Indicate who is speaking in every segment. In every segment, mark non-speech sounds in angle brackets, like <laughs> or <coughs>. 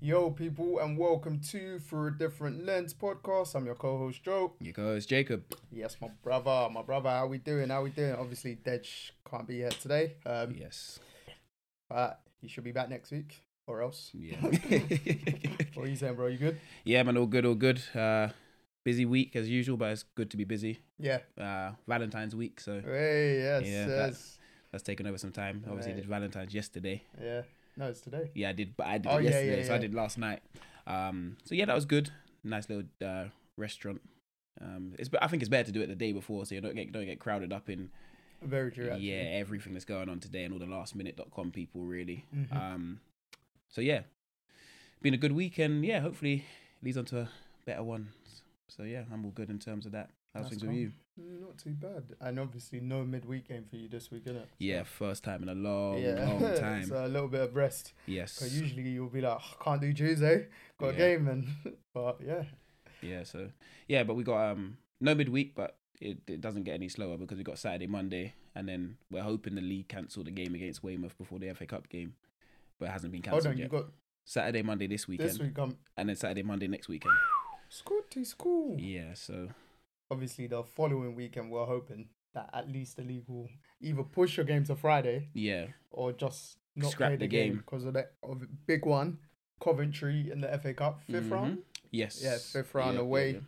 Speaker 1: Yo, people, and welcome to Through a Different Lens podcast. I'm your co-host Joe.
Speaker 2: You guys, Jacob.
Speaker 1: Yes, my brother, my brother. How we doing? How we doing? Obviously, Dej can't be here today, um,
Speaker 2: Yes.
Speaker 1: but he should be back next week, or else.
Speaker 2: Yeah.
Speaker 1: <laughs> What are you saying, bro? You good?
Speaker 2: yeah, man. All good. All good. Uh, busy week as usual, but it's good to be busy.
Speaker 1: Yeah.
Speaker 2: Uh, Valentine's week, so
Speaker 1: Hey, yes,
Speaker 2: Yeah,
Speaker 1: yes,
Speaker 2: that's taken over some time. Obviously,
Speaker 1: Right.
Speaker 2: did Valentine's yesterday.
Speaker 1: yeah. No, it's today.
Speaker 2: Yeah, I did, but I did
Speaker 1: Oh,
Speaker 2: it
Speaker 1: yeah,
Speaker 2: yesterday,
Speaker 1: yeah,
Speaker 2: so I
Speaker 1: yeah.
Speaker 2: did last night. Um, so yeah, that was good. Nice little uh, restaurant. Um, it's but I think it's better to do it the day before, so you don't get don't get crowded up in
Speaker 1: Very true. Actually.
Speaker 2: yeah everything that's going on today and all the last minute dot com people really.
Speaker 1: Mhm.
Speaker 2: Um, so yeah, been a good week, and yeah, hopefully it leads on to a better one. So yeah, I'm all good in terms of that. How's
Speaker 1: That's
Speaker 2: things
Speaker 1: calm.
Speaker 2: with you?
Speaker 1: Not too bad. And obviously, no midweek game for you this week, innit?
Speaker 2: Yeah, first time in a long, <laughs> long time.
Speaker 1: <laughs> so a little bit of rest.
Speaker 2: yes.
Speaker 1: Because usually you'll be like, "Oh, can't do Tuesday, got a
Speaker 2: Yeah.
Speaker 1: game, <laughs> and but yeah,
Speaker 2: Yeah. So yeah, but we got um no midweek, but it, it doesn't get any slower because we got Saturday, Monday, and then we're hoping the league cancel the game against Weymouth before the FA Cup game, but it hasn't been
Speaker 1: hold
Speaker 2: cancelled
Speaker 1: on, you
Speaker 2: yet.
Speaker 1: got
Speaker 2: Saturday, Monday this weekend,
Speaker 1: this week. Um,
Speaker 2: and then Saturday, Monday next weekend.
Speaker 1: school to school.
Speaker 2: Yeah. So
Speaker 1: Obviously, the following weekend we're hoping that at least the league will either push your game to Friday
Speaker 2: yeah,
Speaker 1: or just not
Speaker 2: Scrap
Speaker 1: play
Speaker 2: the
Speaker 1: the game
Speaker 2: game.
Speaker 1: because of the of the big one, Coventry in the FA Cup 5th
Speaker 2: Mhm.
Speaker 1: round
Speaker 2: Yes.
Speaker 1: Yeah, fifth round
Speaker 2: Yeah, yeah,
Speaker 1: away.
Speaker 2: yeah.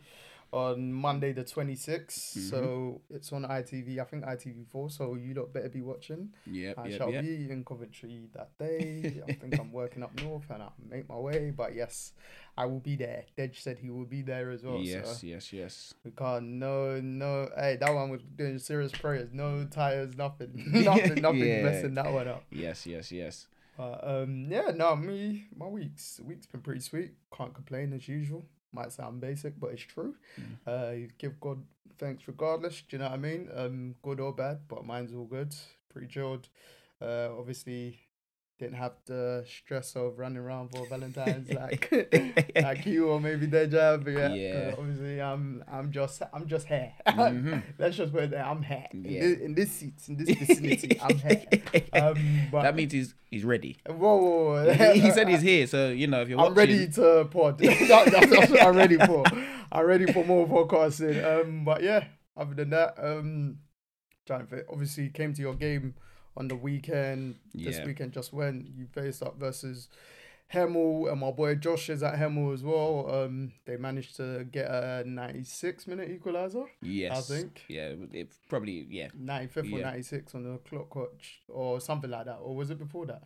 Speaker 1: on Monday the twenty So
Speaker 2: Mm-hmm.
Speaker 1: it's on ITV. I think ITV four. So you lot better be watching.
Speaker 2: Yep,
Speaker 1: I
Speaker 2: yep,
Speaker 1: shall
Speaker 2: yep.
Speaker 1: be in Coventry that day. I think I'm working up north and I'll make my way. But yes, I will be there. Dej said he will be there as well.
Speaker 2: yes,
Speaker 1: So
Speaker 2: yes, yes.
Speaker 1: we can't, no, no. Hey, that one was doing serious prayers. No tires,
Speaker 2: <laughs>
Speaker 1: nothing. <laughs> nothing, nothing
Speaker 2: Yeah.
Speaker 1: messing that one up.
Speaker 2: Yes,
Speaker 1: <laughs>
Speaker 2: yes, yes.
Speaker 1: But um, yeah, no, me, my week's week's been pretty sweet. Can't complain as usual. Might sound basic, but it's true.
Speaker 2: Mm.
Speaker 1: Uh, you give God thanks regardless. Do you know what I mean? Um, good or bad, but mine's all good. Pretty chilled. Uh, obviously didn't have the stress of running around for
Speaker 2: <laughs>
Speaker 1: Valentine's like like you or maybe Deja. But yeah, 'cause
Speaker 2: Yeah.
Speaker 1: obviously I'm I'm just I'm just here.
Speaker 2: Mhm.
Speaker 1: <laughs> Let's just put it there. I'm here in,
Speaker 2: Yeah.
Speaker 1: this, in this seat in this vicinity. I'm
Speaker 2: <laughs>
Speaker 1: here. Um, but
Speaker 2: <laughs> that means he's he's
Speaker 1: <laughs>
Speaker 2: ready.
Speaker 1: Whoa, whoa, whoa.
Speaker 2: he said he's here, so you know if
Speaker 1: <laughs>
Speaker 2: you're
Speaker 1: I'm
Speaker 2: watching,
Speaker 1: ready to pod. <laughs> That- that's, that's what I'm ready for. I'm ready for more podcasting. Um, but yeah, other than that, um, trying to, obviously came to your game on the weekend. This
Speaker 2: Yeah.
Speaker 1: weekend just went. You faced up versus Hemel, and my boy Josh is at Hemel as well. Um, they managed to get a 96 minute equalizer.
Speaker 2: Yes,
Speaker 1: I think.
Speaker 2: Yeah, it probably yeah
Speaker 1: 95th or
Speaker 2: Yeah.
Speaker 1: 96 on the clock watch or something like that. Or was it before that?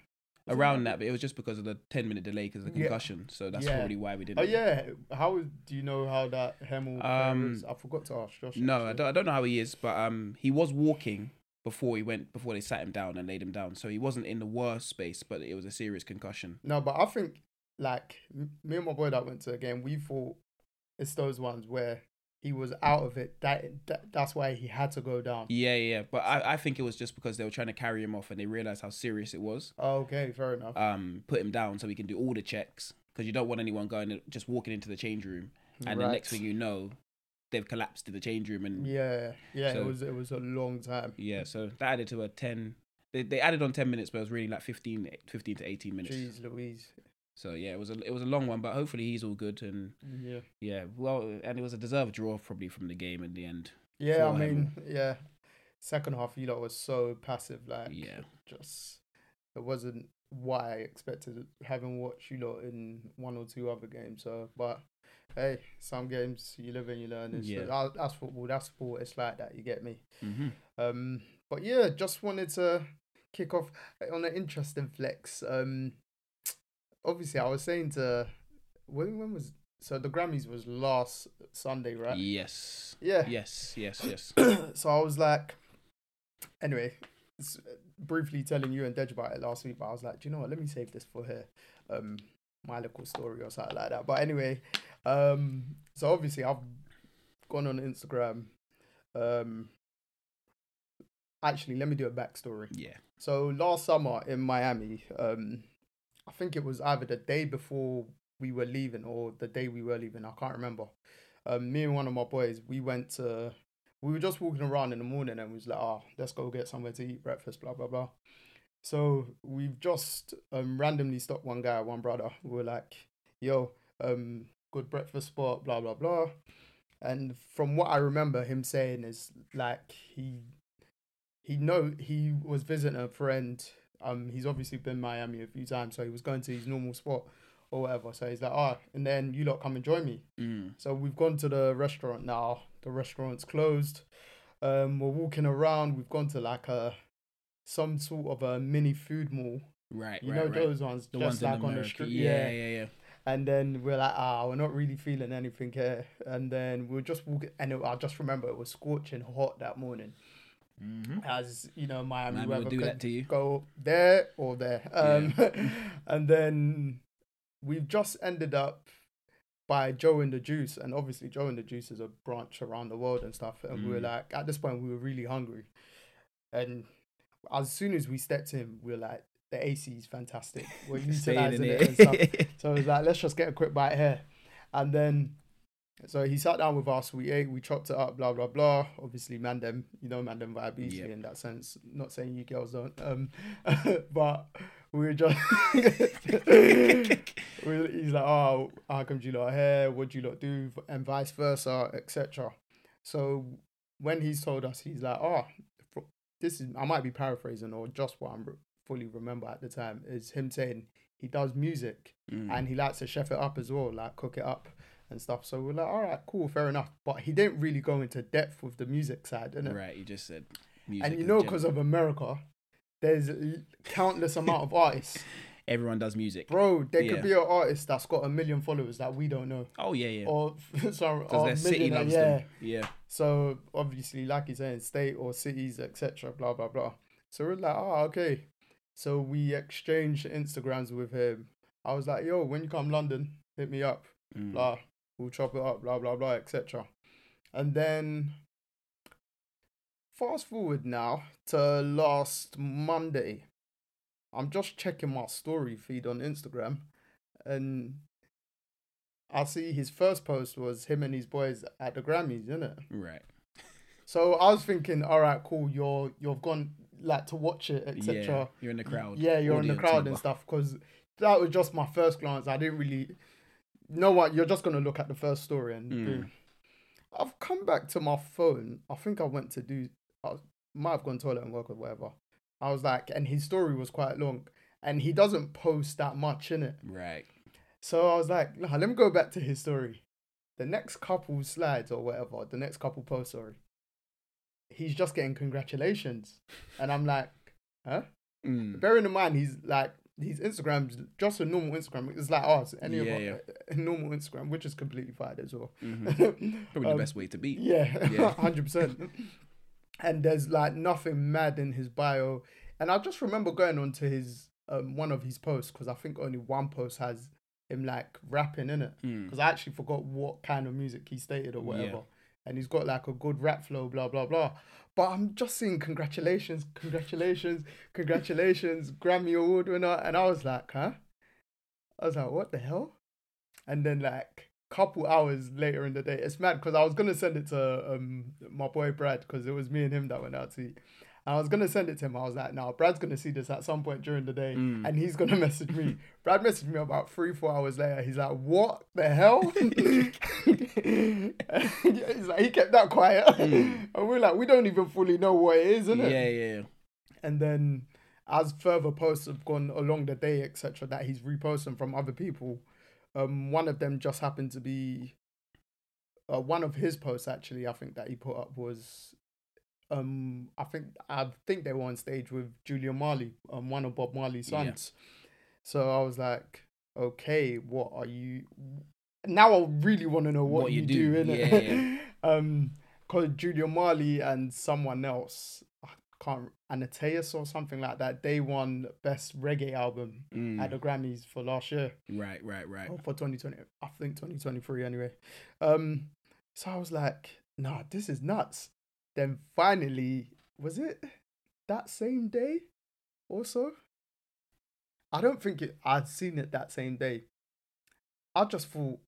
Speaker 1: Was it
Speaker 2: around that, but it was just because of the ten minute delay because of the
Speaker 1: Yeah.
Speaker 2: concussion. So that's
Speaker 1: Yeah.
Speaker 2: probably why we didn't.
Speaker 1: Oh yeah, how do you know how that Hemel? player
Speaker 2: Um,
Speaker 1: is? I forgot to ask Josh.
Speaker 2: No, I
Speaker 1: actually.
Speaker 2: don't, I don't know how he is, but um, he was walking before he went before they sat him down and laid him down. So he wasn't in the worst space, but it was a serious concussion.
Speaker 1: No, but I think like m- me and my boy that went to the game, we thought it's those ones where he was out of it. That, that that's why he had to go down.
Speaker 2: Yeah, yeah, yeah. but I, I think it was just because they were trying to carry him off and they realized how serious it was.
Speaker 1: Okay, fair enough.
Speaker 2: um, put him down so we can do all the checks because you don't want anyone going just walking into the change room and the
Speaker 1: Right.
Speaker 2: next thing you know they've collapsed in the change room and yeah,
Speaker 1: yeah, yeah, it
Speaker 2: So-
Speaker 1: was it was a long time.
Speaker 2: so that added to a 10 they, they added on 10 minutes but it was really like 15 15 to 18 minutes
Speaker 1: Jeez Louise.
Speaker 2: so yeah it was a it was a long one but hopefully he's all good and
Speaker 1: Yeah.
Speaker 2: yeah well and it was a deserved draw probably from the game in the end
Speaker 1: Yeah, I
Speaker 2: for
Speaker 1: mean, yeah. Second half, you lot was so passive. Like,
Speaker 2: Yeah.
Speaker 1: just it wasn't what I expected. Having watched you lot in one or two other games, so but hey, some games you live and you learn. It's,
Speaker 2: Yeah.
Speaker 1: that- that's football. That's sport. It's like that. You get me.
Speaker 2: mm-hmm.
Speaker 1: Um, but yeah, just wanted to kick off eh, on an interesting flex. Um, obviously, I was saying to when when was so the Grammys was last Sunday, right?
Speaker 2: yes
Speaker 1: Yeah
Speaker 2: yes
Speaker 1: <coughs>
Speaker 2: yes yes
Speaker 1: so I was like, anyway, s- briefly telling you and Dej about it last week, but I was like, do you know what? Let me save this for her, um, my little story or something like that. But anyway, um, so obviously I've gone on Instagram. Um, actually, let me do a backstory.
Speaker 2: yeah
Speaker 1: So last summer in Miami, um, I think it was either the day before we were leaving or the day we were leaving. I can't remember. Um, me and one of my boys, we went to. We were just walking around in the morning and we was like, "Oh, let's go get somewhere to eat breakfast." Blah blah blah. So we've just um, randomly stopped one guy, one brother. We were like, yo, um, good breakfast spot, blah blah blah. And from what I remember him saying is like he he know he was visiting a friend. Um, he's obviously been Miami a few times, so he was going to his normal spot or whatever. So he's like, ah, and then you lot come and join me.
Speaker 2: Mm.
Speaker 1: So we've gone to the restaurant now. The restaurant's closed. Um, we're walking around. We've gone to like a some sort of a mini food mall.
Speaker 2: Right,
Speaker 1: You
Speaker 2: right,
Speaker 1: know
Speaker 2: right.
Speaker 1: those ones,
Speaker 2: the
Speaker 1: just
Speaker 2: ones
Speaker 1: like
Speaker 2: in
Speaker 1: on
Speaker 2: America.
Speaker 1: the street.
Speaker 2: yeah, yeah, yeah.
Speaker 1: And then we're like, ah, we're not really feeling anything here. And then we were just walking, and it, I just remember it was scorching hot that morning,
Speaker 2: Mm-hmm.
Speaker 1: as you know, Miami,
Speaker 2: Miami will
Speaker 1: weather
Speaker 2: do
Speaker 1: could
Speaker 2: that to you.
Speaker 1: go there or there. Um, <laughs> and then we've just ended up by Joe and the Juice, and obviously Joe and the Juice is a branch around the world and stuff. And we were
Speaker 2: Mm.
Speaker 1: like, at this point, we were really hungry, and as soon as we stepped in, we were like, the AC is fantastic. We're
Speaker 2: <laughs> Staying
Speaker 1: utilizing
Speaker 2: in
Speaker 1: it and stuff.
Speaker 2: it.
Speaker 1: So it was like, let's just get a quick bite here. And then, so he sat down with us, we ate, we chopped it up, blah, blah, blah. Obviously, Mandem, you know, Mandem vibe easily
Speaker 2: Yep.
Speaker 1: in that sense. Not saying you girls don't, um, <laughs> but we were just, we, he's like, oh, how come you lot are here? What do you lot do? And vice versa, etc. So when he's told us, he's like, oh, fr- this is, I might be paraphrasing or just what I'm re- fully remember at the time is him saying he does music
Speaker 2: Mm.
Speaker 1: and he likes to chef it up as well, like cook it up and stuff. So we're like, all right, cool, fair enough. But he didn't really go into depth with the music side, <laughs> innit?
Speaker 2: <laughs> Right, you just said. Music
Speaker 1: and you
Speaker 2: in
Speaker 1: know,
Speaker 2: general.
Speaker 1: because of America, there's l- countless amount of artists,
Speaker 2: everyone does music.
Speaker 1: bro. There
Speaker 2: Yeah.
Speaker 1: could be an artist that's got a million followers that we don't know,
Speaker 2: Oh yeah, yeah.
Speaker 1: or <laughs> sorry,
Speaker 2: Because
Speaker 1: or
Speaker 2: their city
Speaker 1: millionaire,
Speaker 2: loves
Speaker 1: yeah.
Speaker 2: them. Yeah.
Speaker 1: So obviously, like he's saying, state or cities, etc. Blah blah blah. So we're like, oh okay. So we exchanged Instagrams with him. I was like, yo, when you come London, hit me up.
Speaker 2: Mm.
Speaker 1: Blah, we'll chop it up. Blah blah blah, etc. And then fast forward now to last Monday. I'm just checking my story feed on Instagram, and I see his first post was him and his boys at the Grammys, isn't it?
Speaker 2: Right.
Speaker 1: So I was thinking, all right, cool. You're you've gone like to watch it,
Speaker 2: Yeah.
Speaker 1: etc.
Speaker 2: You're in the crowd.
Speaker 1: Yeah, you're in the
Speaker 2: Audience
Speaker 1: crowd
Speaker 2: member.
Speaker 1: and stuff. Because that was just my first glance. I didn't really know what you're just gonna look at the first story and.
Speaker 2: Mm.
Speaker 1: boom. I've come back to my phone. I think I went to do. I might have gone toilet and work or whatever. I was like, and his story was quite long, and he doesn't post that much in it.
Speaker 2: Right.
Speaker 1: So I was like, nah, let me go back to his story. The next couple slides or whatever, the next couple posts, sorry, he's just getting congratulations. And I'm like, huh?
Speaker 2: Mm.
Speaker 1: Bearing in mind, he's like, his Instagram's just a normal Instagram. It's like ours, any
Speaker 2: Yeah,
Speaker 1: of
Speaker 2: yeah.
Speaker 1: our, a normal Instagram, which is completely fine as well.
Speaker 2: Mhm.
Speaker 1: <laughs>
Speaker 2: Probably
Speaker 1: Um,
Speaker 2: the best way to be.
Speaker 1: yeah,
Speaker 2: Yeah.
Speaker 1: <laughs> hundred percent. And there's like nothing mad in his bio, and I just remember going onto his um, one of his posts because I think only one post has him like rapping in it
Speaker 2: Mm.
Speaker 1: because I actually forgot what kind of music he stated or whatever. And he's got like a good rap flow, blah blah blah. But I'm just seeing congratulations, congratulations, congratulations, Grammy Award winner, and I was like, huh? I was like, what the hell? And then like couple hours later in the day, it's mad because I was gonna send it to um my boy Brad because it was me and him that went out to eat. And I was gonna send it to him. I was like, now Brad's gonna see this at some point during the day,
Speaker 2: Mm.
Speaker 1: and he's gonna <laughs> message me. Brad messaged me about three, four hours later. He's like, what the
Speaker 2: <laughs>
Speaker 1: hell? <laughs> he's like, he kept that quiet,
Speaker 2: Mm.
Speaker 1: and we're like, we don't even fully know what it is, innit?
Speaker 2: Yeah, yeah, yeah.
Speaker 1: and then as further posts have gone along the day etc that he's reposting from other people um one of them just happened to be uh, one of his posts actually i think that he put up was um i think i think they were on stage with julia marley um one of bob marley's
Speaker 2: Yeah.
Speaker 1: sons so i was like okay what are you now i really want to know what, you, do, in
Speaker 2: Yeah,
Speaker 1: it <laughs> um called Julia Marley and someone else. I can't Anateus or something like that. They won best reggae album
Speaker 2: Mm.
Speaker 1: at the Grammys for last year
Speaker 2: Right, right, right.
Speaker 1: or Oh, for 2020. I think 2023 anyway. Um, so I was like, nah, this is nuts. Then finally, was it that same day? Also, I don't think it, I'd seen it that same day. I just thought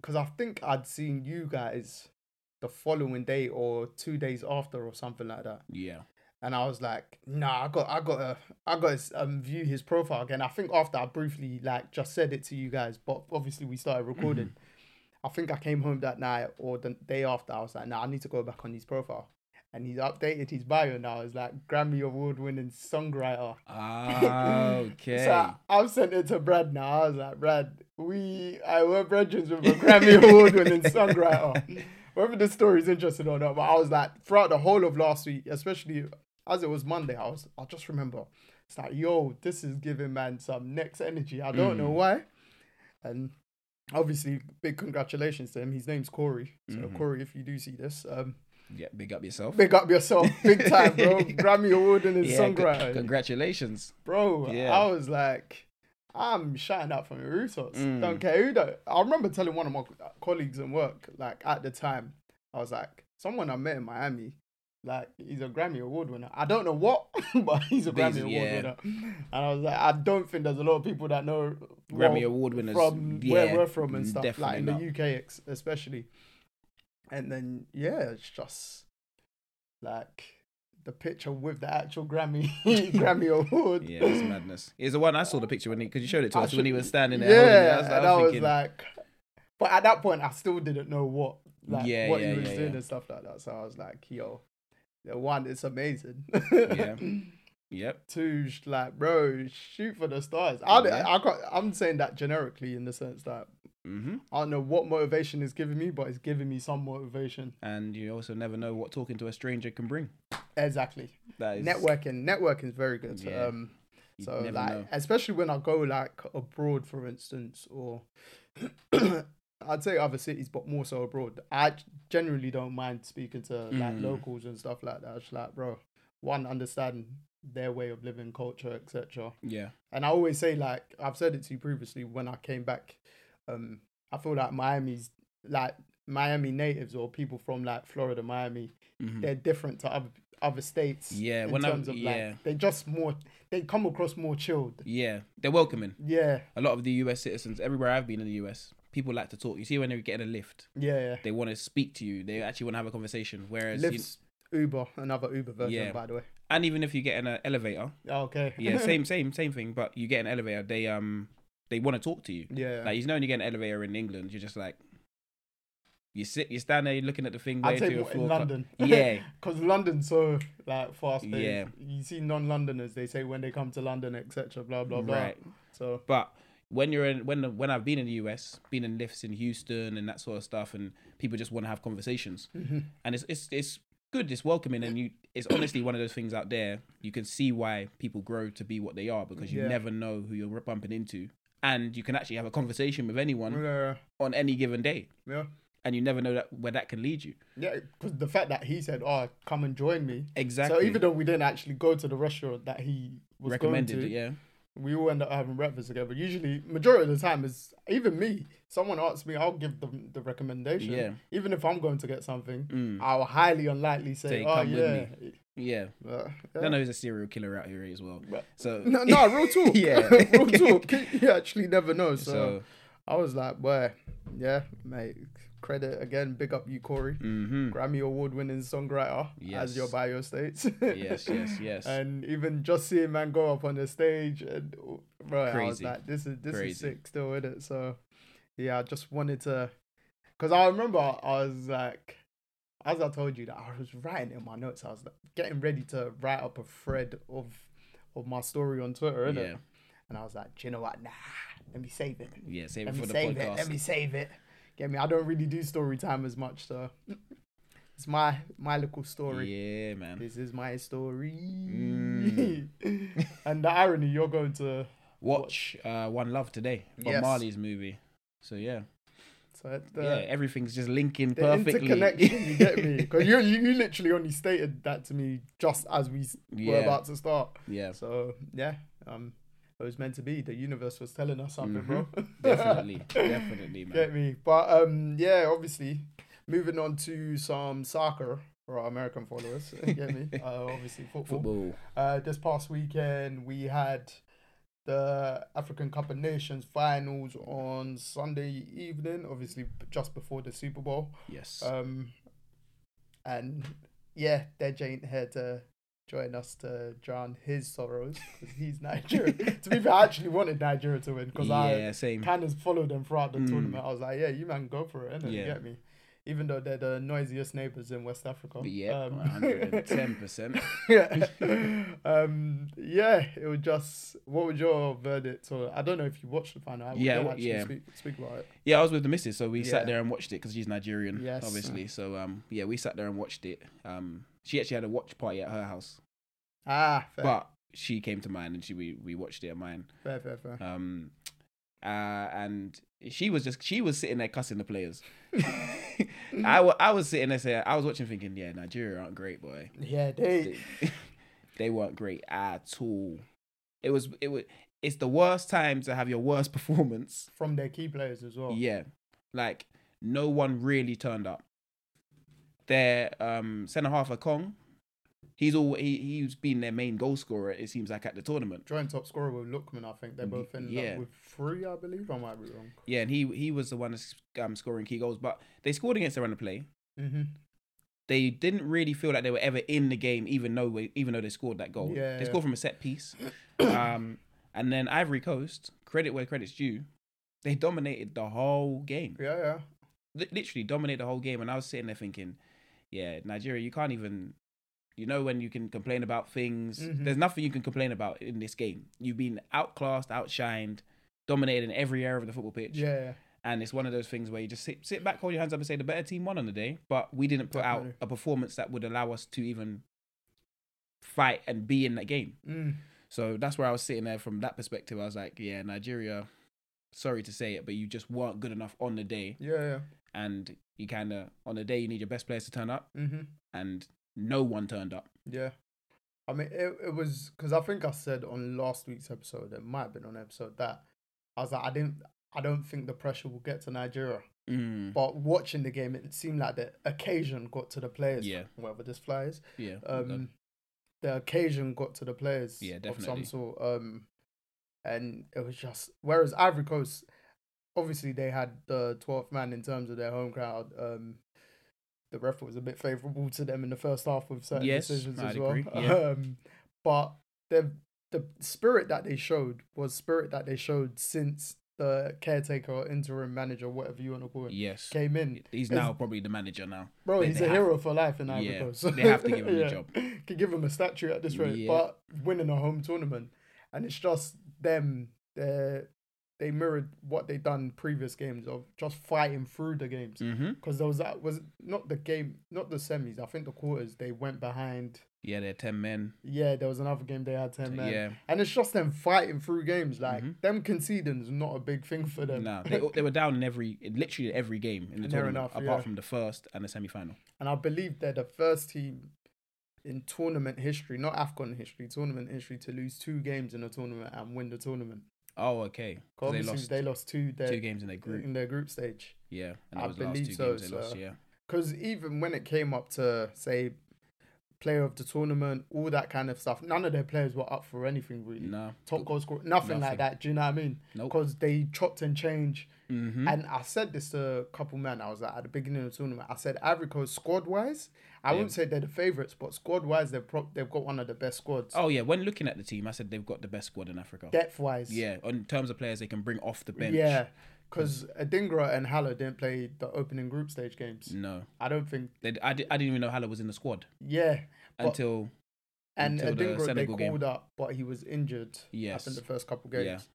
Speaker 1: because I think I'd seen you guys the following day or two days after or something like that. <laughs>
Speaker 2: Yeah.
Speaker 1: and I was like, nah, I got, I got to, I got to um, view his profile again. I think after I briefly like just said it to you guys, but obviously we started recording. I think I came home that night or the day after. I was like, nah, I need to go back on his profile, and he's updated his bio now. It's like Grammy award winning songwriter.
Speaker 2: Ah, okay.
Speaker 1: So I've sent it to Brad now. I was like, Brad, we I were brethren with a Grammy Award winning songwriter. Whether the story's interesting or not, but I was like, throughout the whole of last week, especially as it was Monday, I was I just remember it's like, yo, this is giving man some next energy. I don't know why. And obviously, big congratulations to him. His name's Corey. So Corey, if you do see this, um,
Speaker 2: yeah, big up yourself.
Speaker 1: big up yourself, big time, bro. Grammy Award winning
Speaker 2: yeah, c-
Speaker 1: songwriter
Speaker 2: congratulations.
Speaker 1: bro.
Speaker 2: Yeah.
Speaker 1: I was like, I'm shouting out from the rooftops.
Speaker 2: Mm.
Speaker 1: Don't care who though. I remember telling one of my colleagues in work, like at the time, I was like, someone I met in Miami, like he's a Grammy Award winner. I don't know what, <laughs> but he's a
Speaker 2: But he's-
Speaker 1: Grammy Award
Speaker 2: yeah.
Speaker 1: winner. And I was like, I don't think there's a lot of people that know
Speaker 2: Grammy
Speaker 1: well,
Speaker 2: Award winners.
Speaker 1: from
Speaker 2: yeah,
Speaker 1: where we're from and stuff, like
Speaker 2: definitely
Speaker 1: in
Speaker 2: not.
Speaker 1: the UK ex- especially. And then yeah, it's just like the picture with the actual Grammy <laughs> Grammy
Speaker 2: <laughs>
Speaker 1: Award.
Speaker 2: Yeah, it's madness. It's the one I saw the picture when he because you showed it to
Speaker 1: I
Speaker 2: us when he
Speaker 1: should-
Speaker 2: was standing there. holding it.
Speaker 1: Yeah,
Speaker 2: like-
Speaker 1: and I was
Speaker 2: thinking,
Speaker 1: like, but at that point, I still didn't know what, like,
Speaker 2: Yeah,
Speaker 1: what
Speaker 2: yeah,
Speaker 1: he was
Speaker 2: yeah,
Speaker 1: doing
Speaker 2: yeah.
Speaker 1: and stuff like that. So I was like, yo, the one, it's amazing. <laughs>
Speaker 2: Yeah. yep.
Speaker 1: Two, sh- like, bro, shoot for the stars. I, don't-
Speaker 2: Yeah.
Speaker 1: I can't, I'm saying that generically in the sense that
Speaker 2: hmm
Speaker 1: I don't know what motivation is giving me, but it's giving me some motivation.
Speaker 2: And you also never know what talking to a stranger can bring.
Speaker 1: Exactly.
Speaker 2: That is
Speaker 1: networking networking is very good
Speaker 2: Yeah.
Speaker 1: um
Speaker 2: You
Speaker 1: so
Speaker 2: never
Speaker 1: like
Speaker 2: know.
Speaker 1: especially when i go like abroad for instance or <clears throat> i'd say other cities but more so abroad i g- generally don't mind speaking to like
Speaker 2: Mm.
Speaker 1: locals and stuff like that it's like bro one understand their way of living culture etc
Speaker 2: Yeah.
Speaker 1: and i always say like i've said it to you previously when i came back um i feel like miami's like miami natives or people from like florida miami
Speaker 2: Mhm.
Speaker 1: they're different to other other states.
Speaker 2: Yeah,
Speaker 1: in
Speaker 2: when I'm-
Speaker 1: terms of
Speaker 2: yeah.
Speaker 1: like they just more they come across more chilled.
Speaker 2: Yeah. They're welcoming.
Speaker 1: Yeah,
Speaker 2: A lot of the US citizens, everywhere I've been in the US, people like to talk. You see when they get in a lift,
Speaker 1: yeah.
Speaker 2: they want to speak to you. They actually want to have a conversation. Whereas, you-
Speaker 1: Lyft's Uber, another Uber version,
Speaker 2: Yeah.
Speaker 1: by the way.
Speaker 2: and even if you get in an elevator,
Speaker 1: Okay. <laughs>
Speaker 2: yeah, same, same, same thing. But you get an elevator, they um, they want to talk to you.
Speaker 1: yeah.
Speaker 2: Like you know, when you get an elevator in England, you're just like, you sit, you stand there, you're looking at the thing.
Speaker 1: I'd
Speaker 2: waiting
Speaker 1: say
Speaker 2: for your
Speaker 1: more in
Speaker 2: floor cut.
Speaker 1: London. <laughs>
Speaker 2: Yeah,
Speaker 1: Because London's so like fast paced.
Speaker 2: Yeah.
Speaker 1: You see non Londoners, they say when they come to London, etc. Blah blah blah.
Speaker 2: Right.
Speaker 1: So
Speaker 2: but when you're in when when I've been in the US, been in lifts in Houston and that sort of stuff, and people just want to have conversations,
Speaker 1: Mm-hmm.
Speaker 2: and it's it's it's good, it's welcoming, and you it's honestly one of those things out there you can see why people grow to be what they are because you
Speaker 1: Yeah.
Speaker 2: never know who you're bumping into, and you can actually have a conversation with anyone
Speaker 1: yeah.
Speaker 2: on any given day,
Speaker 1: Yeah.
Speaker 2: and you never know that where that can lead you.
Speaker 1: Yeah, because the fact that he said, "Oh, come and join me,"
Speaker 2: Exactly.
Speaker 1: so even though we didn't actually go to the restaurant that he was
Speaker 2: recommended,
Speaker 1: going to,
Speaker 2: yeah.
Speaker 1: we all end up having breakfast together. Usually, majority of the time is even me. Someone asks me, I'll give them the recommendation.
Speaker 2: Yeah.
Speaker 1: Even if I'm going to get something,
Speaker 2: Mm.
Speaker 1: I'll highly unlikely say,
Speaker 2: Say,
Speaker 1: "Oh
Speaker 2: "Come with
Speaker 1: yeah."
Speaker 2: Yeah.
Speaker 1: But,
Speaker 2: I
Speaker 1: yeah.
Speaker 2: don't know who's a serial killer out here as well.
Speaker 1: But-
Speaker 2: So
Speaker 1: <laughs> No, no, real talk.
Speaker 2: <laughs>
Speaker 1: <laughs>
Speaker 2: Yeah.
Speaker 1: real
Speaker 2: <laughs>
Speaker 1: talk. You actually never know. So,
Speaker 2: So
Speaker 1: I was like, "Boy, yeah, mate." Credit again. Big up you, Corey.
Speaker 2: mhm.
Speaker 1: Grammy award-winning songwriter,
Speaker 2: Yes.
Speaker 1: as your bio states. <laughs>
Speaker 2: yes, yes, yes.
Speaker 1: and even just seeing man go up on the stage and right, I was
Speaker 2: Crazy.
Speaker 1: like, this is this
Speaker 2: Crazy.
Speaker 1: is sick still in it. So yeah, I just wanted to, because I remember I was like, as I told you that I was writing in my notes, I was like getting ready to write up a thread of of my story on Twitter, innit?
Speaker 2: Yeah.
Speaker 1: And I was like, do you know what? Nah, let me save it.
Speaker 2: yeah, save
Speaker 1: Let
Speaker 2: it for
Speaker 1: me
Speaker 2: the
Speaker 1: save it.
Speaker 2: podcast.
Speaker 1: Let me save it. Get me? I don't really do story time as much, so it's my my little story.
Speaker 2: Yeah, man.
Speaker 1: This is my story.
Speaker 2: Mm.
Speaker 1: <laughs> and the irony, you're going to.
Speaker 2: Watch uh, One Love today, Bob
Speaker 1: Yes.
Speaker 2: Marley's movie. So yeah,
Speaker 1: So the,
Speaker 2: yeah, everything's just linking
Speaker 1: the
Speaker 2: perfectly. <laughs>
Speaker 1: interconnection, you get me? Because you, you, you literally only stated that to me just as we s- were
Speaker 2: Yeah.
Speaker 1: about to start.
Speaker 2: yeah,
Speaker 1: So, yeah, um, it was meant to be. The universe was telling us something, bro.
Speaker 2: Mm-hmm.
Speaker 1: <laughs>
Speaker 2: definitely, definitely, man.
Speaker 1: Get me? But um, yeah, obviously, moving on to some soccer for our American followers. Get me? Uh, obviously, football.
Speaker 2: Football.
Speaker 1: Uh, this past weekend we had the African Cup of Nations finals on Sunday evening, obviously b- just before the Super Bowl.
Speaker 2: Yes.
Speaker 1: Um, and yeah, Dej ain't here to join us to drown his sorrows because he's Nigerian. to be fair, I actually wanted Nigeria to win because
Speaker 2: yeah,
Speaker 1: I
Speaker 2: same.
Speaker 1: kind of followed them throughout the
Speaker 2: Mm.
Speaker 1: tournament. I was like, yeah, you man, go for it, innit? You
Speaker 2: Yeah.
Speaker 1: get me? Even though they're the noisiest neighbours in West Africa.
Speaker 2: But yeah,
Speaker 1: Um, <laughs>
Speaker 2: one hundred and ten percent.
Speaker 1: yeah. um, yeah, it would just. What would your verdict? Or I don't know if you watched the final. I we
Speaker 2: Yeah,
Speaker 1: don't
Speaker 2: w-
Speaker 1: actually
Speaker 2: yeah.
Speaker 1: Speak, speak about it.
Speaker 2: Yeah, I was with the missus, so we
Speaker 1: Yeah.
Speaker 2: sat there and watched it because she's Nigerian,
Speaker 1: Yes.
Speaker 2: obviously. So um, yeah, we sat there and watched it. Um, she actually had a watch party at her house,
Speaker 1: Ah, fair,
Speaker 2: but she came to mine and she we, we watched it at mine.
Speaker 1: fair, fair, fair.
Speaker 2: Um, uh, and she was just she was sitting there cussing the players. <laughs> I, wa- I was sitting there saying I was watching thinking yeah Nigeria aren't great boy
Speaker 1: Yeah, they.
Speaker 2: they, they weren't great at all. It was it was it's the worst time to have your worst <laughs> performance.
Speaker 1: From their key players as well.
Speaker 2: Yeah, like no one really turned up. Their um, centre half, Kong, he's all he he's been their main goal scorer. It seems like at the tournament.
Speaker 1: Joint top scorer with Lookman, I think. They both ended
Speaker 2: Mm, yeah.
Speaker 1: up with three, I believe. I might be wrong.
Speaker 2: Yeah, and he he was the one that's um, scoring key goals. But they scored against their run of play.
Speaker 1: Mm-hmm.
Speaker 2: They didn't really feel like they were ever in the game, even though even though they scored that goal.
Speaker 1: Yeah,
Speaker 2: they
Speaker 1: yeah.
Speaker 2: scored from a
Speaker 1: <coughs>
Speaker 2: set piece. um, and then Ivory Coast, credit where credit's due, they dominated the whole game.
Speaker 1: Yeah, yeah.
Speaker 2: Li- literally dominated the whole game. And I was sitting there thinking, yeah, Nigeria, you can't even. You know when you can complain about things.
Speaker 1: Mhm.
Speaker 2: There's nothing you can complain about in this game. You've been outclassed, outshined, dominated in every area of the football pitch.
Speaker 1: Yeah, yeah.
Speaker 2: And it's one of those things where you just sit, sit back, hold your hands up, and say the better team won on the day. But we didn't put out
Speaker 1: Definitely.
Speaker 2: a performance that would allow us to even fight and be in that game.
Speaker 1: Mm.
Speaker 2: So that's where I was sitting there from that perspective. I was like, yeah, Nigeria, sorry to say it, but you just weren't good enough on the day.
Speaker 1: Yeah, yeah.
Speaker 2: And you kind of, on the day, you need your best players to turn up.
Speaker 1: Mm-hmm.
Speaker 2: And no one turned up.
Speaker 1: Yeah. I mean, it, it was because I think I said on last week's episode, it might have been on episode that I was like, I didn't, I don't think the pressure will get to Nigeria.
Speaker 2: Mm,
Speaker 1: But watching the game, it seemed like the occasion got to the players.
Speaker 2: Yeah.
Speaker 1: Whether this flies,
Speaker 2: yeah.
Speaker 1: um, the occasion got to the players.
Speaker 2: Yeah,
Speaker 1: Of
Speaker 2: definitely.
Speaker 1: some sort. Um, and it was just whereas Ivory Coast, obviously they had the twelfth man in terms of their home crowd. Um, the ref was a bit favourable to them in the first half with certain
Speaker 2: Yes,
Speaker 1: decisions
Speaker 2: I'd
Speaker 1: as well.
Speaker 2: agree, yeah.
Speaker 1: <laughs> Um, but the the spirit that they showed was spirit that they showed since the caretaker, or interim manager, whatever you want to call it,
Speaker 2: yes.
Speaker 1: came in.
Speaker 2: He's now probably the manager now.
Speaker 1: Bro,
Speaker 2: They-
Speaker 1: he's
Speaker 2: they
Speaker 1: a
Speaker 2: have-
Speaker 1: hero for life in Ivory
Speaker 2: Yeah,
Speaker 1: Coast.
Speaker 2: they have
Speaker 1: <laughs>
Speaker 2: to give him the job.
Speaker 1: Could give him a statue at this rate,
Speaker 2: Yeah.
Speaker 1: but winning a home tournament, and it's just them. They they mirrored what they done previous games of just fighting through the games.
Speaker 2: hmm
Speaker 1: Because there was that was not the game, not the semis. I think the quarters they went behind.
Speaker 2: Yeah, they're 10 men.
Speaker 1: Yeah, there was another game they had ten men,
Speaker 2: Yeah.
Speaker 1: and it's just them fighting through games. Like
Speaker 2: Mhm.
Speaker 1: them conceding is not a big thing for them. <laughs>
Speaker 2: No, they, they were down in every, in literally every game in the
Speaker 1: Fair
Speaker 2: tournament,
Speaker 1: enough,
Speaker 2: apart
Speaker 1: yeah.
Speaker 2: from the first and the semi final.
Speaker 1: and I believe they're the first team in tournament history, not Afcon history, tournament history, to lose two games in a tournament and win the tournament.
Speaker 2: Oh, okay.
Speaker 1: 'Cause
Speaker 2: Because they
Speaker 1: Obviously,
Speaker 2: lost
Speaker 1: they lost two, their,
Speaker 2: two games in their group.
Speaker 1: in their group stage.
Speaker 2: Yeah, and
Speaker 1: Mm. I
Speaker 2: those last two
Speaker 1: believe so,
Speaker 2: games they lost.
Speaker 1: sir.
Speaker 2: Yeah,
Speaker 1: Because even when it came up to say player of the tournament, all that kind of stuff, none of their players were up for anything really.
Speaker 2: no.
Speaker 1: Top goal scorer, nothing,
Speaker 2: Nothing.
Speaker 1: like that. Do you know what I mean?
Speaker 2: Nope.
Speaker 1: Because they chopped and changed.
Speaker 2: Mm-hmm.
Speaker 1: And I said this to a couple men. I was like, at the beginning of the tournament, I said Ivory Coast squad wise, I wouldn't say they're the favourites, but squad wise, they've pro- they've got one of the best squads.
Speaker 2: Oh yeah, when looking at the team, I said they've got the best squad in Africa.
Speaker 1: Depth wise,
Speaker 2: Yeah, in terms of players they can bring off the bench.
Speaker 1: yeah, because Adingra and Hallo didn't play the opening group stage games.
Speaker 2: No,
Speaker 1: I don't think.
Speaker 2: they, I, di- I didn't even know Haller was in the squad
Speaker 1: Yeah, But-
Speaker 2: until
Speaker 1: and
Speaker 2: Until the
Speaker 1: Adingra they
Speaker 2: Senegal game.
Speaker 1: called up, but he was injured. I
Speaker 2: yes.
Speaker 1: think the first couple
Speaker 2: Yeah.
Speaker 1: games,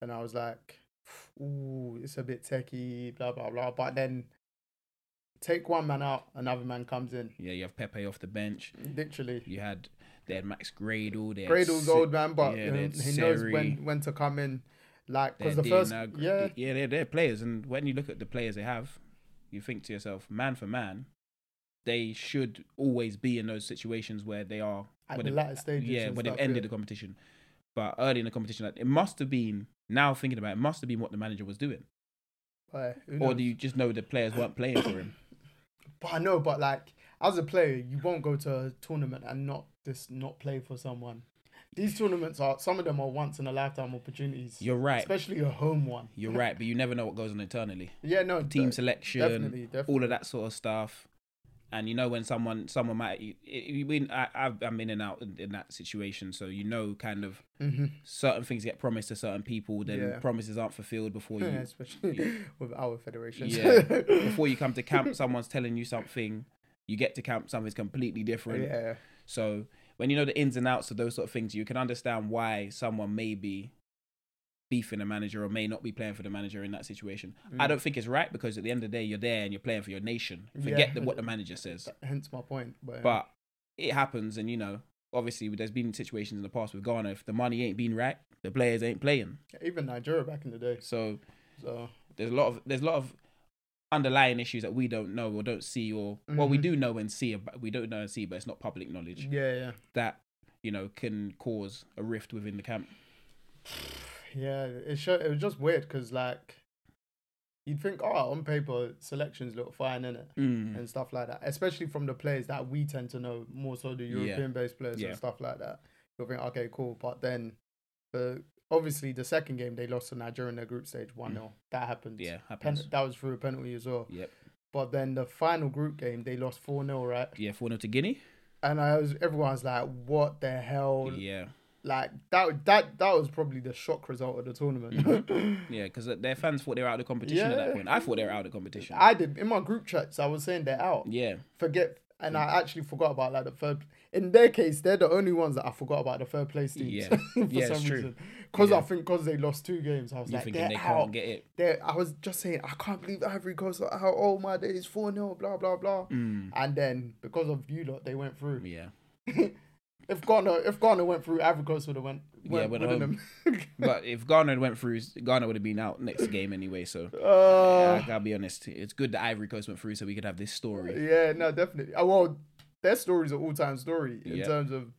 Speaker 1: and I was like, ooh, it's a bit techie, blah blah blah. But then take one man out, another man comes in.
Speaker 2: Yeah, you have Pepe off the bench.
Speaker 1: Literally,
Speaker 2: You had they had Max Gradle. They had
Speaker 1: Gradle's
Speaker 2: Si-
Speaker 1: old man, but
Speaker 2: yeah,
Speaker 1: you know,
Speaker 2: they
Speaker 1: he
Speaker 2: had
Speaker 1: knows
Speaker 2: Seri.
Speaker 1: when when to come in. Like,
Speaker 2: they had
Speaker 1: because the first,
Speaker 2: Diagna-
Speaker 1: yeah,
Speaker 2: yeah, they're, they're players, and when you look at the players they have, you think to yourself, man for man, they should always be in those situations where they are
Speaker 1: at
Speaker 2: where
Speaker 1: the
Speaker 2: they-
Speaker 1: latter stages.
Speaker 2: yeah,
Speaker 1: and
Speaker 2: when they've
Speaker 1: stuff, yeah.
Speaker 2: ended the competition. But early in the competition, like, it must have been. Now thinking about it, it must have been what the manager was doing,
Speaker 1: But, who
Speaker 2: or
Speaker 1: knows?
Speaker 2: do you just know the players weren't playing for him?
Speaker 1: but I know, but like as a player, you won't go to a tournament and not just not play for someone. These tournaments are some of them are once in a lifetime opportunities,
Speaker 2: You're right.
Speaker 1: especially a home one.
Speaker 2: You're right, but you never know what goes on internally.
Speaker 1: Yeah, no,
Speaker 2: Team
Speaker 1: de-
Speaker 2: selection,
Speaker 1: definitely, definitely.
Speaker 2: all of that sort of stuff. and you know when someone someone might you, you been I, I've, I'm in and out in, in that situation, so you know kind of
Speaker 1: hmm
Speaker 2: certain things get promised to certain people, then
Speaker 1: Yeah.
Speaker 2: promises aren't fulfilled before
Speaker 1: Yeah,
Speaker 2: you
Speaker 1: <laughs> especially with our federations.
Speaker 2: Yeah.
Speaker 1: <laughs>
Speaker 2: before you come to camp. Someone's telling you something, you get to camp, something's completely different.
Speaker 1: yeah.
Speaker 2: So when you know the ins and outs of those sort of things, you can understand why someone may be beefing the manager or may not be playing for the manager in that situation.
Speaker 1: Mm.
Speaker 2: I don't think it's right because at the end of the day, you're there and you're playing for your nation.
Speaker 1: <laughs>
Speaker 2: Forget
Speaker 1: Yeah.
Speaker 2: the, what the manager says.
Speaker 1: Hence my point. But,
Speaker 2: But it happens, and you know, obviously, there's been situations in the past with Ghana. If the money ain't been right, the players ain't playing.
Speaker 1: even Nigeria back in the day.
Speaker 2: So
Speaker 1: So
Speaker 2: there's a lot of there's a lot of underlying issues that we don't know or don't see or well we
Speaker 1: Mhm.
Speaker 2: do know and see but we don't know and see but it's not public knowledge
Speaker 1: yeah, yeah. <sighs>
Speaker 2: that you know can cause a rift within the camp.
Speaker 1: Yeah, it sho it was just weird because like you'd think, oh, on paper selections look fine, innit?
Speaker 2: Mm.
Speaker 1: And stuff like that, especially from the players that we tend to know more so the
Speaker 2: Yeah.
Speaker 1: European-based players
Speaker 2: Yeah.
Speaker 1: and stuff like that. You'll think, okay, cool, but then, the obviously the second game they lost to Nigeria in their group stage one 0 That happened.
Speaker 2: Mm. Yeah,
Speaker 1: Pen-
Speaker 2: happens. Mm.
Speaker 1: that was through a penalty as well.
Speaker 2: Yep.
Speaker 1: But then the final group game they lost four 0 right?
Speaker 2: Yeah, four 0 to Guinea.
Speaker 1: And I was everyone's like, what the hell?
Speaker 2: Yeah,
Speaker 1: Like that that that was probably the shock result of the tournament.
Speaker 2: yeah, because their fans thought they were out of the competition at that
Speaker 1: Yeah.
Speaker 2: point. I thought they were out of the competition.
Speaker 1: <laughs> I did in my group chats. I was saying they're out.
Speaker 2: yeah,
Speaker 1: Forget, and I actually forgot about like the third. In their case, they're the only ones that I forgot about the third place teams. <laughs>
Speaker 2: Yeah. Yeah, it's true.
Speaker 1: Because
Speaker 2: Yeah.
Speaker 1: I think because they lost two games, I was
Speaker 2: you
Speaker 1: like,
Speaker 2: thinking
Speaker 1: they're
Speaker 2: they
Speaker 1: out.
Speaker 2: can't get it?
Speaker 1: They're, I was just saying, I can't believe Ivory Coast are out. Oh my days, four 0 blah blah blah.
Speaker 2: Mm.
Speaker 1: And then because of you lot, they went through.
Speaker 2: Yeah,
Speaker 1: If Ghana, if Ghana went through, Ivory Coast would have went. went
Speaker 2: went
Speaker 1: wouldn't
Speaker 2: home.
Speaker 1: have-
Speaker 2: but if Ghana had went through, Ghana would have been out next game anyway. So
Speaker 1: <laughs> Uh,
Speaker 2: <laughs> yeah, I gotta be honest, it's good that Ivory Coast went through so we could have this story.
Speaker 1: Yeah, no, definitely. Uh, well, their story is an all-time story in
Speaker 2: Yeah.
Speaker 1: terms of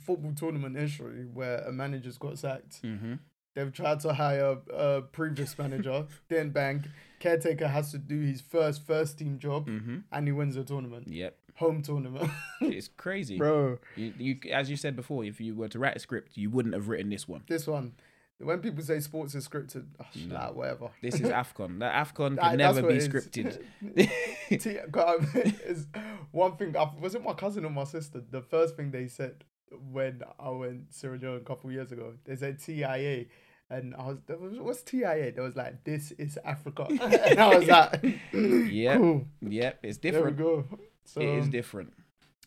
Speaker 1: football tournament history, where a manager's got sacked.
Speaker 2: hmm
Speaker 1: They've tried to hire a previous
Speaker 2: <laughs>
Speaker 1: manager, then bang, caretaker has to do his first first team job,
Speaker 2: hmm
Speaker 1: and he wins the tournament,
Speaker 2: Yep,
Speaker 1: <laughs> home tournament,
Speaker 2: it's crazy.
Speaker 1: bro.
Speaker 2: You, you, as you said before, if you were to write a script, you wouldn't have written this one.
Speaker 1: This one, when people say sports is scripted, oh, sh-
Speaker 2: No.
Speaker 1: like, whatever. <laughs>
Speaker 2: This is Afcon. That Afcon
Speaker 1: That- that's
Speaker 2: can never
Speaker 1: what
Speaker 2: be
Speaker 1: it is. <laughs>
Speaker 2: scripted.
Speaker 1: T- God, <laughs> it's one thing. I, was it my cousin or my sister? The first thing they said when I went Sierra Leone a couple years ago, they said TIA, and I was, they was what's TIA? They was like, this is Africa, <laughs> and I was like,
Speaker 2: <laughs> Yeah.
Speaker 1: cool,
Speaker 2: Yep, it's
Speaker 1: there we
Speaker 2: different.
Speaker 1: go. So um,
Speaker 2: It is different.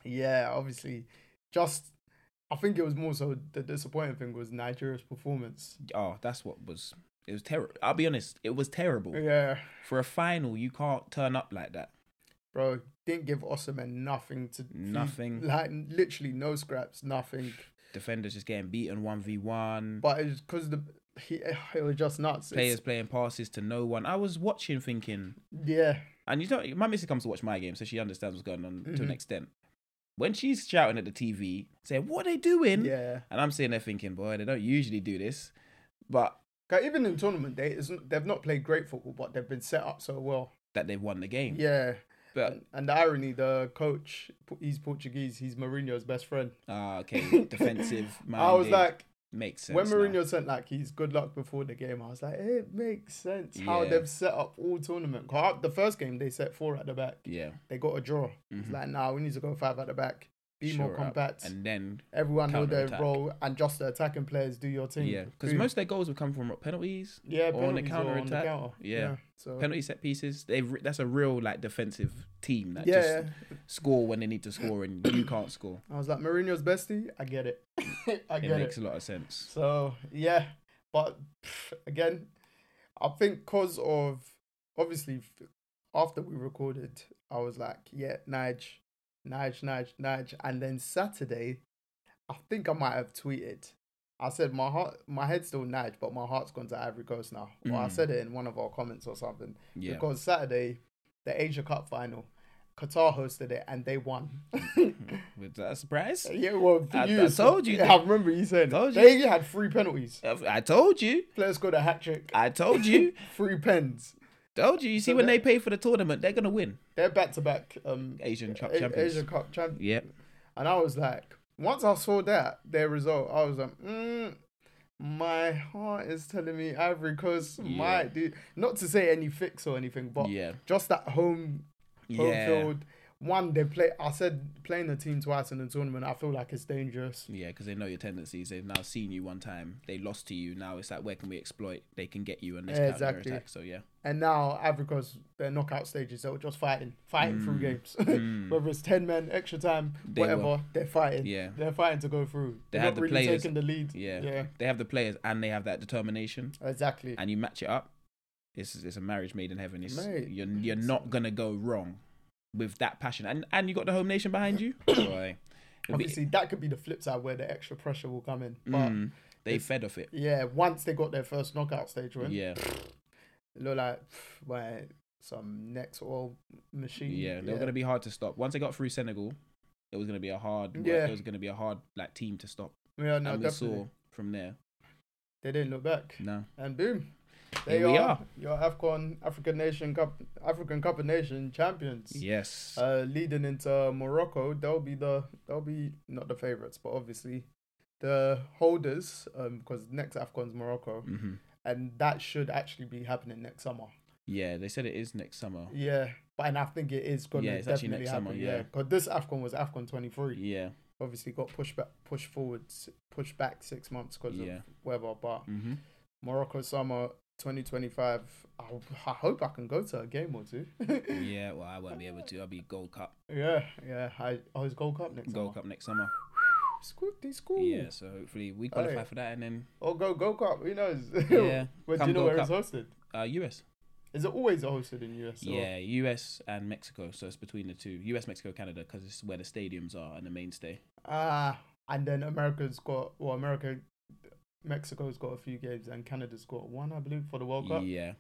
Speaker 1: yeah, obviously, just I think it was more so the disappointing thing was Nigeria's performance.
Speaker 2: Oh, that's what was. It was terrible. I'll be honest. It was terrible.
Speaker 1: Yeah,
Speaker 2: For a final, you can't turn up like that.
Speaker 1: bro, didn't give Osman nothing to
Speaker 2: Nothing.
Speaker 1: like literally no scraps, nothing.
Speaker 2: Defenders just getting beaten one v one.
Speaker 1: but it's because the he it was just nuts. It's-
Speaker 2: Players playing passes to no one. I was watching, thinking,
Speaker 1: yeah,
Speaker 2: and you know, my missus comes to watch my game, so she understands what's going on to
Speaker 1: Mm-hmm.
Speaker 2: an extent. When she's shouting at the TV, saying, "What are they doing?"
Speaker 1: yeah.
Speaker 2: and I'm sitting there thinking, "Boy, they don't usually do this," but
Speaker 1: 'Cause even in tournament, they isn't they've not played great football, but they've been set up so well.
Speaker 2: that they've won the game.
Speaker 1: Yeah,
Speaker 2: But
Speaker 1: and, and the irony, the coach, he's Portuguese, he's Mourinho's best friend.
Speaker 2: Ah,
Speaker 1: <laughs>
Speaker 2: okay. Defensive minded.
Speaker 1: I was like,
Speaker 2: makes sense.
Speaker 1: when Mourinho
Speaker 2: now.
Speaker 1: sent like he's good luck before the game, I was like, it makes sense how
Speaker 2: Yeah.
Speaker 1: they've set up all tournament. 'Cause The first game they set four at the back,
Speaker 2: yeah,
Speaker 1: they got a draw. It's like, nah, we need to go five at the back, be more
Speaker 2: shore up,
Speaker 1: compact.
Speaker 2: Mm-hmm. uh, and then
Speaker 1: Everyone know their
Speaker 2: counterattack.
Speaker 1: role and just the attacking players do your thing.
Speaker 2: yeah, because
Speaker 1: Boom.
Speaker 2: most of their goals would come from what, penalties,
Speaker 1: Yeah,
Speaker 2: or on
Speaker 1: penalties
Speaker 2: the
Speaker 1: or
Speaker 2: counter attack.
Speaker 1: counter.
Speaker 2: Yeah.
Speaker 1: So
Speaker 2: penalty set pieces. They re- that's a real like defensive team that
Speaker 1: yeah,
Speaker 2: just score when they need to score and you can't score.
Speaker 1: I was like Mourinho's bestie. I get it. <laughs> I
Speaker 2: It
Speaker 1: get
Speaker 2: makes
Speaker 1: it.
Speaker 2: a lot of sense.
Speaker 1: So yeah, but pff, again, I think cause of obviously f- after we recorded, I was like, yeah, Nige, Nige, Nige, Nige, and then Saturday, I think I might have tweeted. I said my heart, my head's still Nige, but my heart's gone to Ivory Coast now. Or I
Speaker 2: Mm.
Speaker 1: said it in one of our comments or something.
Speaker 2: Yeah,
Speaker 1: because Saturday, the Asia Cup final, Qatar hosted it and they won.
Speaker 2: <laughs>
Speaker 1: <laughs>
Speaker 2: with that surprise,
Speaker 1: yeah, well, for
Speaker 2: I-
Speaker 1: you,
Speaker 2: I
Speaker 1: it's-
Speaker 2: told
Speaker 1: <laughs>
Speaker 2: you
Speaker 1: I remember you saying
Speaker 2: Told you.
Speaker 1: they had three penalties.
Speaker 2: I told you,
Speaker 1: Players scored a hat trick, <laughs>
Speaker 2: I told <laughs> you,
Speaker 1: three pens.
Speaker 2: told you. You see,
Speaker 1: So
Speaker 2: when
Speaker 1: that-
Speaker 2: they pay for the tournament, they're gonna win
Speaker 1: They're back to back um
Speaker 2: Asian Cup
Speaker 1: A-
Speaker 2: champions.
Speaker 1: Asia Cup champions.
Speaker 2: Yep.
Speaker 1: And I was like, once I saw that their result, I was like, mm, my heart is telling me Ivory Coast might do. Not to say any fix or anything, but
Speaker 2: Yeah.
Speaker 1: just that home home
Speaker 2: Yeah.
Speaker 1: field one they play. I said playing the team twice in the tournament. I feel like it's dangerous.
Speaker 2: Yeah, because they know your tendencies. They've now seen you one time. They lost to you. Now it's like, where can we exploit? They can get you on this
Speaker 1: Yeah,
Speaker 2: counter
Speaker 1: exactly.
Speaker 2: attack. So yeah,
Speaker 1: And now Africa's their knockout stages. They're just fighting, fighting through games. <laughs> Whether it's ten men, extra time,
Speaker 2: Mm. They
Speaker 1: whatever,
Speaker 2: will.
Speaker 1: they're fighting.
Speaker 2: Yeah.
Speaker 1: they're fighting to go through.
Speaker 2: They
Speaker 1: They're
Speaker 2: have
Speaker 1: not
Speaker 2: the
Speaker 1: really
Speaker 2: players.
Speaker 1: taking the lead.
Speaker 2: yeah,
Speaker 1: yeah,
Speaker 2: They have the players and they have that determination.
Speaker 1: exactly.
Speaker 2: And you match it up. It's it's a marriage made in heaven. It's
Speaker 1: Mate.
Speaker 2: you're you're not gonna go wrong with that passion. And and you got the home nation
Speaker 1: <coughs>
Speaker 2: behind you. Boy, it'll be-
Speaker 1: Obviously, that could be the flip side where the extra pressure will come in. But
Speaker 2: Mm, they fed off it.
Speaker 1: yeah, once they got their first knockout stage win,
Speaker 2: Yeah,
Speaker 1: it looked like pff, like some next world machine.
Speaker 2: yeah. They were gonna be hard to stop. Once they got through Senegal, it was gonna be a hard.
Speaker 1: Yeah.
Speaker 2: It was gonna be a hard like team to stop.
Speaker 1: Yeah, no,
Speaker 2: and we
Speaker 1: definitely.
Speaker 2: saw from there.
Speaker 1: They didn't look back.
Speaker 2: No.
Speaker 1: And boom, there
Speaker 2: Here
Speaker 1: you
Speaker 2: we
Speaker 1: are,
Speaker 2: are.
Speaker 1: Your Afcon African Nation Cup, African Cup of Nation champions.
Speaker 2: Yes.
Speaker 1: Uh, leading into Morocco, they'll be the they'll be not the favourites, but obviously the holders. Um, because next Afcon's Morocco,
Speaker 2: hmm
Speaker 1: and that should actually be happening next summer.
Speaker 2: Yeah, they said it is next summer.
Speaker 1: Yeah, but and I think it is gonna
Speaker 2: Yeah, it's actually
Speaker 1: definitely
Speaker 2: next
Speaker 1: happen.
Speaker 2: summer,
Speaker 1: yeah,
Speaker 2: yeah.
Speaker 1: because this Afcon was Afcon twenty three.
Speaker 2: Yeah.
Speaker 1: Obviously got pushed back, pushed forward, s- pushed back six months because
Speaker 2: Yeah.
Speaker 1: of weather, but.
Speaker 2: Mm-hmm.
Speaker 1: Morocco summer 2025. I, I hope I can go to a game or two. <laughs>
Speaker 2: Yeah. Well, I won't be able to. I'll be Gold Cup.
Speaker 1: yeah, yeah. I, oh, it's Gold Cup next summer.
Speaker 2: Gold Cup next summer.
Speaker 1: Squiddy school.
Speaker 2: Yeah. So hopefully we qualify
Speaker 1: Aye.
Speaker 2: for that, and then
Speaker 1: Or go Gold Cup. Who knows? <laughs>
Speaker 2: yeah,
Speaker 1: but do
Speaker 2: come
Speaker 1: you know
Speaker 2: Gold
Speaker 1: where
Speaker 2: Cup.
Speaker 1: it's hosted?
Speaker 2: Uh, US.
Speaker 1: Is it always hosted in US? or-
Speaker 2: Yeah, US and Mexico. So it's between the two, US, Mexico, Canada, because it's where the stadiums are and the mainstay.
Speaker 1: Ah, and then America's got well, America, Mexico's got a few games, and Canada's got one, I believe, for the World Cup,
Speaker 2: Yeah.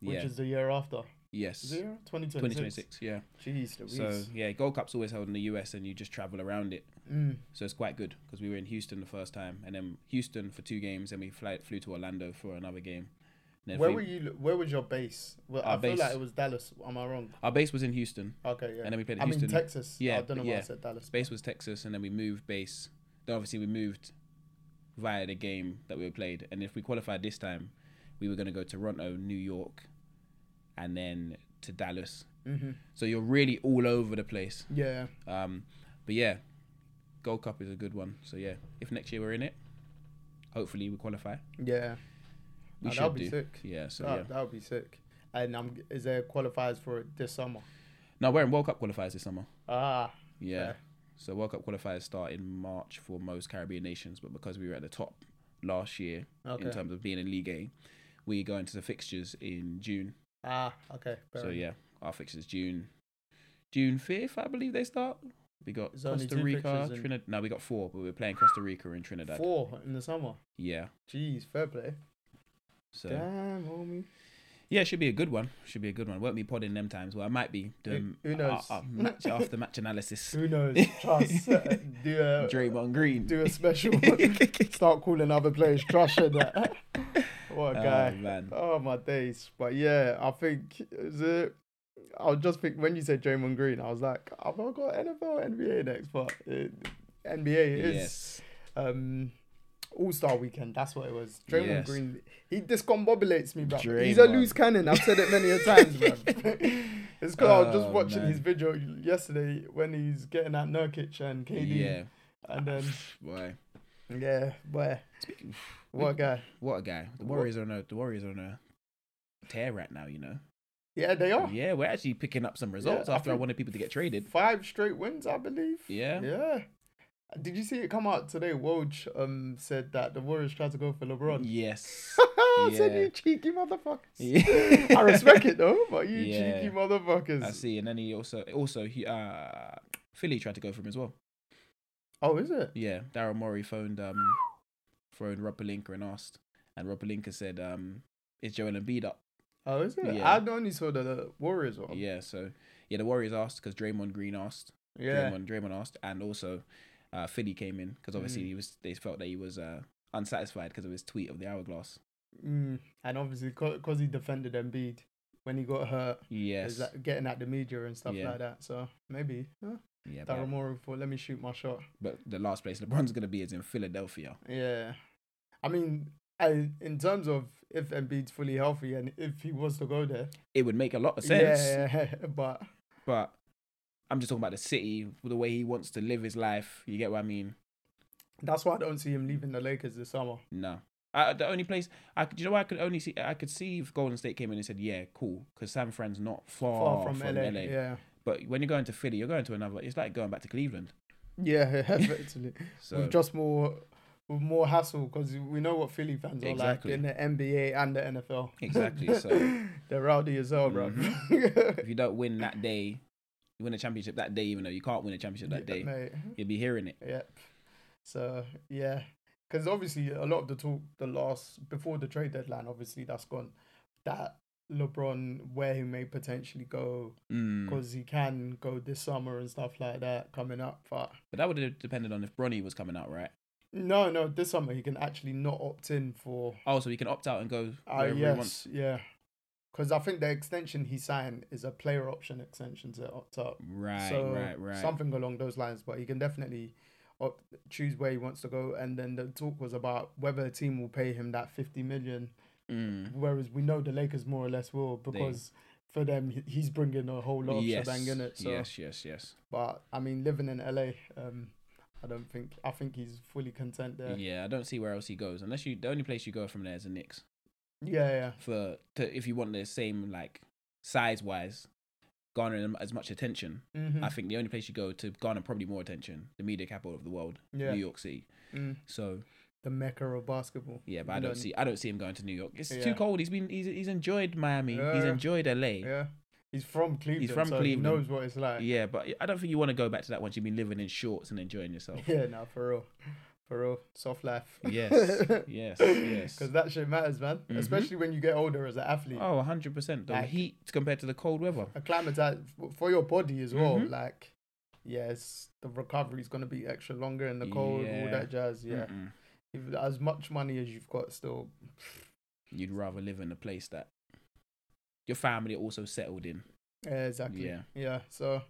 Speaker 1: which
Speaker 2: Yeah.
Speaker 1: is the year after.
Speaker 2: Yes.
Speaker 1: Is it year? 2026.
Speaker 2: 2026. Yeah.
Speaker 1: 2026. Jeez,
Speaker 2: So
Speaker 1: Louise.
Speaker 2: yeah, Gold Cup's always held in the US, and you just travel around it.
Speaker 1: Mm.
Speaker 2: So it's quite good because we were in Houston the first time, and then Houston for two games, and we fly, flew to Orlando for another game. And then
Speaker 1: Where
Speaker 2: flew-
Speaker 1: were you? Where was your base? Well, I
Speaker 2: Our
Speaker 1: feel like
Speaker 2: base-
Speaker 1: it was Dallas. Am I wrong?
Speaker 2: Our base was in Houston.
Speaker 1: Okay, yeah.
Speaker 2: And then we played
Speaker 1: I mean
Speaker 2: Houston.
Speaker 1: Texas. Yeah, I
Speaker 2: Yeah,
Speaker 1: don't know why I
Speaker 2: yeah.
Speaker 1: said Dallas.
Speaker 2: Base was Texas, and then we moved base. Then obviously we moved via the game that we were played, and if we qualified this time, we were going to go Toronto, New York, and then to Dallas.
Speaker 1: Mm-hmm.
Speaker 2: So you're really all over the place.
Speaker 1: Yeah,
Speaker 2: Um, but yeah, Gold Cup is a good one. So yeah, if next year we're in it, hopefully we qualify.
Speaker 1: yeah.
Speaker 2: We
Speaker 1: Nah,
Speaker 2: should
Speaker 1: Oh, that'll be
Speaker 2: do.
Speaker 1: sick. Oh.
Speaker 2: Yeah. So yeah.
Speaker 1: That that would be sick. And um, is there qualifiers for it this summer?
Speaker 2: No, we're in World Cup qualifiers this summer.
Speaker 1: Ah,
Speaker 2: Yeah.
Speaker 1: Fair.
Speaker 2: So World Cup qualifiers start in March for most Caribbean nations, but because we were at the top last year
Speaker 1: okay.
Speaker 2: in terms of being in League A, we go into the fixtures in June.
Speaker 1: Ah, okay. fair
Speaker 2: so
Speaker 1: enough.
Speaker 2: yeah, our fixtures June, June fifth, I believe they start. We got
Speaker 1: There's only
Speaker 2: Costa
Speaker 1: two
Speaker 2: Rica,
Speaker 1: fixtures in-
Speaker 2: Trinidad. No, we got four, but we're playing Costa Rica and Trinidad.
Speaker 1: Four in the summer.
Speaker 2: Yeah.
Speaker 1: Jeez, fair play.
Speaker 2: So
Speaker 1: Damn, homie.
Speaker 2: yeah, it should be a good one. Should be a good one. Won't be podding them times. Well, I might be doing
Speaker 1: Who- who knows?
Speaker 2: uh, uh,
Speaker 1: <laughs>
Speaker 2: match after match analysis.
Speaker 1: Who
Speaker 2: <laughs>
Speaker 1: knows? Trust. uh, do a
Speaker 2: Draymond Green.
Speaker 1: do a
Speaker 2: <laughs>
Speaker 1: special. Start calling other players trash and <laughs> that. What <laughs> a
Speaker 2: Oh,
Speaker 1: guy.
Speaker 2: man.
Speaker 1: Oh my days. But yeah, I think is it I was just think when you said Draymond Green, I was like, I've not got NFL NBA next, but it, NBA it is
Speaker 2: Yes.
Speaker 1: um All Star Weekend. That's what it was. Draymond
Speaker 2: Yes.
Speaker 1: Green. He discombobulates me, bro. He's a
Speaker 2: Draymond.
Speaker 1: loose cannon. I've said it many
Speaker 2: <laughs>
Speaker 1: a times, bro. it's because I was just
Speaker 2: Oh,
Speaker 1: watching
Speaker 2: man.
Speaker 1: his video yesterday when he's getting at Nurkic and KD,
Speaker 2: Yeah.
Speaker 1: and then
Speaker 2: Boy.
Speaker 1: yeah, but what a guy?
Speaker 2: What a guy! The Warriors are on a the Warriors are on a tear right now. You know.
Speaker 1: Yeah, they are
Speaker 2: Yeah, we're actually picking up some results
Speaker 1: Oh. I
Speaker 2: after I,
Speaker 1: think-
Speaker 2: wanted people to get traded.
Speaker 1: five straight wins, I believe.
Speaker 2: Yeah.
Speaker 1: Yeah. Did you see it come out today? Woj um said that the Warriors tried to go for LeBron.
Speaker 2: Yes. <laughs>
Speaker 1: I said
Speaker 2: Yeah.
Speaker 1: you cheeky motherfuckers.
Speaker 2: Yeah.
Speaker 1: I respect it though, but you
Speaker 2: Yeah.
Speaker 1: cheeky motherfuckers.
Speaker 2: <laughs> I see, and then he also also he uh Philly tried to go for him as well.
Speaker 1: Oh, is it?
Speaker 2: Yeah, Daryl Morey phoned um phoned Rob Pelinka and asked, and Rob Pelinka said um is Joel Embiid up?
Speaker 1: Oh, is it?
Speaker 2: Yeah.
Speaker 1: I only saw the, the Warriors one. Yeah.
Speaker 2: Yeah, so yeah, the Warriors asked because Draymond Green asked.
Speaker 1: Yeah.
Speaker 2: Draymond, Draymond asked, and also uh, Philly came in because obviously
Speaker 1: Mm.
Speaker 2: he was they felt that he was uh, unsatisfied because of his tweet of the hourglass.
Speaker 1: Mm. And obviously, because he defended Embiid when he got hurt,
Speaker 2: Yes,
Speaker 1: is that getting at the media and stuff
Speaker 2: Yeah.
Speaker 1: like that. So maybe huh?
Speaker 2: yeah.
Speaker 1: Daryl
Speaker 2: But,
Speaker 1: Morey thought, let me shoot my shot.
Speaker 2: but the last place LeBron's gonna be is in Philadelphia.
Speaker 1: Yeah. I mean, I, in terms of if Embiid's fully healthy and if he was to go there, <laughs>
Speaker 2: It would make a lot of sense,
Speaker 1: yeah, but
Speaker 2: but I'm just talking about the city, the way he wants to live his life. You get what I mean?
Speaker 1: That's why I don't see him leaving the Lakers this summer.
Speaker 2: No. I, the only place I could, you know, what I could only see, I could see if Golden State came in and said, "Yeah, cool," because San Fran's not far,
Speaker 1: Far from, LA. Yeah.
Speaker 2: But when you're going to Philly, you're going to another. It's like going back to Cleveland.
Speaker 1: Yeah, <laughs> effectively.
Speaker 2: So
Speaker 1: With just more with more hassle because we know what Philly fans are
Speaker 2: Exactly.
Speaker 1: like in the NBA and the NFL.
Speaker 2: exactly. So
Speaker 1: <laughs> They're rowdy as hell, bro. <laughs>
Speaker 2: if you don't win that day, you win a championship that day, even though you can't win a championship that day,
Speaker 1: Mate.
Speaker 2: you'll be hearing it.
Speaker 1: Yep. So yeah, because obviously a lot of the talk the last before the trade deadline, obviously that's gone. That LeBron where he may potentially go
Speaker 2: Mm.
Speaker 1: because he can go this summer and stuff like that coming up. But
Speaker 2: But that would have depended on if Bronny was coming out, right?
Speaker 1: no, no, this summer he can actually not opt in for.
Speaker 2: Oh, so he can opt out and go
Speaker 1: Uh,
Speaker 2: wherever he wants.
Speaker 1: yes, yeah. Because I think the extension he signed is a player option extension to opt out.
Speaker 2: Right,
Speaker 1: so
Speaker 2: right, right.
Speaker 1: something along those lines. But he can definitely opt, choose where he wants to go. And then the talk was about whether a team will pay him that fifty million.
Speaker 2: Mm.
Speaker 1: Whereas we know the Lakers more or less will because for them he- he's bringing a whole lot of
Speaker 2: Yes,
Speaker 1: shebang in it. So,
Speaker 2: yes, yes, yes.
Speaker 1: but I mean, living in LA, um, I don't think I think he's fully content
Speaker 2: Yeah.
Speaker 1: there. Yeah,
Speaker 2: I don't see where else he goes unless you. The only place you go from there is the Knicks
Speaker 1: yeah, yeah.
Speaker 2: for to, if you want the same like size wise, garnering as much attention.
Speaker 1: Mhm.
Speaker 2: I think the only place you go to garner probably more attention, the media capital of the world,
Speaker 1: Yeah.
Speaker 2: New York City.
Speaker 1: Mm.
Speaker 2: So
Speaker 1: the mecca of basketball.
Speaker 2: yeah, but I
Speaker 1: London.
Speaker 2: don't see I don't see him going to New York. It's
Speaker 1: Yeah.
Speaker 2: too cold. He's been he's he's enjoyed Miami. he's
Speaker 1: Yeah.
Speaker 2: enjoyed LA. Yeah.
Speaker 1: Yeah, he's from Cleveland.
Speaker 2: from
Speaker 1: so
Speaker 2: Cleveland.
Speaker 1: He knows what it's like. <laughs> Yeah,
Speaker 2: but I don't think you want to go back to that once you've been living in shorts and enjoying yourself.
Speaker 1: no, for real, for real, soft life. <laughs>
Speaker 2: yes, yes, yes.
Speaker 1: Because that shit matters, man.
Speaker 2: Mhm.
Speaker 1: Especially when you get older as an athlete.
Speaker 2: Oh, 100%. The
Speaker 1: Like-
Speaker 2: heat compared to the cold weather.
Speaker 1: Acclimatize for your body as well.
Speaker 2: Mhm.
Speaker 1: Like, yes, the recovery is going to be extra longer in the cold, all
Speaker 2: Yeah. Mm-hmm.
Speaker 1: that jazz. Yeah.
Speaker 2: Mm-mm.
Speaker 1: If- As much money as you've got still.
Speaker 2: You'd rather live in a place that your family are also settled in.
Speaker 1: Yeah, exactly. Yeah.
Speaker 2: Yeah.
Speaker 1: So,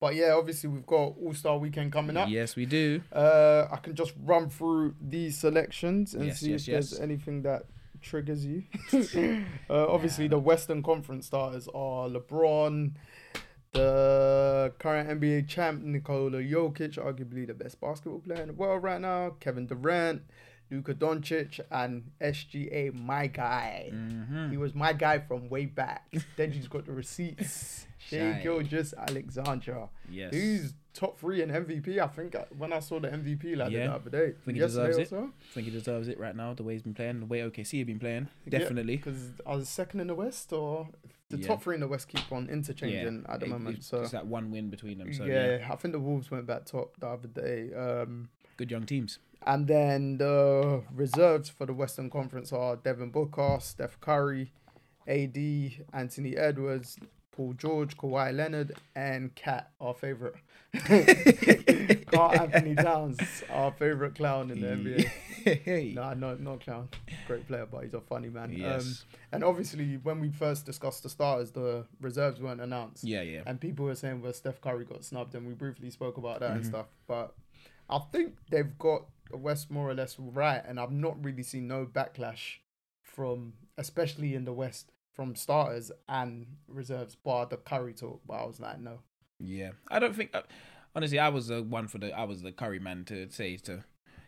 Speaker 1: but yeah, obviously, we've got All Star Weekend coming up.
Speaker 2: Yes, we do.
Speaker 1: Uh, I can just run through these selections and
Speaker 2: Yes,
Speaker 1: see
Speaker 2: yes,
Speaker 1: if
Speaker 2: yes.
Speaker 1: there's anything that triggers
Speaker 2: <laughs>
Speaker 1: you. <laughs> uh, obviously, the Western Conference starters are LeBron, the current NBA champ Nikola Jokic, arguably the best basketball player in the world right now, Kevin Durant, Luka Doncic, and SGA, my guy.
Speaker 2: Mm-hmm.
Speaker 1: He was my guy from way back. Deji's got the
Speaker 2: <laughs>
Speaker 1: receipts. Shea
Speaker 2: Shy.
Speaker 1: Gilgis Alexandra.
Speaker 2: Yes.
Speaker 1: He's top three in MVP. I think uh, when I saw the MVP like
Speaker 2: Yeah.
Speaker 1: the other day,
Speaker 2: Think he
Speaker 1: yesterday
Speaker 2: deserves
Speaker 1: or so,
Speaker 2: think he deserves it right now, the way he's been playing, the way OKC have been playing. Definitely.
Speaker 1: because I was second in the West, or the
Speaker 2: Yeah.
Speaker 1: top three in the West keep on interchanging at the
Speaker 2: It-
Speaker 1: moment.
Speaker 2: it's,
Speaker 1: so
Speaker 2: it's that one win between them. So yeah.
Speaker 1: yeah, I think the Wolves went back top the other day. Um,
Speaker 2: good
Speaker 1: <laughs>
Speaker 2: young teams.
Speaker 1: and then the reserves for the Western Conference are Devin Booker, Steph Curry, AD, Anthony Edwards, Paul George, Kawhi Leonard, and Cat, our
Speaker 2: <laughs>
Speaker 1: favorite. <laughs> Carl Anthony Towns, our favorite clown in the NBA.
Speaker 2: Hey.
Speaker 1: No, no, not clown. Great player, but he's a funny man. Um,
Speaker 2: Yes.
Speaker 1: and obviously, when we first discussed the starters, the reserves weren't announced,
Speaker 2: yeah, yeah.
Speaker 1: and people were saying where Steph Curry got snubbed, and we briefly spoke about that and
Speaker 2: Mm-hmm.
Speaker 1: stuff. But I think they've got the West more or less right, and I've not really seen no backlash from, especially in the West, from starters and reserves, bar the Curry talk. But I was like, no,
Speaker 2: Yeah, I don't think. Uh, honestly, I was the one for the. I was the curry man to say to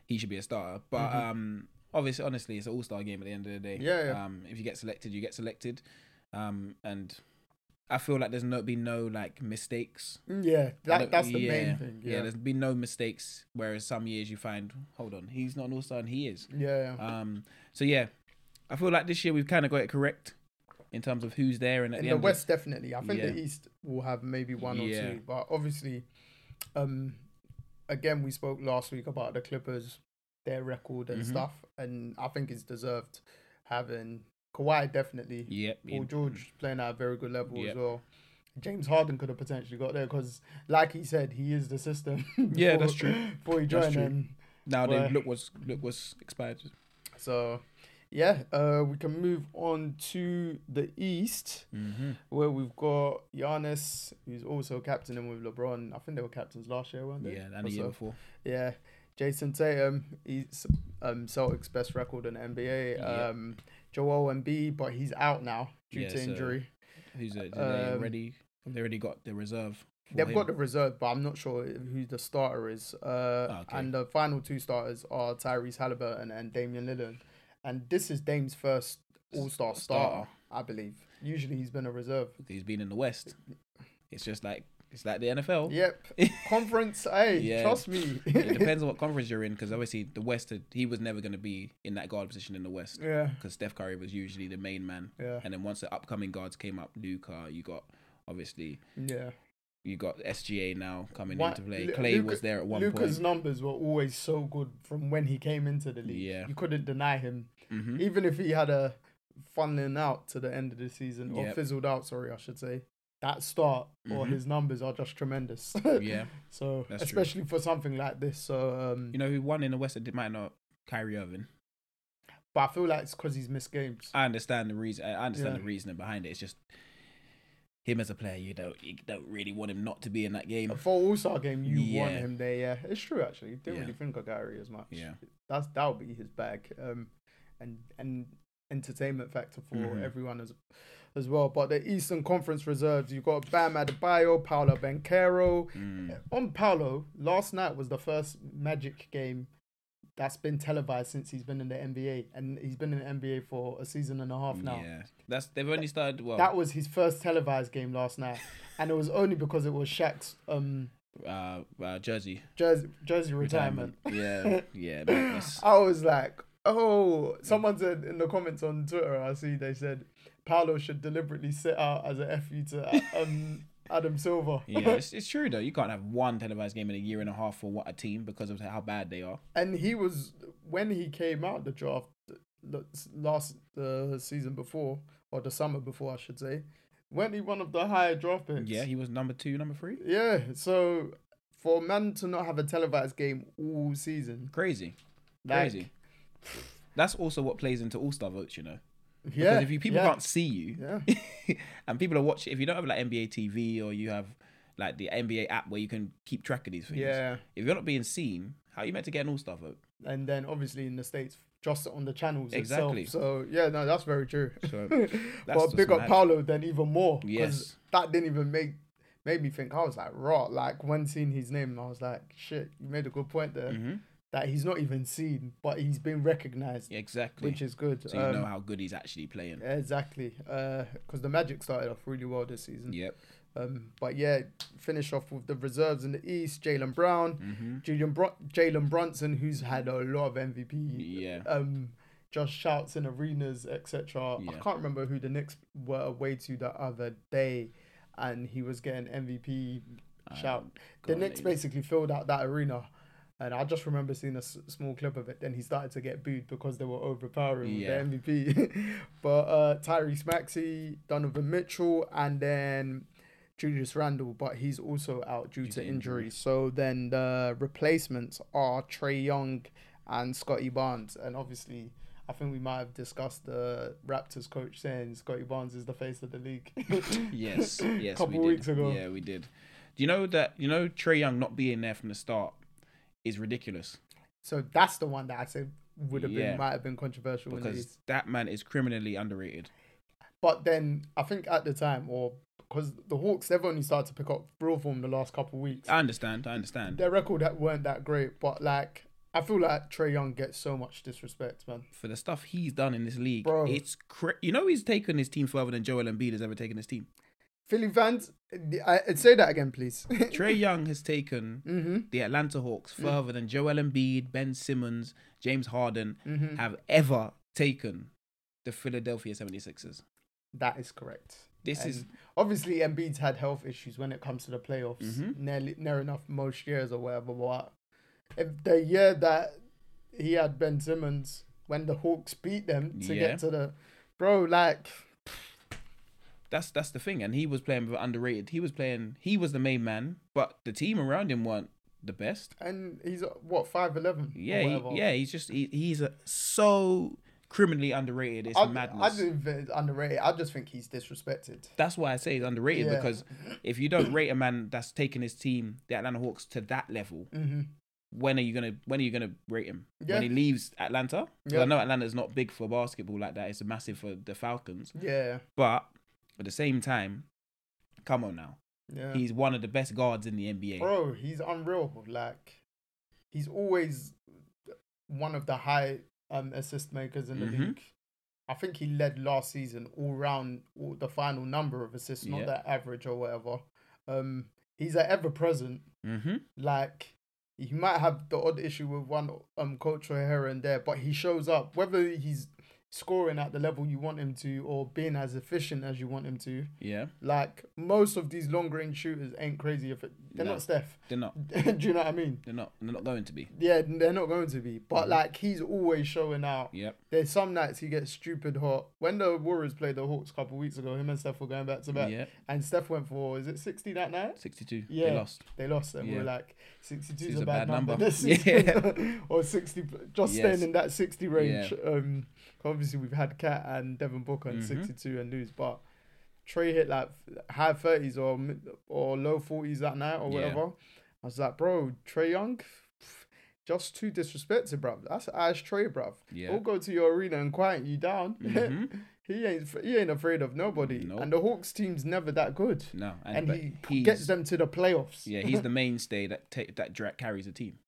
Speaker 2: he should be a starter, but um, obviously, honestly, it's an all star game at the end of the day.
Speaker 1: Mm-hmm. Yeah, yeah.
Speaker 2: Um, if you get selected, you get selected, um, and I feel like there's not been no like mistakes.
Speaker 1: Mm, yeah,
Speaker 2: I
Speaker 1: that,
Speaker 2: don't-
Speaker 1: that's the
Speaker 2: yeah,
Speaker 1: main thing. Yeah,
Speaker 2: there's been no mistakes. Whereas some years you find, hold on, he's not an all star and he is.
Speaker 1: yeah, yeah.
Speaker 2: Um, so yeah, I feel like this year we've kind of got it correct in terms of who's there and at
Speaker 1: in
Speaker 2: the,
Speaker 1: the
Speaker 2: end of-
Speaker 1: West, definitely. I think the
Speaker 2: Yeah.
Speaker 1: East will have maybe one or
Speaker 2: Yeah.
Speaker 1: two, but obviously, um, again, we spoke last week about the Clippers, their record and
Speaker 2: Mhm.
Speaker 1: stuff, and I think it's deserved having Kawhi definitely,
Speaker 2: Yep.
Speaker 1: Paul
Speaker 2: in-
Speaker 1: George playing at a very good level
Speaker 2: Yeah.
Speaker 1: as well. James Harden could have potentially got there because, like he said, he is the system. <laughs>
Speaker 2: Yeah, that's
Speaker 1: before-
Speaker 2: true.
Speaker 1: Before he
Speaker 2: That's
Speaker 1: joined,
Speaker 2: true.
Speaker 1: and
Speaker 2: Now they
Speaker 1: Where-
Speaker 2: look what's look what's expired.
Speaker 1: so yeah, uh, we can move on to the East.
Speaker 2: Mm-hmm.
Speaker 1: where we've got Giannis, who's also captaining with LeBron. I think they were captains last year, weren't they?
Speaker 2: Yeah, and the year
Speaker 1: Also,
Speaker 2: before.
Speaker 1: yeah. Jason Tatum, he's um, Celtics best record in NBA.
Speaker 2: Yeah.
Speaker 1: Um, Joel Embiid, but he's out now due
Speaker 2: Yeah,
Speaker 1: to
Speaker 2: so-
Speaker 1: injury.
Speaker 2: Who's uh, did they
Speaker 1: Um,
Speaker 2: already? They already got the reserve. for
Speaker 1: They've
Speaker 2: him.
Speaker 1: got the reserve, but I'm not sure who the starter is. Uh,
Speaker 2: Ah, Okay.
Speaker 1: And the final two starters are Tyrese Halliburton and Damian Lillard. And this is Dame's first All Star starter,
Speaker 2: Starter.
Speaker 1: I believe. Usually he's been a reserve.
Speaker 2: He's been in the West. It's just like it's like the NFL. <laughs>
Speaker 1: Yep. Conference, hey,
Speaker 2: Yeah.
Speaker 1: trust me. <laughs>
Speaker 2: it depends on what conference you're in, because obviously the West, had- he was never going to be in that guard position in the West,
Speaker 1: yeah.
Speaker 2: because Steph Curry was usually the main man.
Speaker 1: Yeah.
Speaker 2: And then once the upcoming guards came up, Luca, you got obviously
Speaker 1: Yeah.
Speaker 2: you got SGA now coming
Speaker 1: Why-
Speaker 2: into play.
Speaker 1: Lu-
Speaker 2: Clay
Speaker 1: Luka-
Speaker 2: was there at one
Speaker 1: Luca's
Speaker 2: point.
Speaker 1: numbers were always so good from when he came into the league.
Speaker 2: Yeah.
Speaker 1: You couldn't deny him.
Speaker 2: hmm
Speaker 1: Even if he had a funneling out to the end of the season, or
Speaker 2: Yep.
Speaker 1: fizzled out, sorry, I should say, that start or
Speaker 2: Mhm.
Speaker 1: his numbers are just tremendous. <laughs>
Speaker 2: Yeah,
Speaker 1: so,
Speaker 2: That's true.
Speaker 1: especially for something like this. So, um,
Speaker 2: you know who won in the West? It might not Kyrie Irving.
Speaker 1: but I feel like it's because he's missed games.
Speaker 2: I understand the reason. I understand
Speaker 1: Yeah.
Speaker 2: the reasoning behind it. It's just him as a player. You don't you don't really want him not to be in that game.
Speaker 1: Mm. For All Star game, you want
Speaker 2: Yeah.
Speaker 1: him there. Yeah, it's true. Actually, didn't
Speaker 2: Yeah.
Speaker 1: really think of Gary as much.
Speaker 2: Yeah.
Speaker 1: that's that would be his bag. Um, and and entertainment factor for
Speaker 2: Mhm.
Speaker 1: everyone as as well. But the Eastern Conference reserves, you've got Bam Adebayo, Paolo Banquero.
Speaker 2: Mm.
Speaker 1: On Paolo, last night was the first Magic game that's been televised since he's been in the NBA, and he's been in the NBA for a season and a half now.
Speaker 2: Yeah, that's they've only started. Well,
Speaker 1: That was his first televised game last
Speaker 2: <laughs>
Speaker 1: night, and it was only because it was Shaq's um
Speaker 2: uh, uh, Jersey
Speaker 1: jersey jersey retirement. <laughs>
Speaker 2: retirement. Yeah, yeah, madness.
Speaker 1: I was like, oh, someone said in the comments on Twitter, I see they said Paolo should deliberately sit out as a FU to
Speaker 2: <laughs>
Speaker 1: um, Adam Silver.
Speaker 2: yeah. It's, it's true though. You can't have one televised game in a year and a half for what a team because of how bad they are.
Speaker 1: And he was, when he came out the draft the last uh, season before, or the summer before, I should say, weren't he one of the higher draft picks?
Speaker 2: Yeah, he was number two, number three.
Speaker 1: Yeah. So for a man to not have a televised game all season,
Speaker 2: Crazy,
Speaker 1: like,
Speaker 2: crazy. that's also what plays into All Star votes, you know.
Speaker 1: Yeah.
Speaker 2: Because if you people
Speaker 1: yeah,
Speaker 2: can't see you,
Speaker 1: Yeah.
Speaker 2: <laughs> and people are watching, if you don't have like NBA TV or you have like the NBA app where you can keep track of these things,
Speaker 1: Yeah.
Speaker 2: if you're not being seen, how are you meant to get an All Star vote?
Speaker 1: and then obviously in the states just on the channels
Speaker 2: Exactly.
Speaker 1: itself. So yeah, no, that's very true. <laughs>
Speaker 2: So
Speaker 1: but
Speaker 2: just
Speaker 1: big up
Speaker 2: mad.
Speaker 1: Paolo then even more. 'cause
Speaker 2: Yes.
Speaker 1: That didn't even make made me think. I was like, raw. Like when seeing his name, I was like, shit, you made a good point there.
Speaker 2: Mhm.
Speaker 1: That he's not even seen, but he's been recognized,
Speaker 2: exactly.
Speaker 1: which is good.
Speaker 2: so you
Speaker 1: Um,
Speaker 2: know how good he's actually playing.
Speaker 1: Exactly, because the Magic started off really well this season.
Speaker 2: Yep.
Speaker 1: Um, but yeah, finish off with the reserves in the East: Jalen Brown,
Speaker 2: hmm
Speaker 1: Jalen Br- Jalen Brunson, who's had a lot of MVP <laughs>
Speaker 2: Yeah.
Speaker 1: um just shouts in arenas, etc. I
Speaker 2: Yeah.
Speaker 1: can't remember who the Knicks were away to the other day, and he was getting MVP shout. The
Speaker 2: God,
Speaker 1: Knicks
Speaker 2: they-
Speaker 1: basically filled out that arena. And I just remember seeing a s- small clip of it. Then he started to get booed because they were overpowering
Speaker 2: Yeah.
Speaker 1: with the MVP. <laughs> but uh, Tyrese Maxey, Donovan Mitchell, and then Julius Randle. But he's also out due, to
Speaker 2: to
Speaker 1: injury. So then the replacements are Trey Young and Scotty Barnes. And obviously, I think we might have discussed the Raptors coach saying Scotty Barnes is the face of the league. <laughs>
Speaker 2: Yes. Yes.
Speaker 1: Couple
Speaker 2: we did.
Speaker 1: weeks ago.
Speaker 2: Yeah, we did. Do you know that? You know Trey Young not being there from the start is ridiculous
Speaker 1: So that's the one that I said would have
Speaker 2: Yeah.
Speaker 1: been might have been controversial in the
Speaker 2: because
Speaker 1: East.
Speaker 2: that man is criminally underrated.
Speaker 1: But then I think at the time, or because the Hawks they've only started to pick up real form the last couple of weeks.
Speaker 2: I understand. I understand.
Speaker 1: Their record that weren't that great, but like I feel like Trey Young gets so much disrespect, man.
Speaker 2: for the stuff he's done in this league,
Speaker 1: Bro.
Speaker 2: it's cra- you know he's taken his team further than Joel Embiid has ever taken his team.
Speaker 1: Philly fans, I, I- say that again, please. <laughs>
Speaker 2: Trey Young has taken
Speaker 1: Mm-hmm.
Speaker 2: the Atlanta Hawks
Speaker 1: Mm.
Speaker 2: further than Joel Embiid, Ben Simmons, James Harden
Speaker 1: Mm-hmm.
Speaker 2: have ever taken the Philadelphia 76ers.
Speaker 1: that is correct.
Speaker 2: This is
Speaker 1: And obviously Embiid's had health issues when it comes to the playoffs,
Speaker 2: Mhm.
Speaker 1: nearly near enough most years or whatever. But if the year that he had Ben Simmons, when the Hawks beat them to
Speaker 2: Yeah.
Speaker 1: get to the bro, like
Speaker 2: that's that's the thing and he was playing with underrated. He was playing he was the main man, but the team around him weren't the best.
Speaker 1: and he's uh, what five eleven?
Speaker 2: Yeah, he, yeah, he's just he, he's a, so criminally underrated. It's
Speaker 1: I, I
Speaker 2: madness.
Speaker 1: don't think it's underrated. I just think he's disrespected.
Speaker 2: That's why I say he's underrated
Speaker 1: Yeah.
Speaker 2: because if you don't rate a man that's taking his team, the Atlanta Hawks, to that level,
Speaker 1: Mm-hmm.
Speaker 2: when are you gonna when are you gonna rate him?
Speaker 1: Yeah.
Speaker 2: When he leaves Atlanta? 'Cause
Speaker 1: Yeah.
Speaker 2: I know Atlanta's not big for basketball like that. It's massive for the Falcons,
Speaker 1: Yeah,
Speaker 2: but at the same time, come on now.
Speaker 1: Yeah.
Speaker 2: He's one of the best guards in the NBA.
Speaker 1: Bro, he's unreal. Like, he's always one of the high um, assist makers in the
Speaker 2: Mhm.
Speaker 1: league. I think he led last season all round all, the final number of assists, not
Speaker 2: Yeah.
Speaker 1: that average or whatever. Um, he's an ever present.
Speaker 2: Mm-hmm.
Speaker 1: Like, he might have the odd issue with one um cultural here and there, but he shows up whether he's scoring at the level you want him to or being as efficient as you want him to.
Speaker 2: Yeah,
Speaker 1: Like most of these long range shooters ain't crazy if it, they're
Speaker 2: No.
Speaker 1: not Steph. <laughs>
Speaker 2: they're not.
Speaker 1: Do you know what I mean?
Speaker 2: They're not. They're not going to be.
Speaker 1: Yeah, they're not going to be.
Speaker 2: Mm-hmm.
Speaker 1: But like he's always showing out.
Speaker 2: Yep.
Speaker 1: There's some nights he gets stupid hot. When the Warriors played the Hawks a couple weeks ago, him and Steph were going back to back,
Speaker 2: Yeah.
Speaker 1: and Steph went for is it sixty that night?
Speaker 2: Sixty-two.
Speaker 1: Yeah.
Speaker 2: They lost.
Speaker 1: They lost, and we
Speaker 2: Yeah.
Speaker 1: were like, 62
Speaker 2: This
Speaker 1: is a bad, number. <laughs>
Speaker 2: <laughs> Yeah.
Speaker 1: or 60, just
Speaker 2: Yes.
Speaker 1: staying in that 60 range.
Speaker 2: Yeah.
Speaker 1: Um, obviously, we've had Cat and Devin Booker and
Speaker 2: Mhm.
Speaker 1: 62 and lose, but Trey hit like high 30s or mid- or low 40s that night or
Speaker 2: Yeah.
Speaker 1: whatever. I was like, bro, Trey Young, pff, just too disrespected, bruv. That's Ash Trey, bruv.
Speaker 2: Yeah.
Speaker 1: He'll go to your arena and quiet you down. <laughs>
Speaker 2: Mhm.
Speaker 1: he ain't he ain't afraid of nobody,
Speaker 2: Nope.
Speaker 1: and the Hawks team's never that good.
Speaker 2: No.
Speaker 1: And,
Speaker 2: but
Speaker 1: he
Speaker 2: he's-
Speaker 1: gets them to the playoffs.
Speaker 2: Yeah, he's the mainstay that ta- that dra- carries the team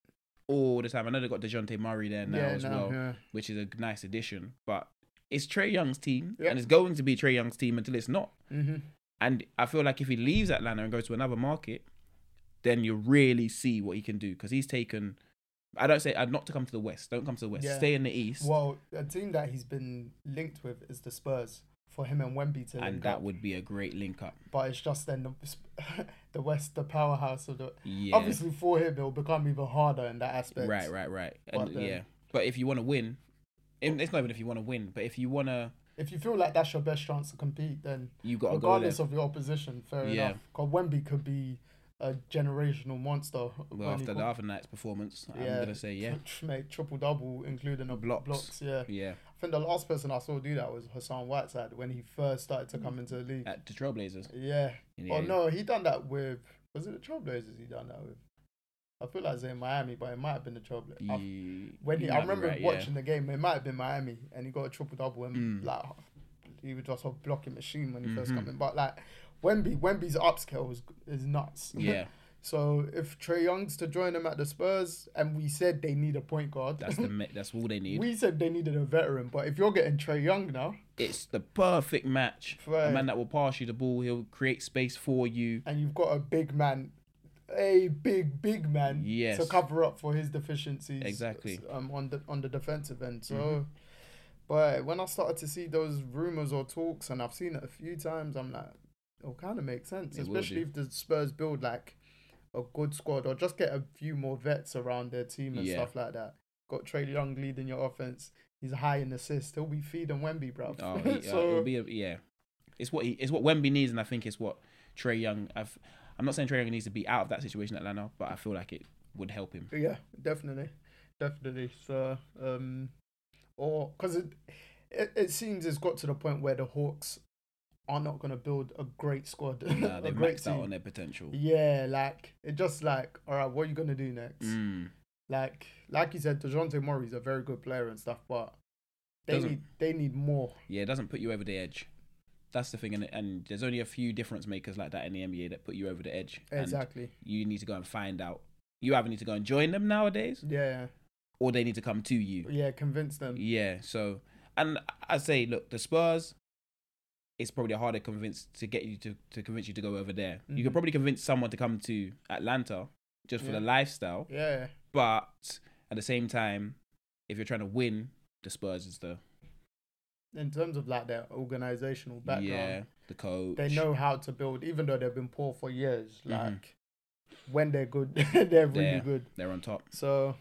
Speaker 2: all the time. I know they got Dejounte Murray there now
Speaker 1: Yeah,
Speaker 2: as
Speaker 1: now,
Speaker 2: well,
Speaker 1: yeah.
Speaker 2: which is a nice addition. But it's Trey Young's team,
Speaker 1: Yeah.
Speaker 2: and it's going to be Trey Young's team until it's not.
Speaker 1: Mhm.
Speaker 2: And I feel like if he leaves Atlanta and goes to another market, then you really see what he can do because he's taken. I don't say uh, not to come to the West. Don't come to the West.
Speaker 1: Yeah.
Speaker 2: Stay in the East,
Speaker 1: Well, a team that he's been linked with is the Spurs for him and Wemby to
Speaker 2: and
Speaker 1: link
Speaker 2: that
Speaker 1: up.
Speaker 2: would be a great link up.
Speaker 1: But it's just then the, <laughs> Sp- the West, the powerhouse of the.
Speaker 2: Yeah,
Speaker 1: Obviously, for him, it'll become even harder in that aspect.
Speaker 2: right, right, right.
Speaker 1: But
Speaker 2: And,
Speaker 1: then-
Speaker 2: yeah, but if you want to win, and it's not even if you want to win, but if you want to,
Speaker 1: If you feel like that's your best chance to compete, then
Speaker 2: you gotta go there.
Speaker 1: regardless of your opposition, fair
Speaker 2: Yeah.
Speaker 1: enough. Because Wemby could be a generational monster.
Speaker 2: Well, after the other night's performance, I'm
Speaker 1: Yeah.
Speaker 2: gonna say yeah,
Speaker 1: <laughs> Mate, triple double, including the
Speaker 2: Blocks.
Speaker 1: blocks. Yeah,
Speaker 2: yeah.
Speaker 1: <laughs> I think the last person I saw do that was Hassan Whiteside when he first started
Speaker 2: Mm.
Speaker 1: to come into the league.
Speaker 2: At the Trailblazers.
Speaker 1: Yeah.
Speaker 2: Yeah,
Speaker 1: Oh no, he done that with was it the Trailblazers? He done that with. I feel like it's in Miami, but it might have been the Trailblazers.
Speaker 2: you-
Speaker 1: I-
Speaker 2: you
Speaker 1: When he,
Speaker 2: might
Speaker 1: I
Speaker 2: be
Speaker 1: remember
Speaker 2: right, yeah.
Speaker 1: watching the game, it might have been Miami, and he got a triple double and
Speaker 2: Mm.
Speaker 1: like he was just a blocking machine when he first
Speaker 2: Mhm.
Speaker 1: come in. But like Wemby, Wemby's upscale is is nuts. <laughs>
Speaker 2: Yeah,
Speaker 1: so if Trey Young's to join him at the Spurs, and we said they need a point guard,
Speaker 2: <laughs> that's the me- that's all they
Speaker 1: <laughs>
Speaker 2: need.
Speaker 1: we said they needed a veteran. But if you're getting Trey Young now,
Speaker 2: it's the perfect match. A
Speaker 1: Right.
Speaker 2: man that will pass you the ball. He'll create space
Speaker 1: <laughs>
Speaker 2: for you.
Speaker 1: and you've got a big man, a big big man
Speaker 2: Yes.
Speaker 1: to cover up for his deficiencies
Speaker 2: Exactly. Mm-hmm.
Speaker 1: um, on the on the defensive end. So, but when I started to see those rumors or talks, and I've seen it a few times, I'm like, it kind of makes sense,
Speaker 2: It will
Speaker 1: especially if the Spurs build like a good squad or just get a few more vets around their team and
Speaker 2: Yeah.
Speaker 1: stuff like that. Got Trey Young leading your offense. He's high in assists. He'll be feeding Wemby, bro. <laughs>
Speaker 2: Oh, he- uh, it'll be a, yeah. It's what he, it's what Wemby needs, and I think it's what Trey Young. I've, I'm not saying Trey Young needs to be out of that situation at Atlanta, but I feel like it would
Speaker 1: <laughs>
Speaker 2: help him.
Speaker 1: Yeah, definitely, definitely. So, um, or because it, it it seems it's got to the point where the Hawks are not gonna build a great squad, <laughs>
Speaker 2: Nah,
Speaker 1: a
Speaker 2: Uh, they've
Speaker 1: great
Speaker 2: maxed
Speaker 1: team.
Speaker 2: out on their potential.
Speaker 1: Yeah, like it just like, all right, what are you gonna do next?
Speaker 2: Mm.
Speaker 1: Like, like you said, Dejounte Murray's a very good player and stuff, but they
Speaker 2: Doesn't-
Speaker 1: need they need more.
Speaker 2: Yeah, it doesn't put you over the edge. That's the thing, and, and there's only a few difference makers like that in the NBA that put you over the edge. And
Speaker 1: Exactly.
Speaker 2: you need to go and find out. You either need to go and join them nowadays,
Speaker 1: Yeah,
Speaker 2: or they need to come to you.
Speaker 1: yeah. Convince them.
Speaker 2: Yeah. So, and I say, look, the Spurs. It's probably harder to convince to get you to, to convince you to go over there. You could
Speaker 1: Mhm.
Speaker 2: probably convince someone to come to Atlanta just for
Speaker 1: Yeah.
Speaker 2: the lifestyle,
Speaker 1: Yeah,
Speaker 2: but at the same time, if you're trying to win, the Spurs is the
Speaker 1: in terms of like their organizational background.
Speaker 2: yeah the coach.
Speaker 1: they know how to build, even though they've been poor for years. Like when they're good, <laughs> they're really
Speaker 2: Mm-hmm. Yeah.
Speaker 1: good.
Speaker 2: they're on top.
Speaker 1: So,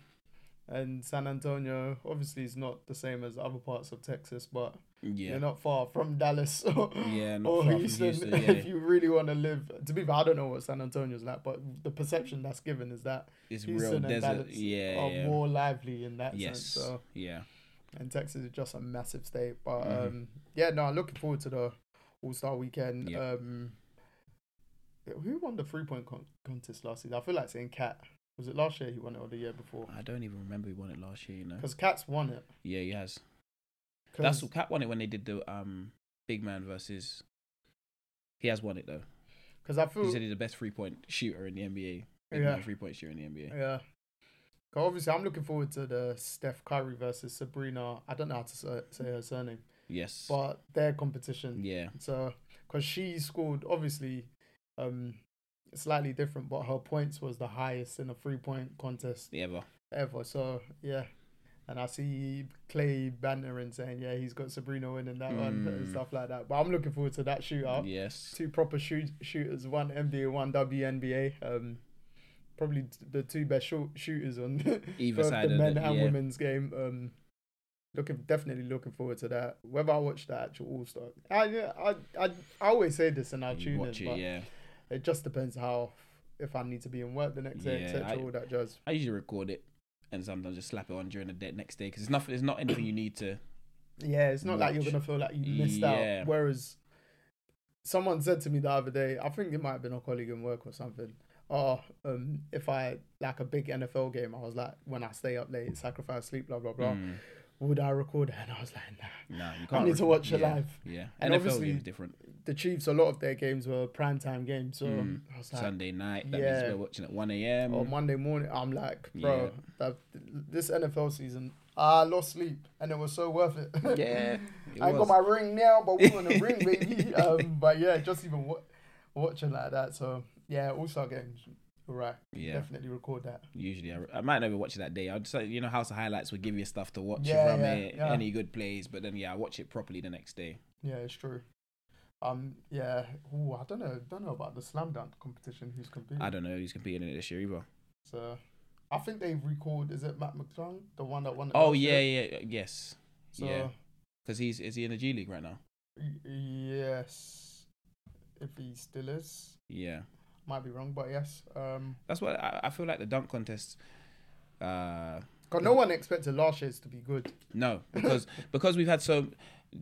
Speaker 1: and San Antonio obviously is not the same as other parts of Texas, but
Speaker 2: Yeah.
Speaker 1: you're not far from Dallas <laughs> or,
Speaker 2: Yeah, not
Speaker 1: or
Speaker 2: far from
Speaker 1: Houston. <laughs>
Speaker 2: Houston, yeah.
Speaker 1: If you really want to live, to be fair, I don't know what San Antonio's like, but the perception that's given is that
Speaker 2: it's real
Speaker 1: Houston and
Speaker 2: desert.
Speaker 1: Dallas
Speaker 2: Yeah,
Speaker 1: are
Speaker 2: yeah.
Speaker 1: more lively in that
Speaker 2: yes,
Speaker 1: sense. So,
Speaker 2: yeah.
Speaker 1: and Texas is just a massive state. But
Speaker 2: Mhm.
Speaker 1: um, yeah, no, looking forward to the All Star Weekend.
Speaker 2: Yep.
Speaker 1: Um, who won the three point con- contest last season? I feel like saying Cat. Was it last year he won it or the year before?
Speaker 2: I don't even remember who won it last year. You know.
Speaker 1: Because Cat's won it.
Speaker 2: Yeah, he has.
Speaker 1: 'Cause-
Speaker 2: That's Cat won it when they did the um big man versus. He has won it though.
Speaker 1: Because I feel
Speaker 2: He said he's the best three point shooter in the NBA.
Speaker 1: Yeah.
Speaker 2: Three point shooter in the NBA.
Speaker 1: Yeah. 'Cause Obviously, I'm looking forward to the Steph Curry versus Sabrina. I don't know how to say say her surname,
Speaker 2: Yes.
Speaker 1: but their competition.
Speaker 2: yeah.
Speaker 1: So, because she scored, obviously, um, slightly different, but her points was the highest in a three point contest
Speaker 2: Ever.
Speaker 1: ever. So, yeah. And I see Clay bantering saying, yeah, he's got Sabrina winning that one and
Speaker 2: Mm.
Speaker 1: stuff like that. But I'm looking forward to that shootout.
Speaker 2: Yes.
Speaker 1: Two proper shoot- shooters, one NBA, one WNBA. Um, probably t- the two best short shooters on <laughs>
Speaker 2: Either
Speaker 1: both
Speaker 2: side
Speaker 1: the
Speaker 2: of
Speaker 1: men
Speaker 2: the-
Speaker 1: and
Speaker 2: yeah.
Speaker 1: women's game. Um, looking definitely looking forward to that. Whether I watch the actual All Star, I, yeah, I I I always say this and I
Speaker 2: You
Speaker 1: tune
Speaker 2: watch
Speaker 1: in,
Speaker 2: it,
Speaker 1: but
Speaker 2: yeah.
Speaker 1: it just depends how if I need to be in work the next day,
Speaker 2: Yeah,
Speaker 1: etc.
Speaker 2: I-
Speaker 1: All that jazz.
Speaker 2: I usually record it and sometimes just slap it on during the day, next day because it's nothing. It's not anything you need to.
Speaker 1: Yeah, it's not like you're
Speaker 2: Watch.
Speaker 1: gonna feel like you missed
Speaker 2: Yeah.
Speaker 1: out. Whereas someone said to me the other day, I think it might have been a colleague in work or something. Oh, um, if I like a big NFL game, I was like, when I stay up late, sacrifice sleep, blah blah blah.
Speaker 2: Mm,
Speaker 1: Would I record it? And I was like, nah.
Speaker 2: no, you can't.
Speaker 1: need to watch it
Speaker 2: yeah,
Speaker 1: live.
Speaker 2: Yeah,
Speaker 1: And
Speaker 2: NFL
Speaker 1: obviously-
Speaker 2: game's different.
Speaker 1: The Chiefs, a lot of their games were primetime games, so
Speaker 2: Mm,
Speaker 1: I was like,
Speaker 2: Sunday night. That
Speaker 1: yeah. Oh,
Speaker 2: means we're watching at one a.m.
Speaker 1: or Monday morning, I'm like, bro, that, this NFL season, I lost sleep, and it was so worth it.
Speaker 2: yeah, it
Speaker 1: <laughs> I ain't
Speaker 2: was.
Speaker 1: got my ring now, but we want a
Speaker 2: <laughs>
Speaker 1: ring, baby. Um, but yeah, just even wa- watching like that. So yeah, All Star games. All right,
Speaker 2: yeah.
Speaker 1: definitely record that.
Speaker 2: Usually, I, I might not even watch it that day. I'd say you know House of Highlights will give you stuff to watch
Speaker 1: Yeah,
Speaker 2: from
Speaker 1: yeah,
Speaker 2: it,
Speaker 1: yeah.
Speaker 2: any good plays. But then yeah, I watch it properly the next day.
Speaker 1: Yeah, it's true. Um, yeah. Ooh, I don't know. Don't know about the slam dunk competition. Who's competing?
Speaker 2: I don't know who's competing in it this year either.
Speaker 1: so, I think they've recalled. Is it Matt McClung, the one that won? it
Speaker 2: Oh
Speaker 1: last
Speaker 2: yeah,
Speaker 1: year?
Speaker 2: yeah, yes,
Speaker 1: So,
Speaker 2: yeah. because he's is he in the G League right now?
Speaker 1: y- yes, if he still is,
Speaker 2: Yeah.
Speaker 1: might be wrong, but yes. Um,
Speaker 2: That's what I, I feel like the dunk contest. Uh,
Speaker 1: 'cause no one expected last year's to be good. <laughs>
Speaker 2: no, because because we've had so.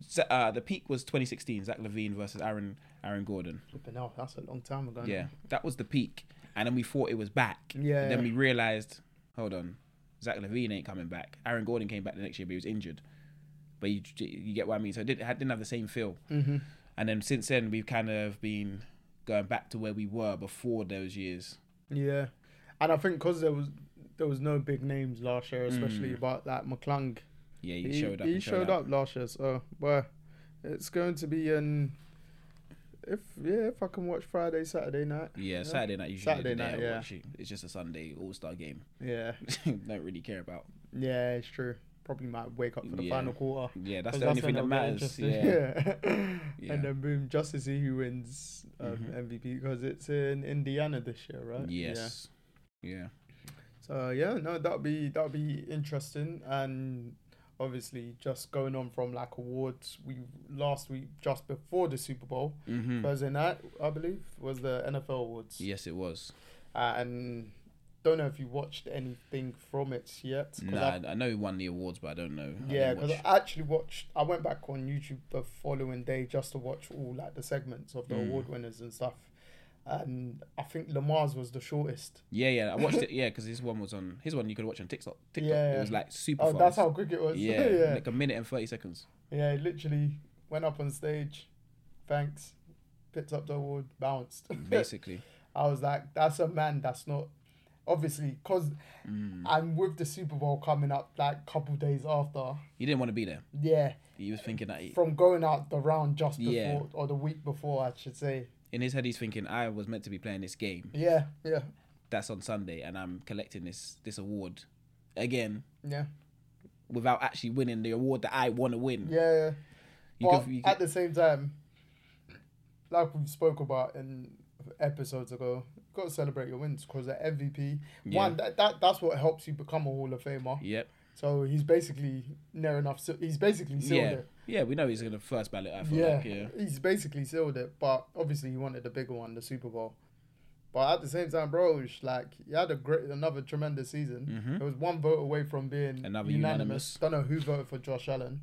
Speaker 2: Z- Uh, the peak was 2016, Zach Levine versus Aaron Aaron Gordon.
Speaker 1: But no, that's a long time ago.
Speaker 2: Yeah, that was the peak, and then we thought it was back.
Speaker 1: Yeah.
Speaker 2: Then we realized, hold on, Zach Levine ain't coming back. Aaron Gordon came back the next year, but he was injured. But you you get what I mean. So it didn't, it didn't have the same feel.
Speaker 1: Mm-hmm.
Speaker 2: And then since then, we've kind of been going back to where we were before those years.
Speaker 1: Yeah, and I think because there was there was no big names last year, especially about that McClung.
Speaker 2: Yeah, Mm. he, showed up.
Speaker 1: He
Speaker 2: and
Speaker 1: showed up last year, so well, it's going to be an if yeah if I can watch Friday Saturday night.
Speaker 2: Yeah, Saturday night usually.
Speaker 1: Saturday
Speaker 2: the day
Speaker 1: night,
Speaker 2: I
Speaker 1: yeah.
Speaker 2: watch it. It's just a Sunday All Star game. <laughs>
Speaker 1: Yeah,
Speaker 2: Don't really care about.
Speaker 1: yeah, it's true. Probably might wake up for the
Speaker 2: Yeah.
Speaker 1: final quarter.
Speaker 2: Yeah, that's
Speaker 1: 'cause
Speaker 2: the only
Speaker 1: when
Speaker 2: thing that
Speaker 1: it'll get
Speaker 2: matters.
Speaker 1: interesting.
Speaker 2: Yeah.
Speaker 1: yeah. <laughs>
Speaker 2: Yeah. Mm-hmm.
Speaker 1: and then boom, just to see who wins um, MVP because it's in Indiana this year, right? <laughs> Yeah.
Speaker 2: Yes. Yeah.
Speaker 1: So yeah, no, that'll be that'll be interesting, and obviously just going on from like awards. We last week just before the Super Bowl
Speaker 2: hmm
Speaker 1: Thursday night, I believe, was the NFL awards,
Speaker 2: Yes, it was.
Speaker 1: uh, and don't know if you watched anything from it yet. 'cause
Speaker 2: Nah,
Speaker 1: I,
Speaker 2: I, know he won the awards, but I don't know. I
Speaker 1: yeah,
Speaker 2: didn't
Speaker 1: because
Speaker 2: watch.
Speaker 1: I actually watched. I went back on YouTube the following day just to watch all like the segments of the
Speaker 2: Mm.
Speaker 1: award winners and stuff, and I think Lamar's was the shortest.
Speaker 2: yeah, yeah, I watched it. Yeah, because his one was on his one you could watch on TikTok. TikTok.
Speaker 1: Yeah,
Speaker 2: It
Speaker 1: yeah.
Speaker 2: was like super
Speaker 1: Oh,
Speaker 2: fast.
Speaker 1: that's how quick it was. <laughs>
Speaker 2: yeah, like a minute and thirty seconds.
Speaker 1: Yeah, he literally went up on stage, thanks, picked up the award, bounced.
Speaker 2: Basically,
Speaker 1: <laughs> I was like, that's a man that's not. Obviously, because
Speaker 2: Mm.
Speaker 1: I'm with the Super Bowl coming up like couple days after.
Speaker 2: he didn't want to be there.
Speaker 1: Yeah,
Speaker 2: He was thinking that he,
Speaker 1: from going out the round just before
Speaker 2: Yeah.
Speaker 1: or the week before, I should say.
Speaker 2: in his head he's thinking I was meant to be playing this game.
Speaker 1: Yeah, yeah,
Speaker 2: That's on Sunday, and I'm collecting this this award again
Speaker 1: yeah,
Speaker 2: without actually winning the award that I want to win.
Speaker 1: yeah. yeah.
Speaker 2: You
Speaker 1: but
Speaker 2: could- you
Speaker 1: at
Speaker 2: could-
Speaker 1: the same time, like we spoke about in episodes ago, you got to celebrate your wins because the MVP one that, that that's what helps you become a Hall of Famer.
Speaker 2: yep.
Speaker 1: So he's basically near enough. se- He's basically sealed
Speaker 2: Yeah.
Speaker 1: it.
Speaker 2: Yeah, we know he's gonna first ballot. I feel
Speaker 1: Yeah.
Speaker 2: like. Yeah.
Speaker 1: he's basically sealed it. But obviously, he wanted the bigger one, the Super Bowl. But at the same time, bro, it's like he had a great, another tremendous season.
Speaker 2: Mhm.
Speaker 1: It was one vote away from being
Speaker 2: Another
Speaker 1: unanimous.
Speaker 2: unanimous.
Speaker 1: Don't know who voted for Josh Allen.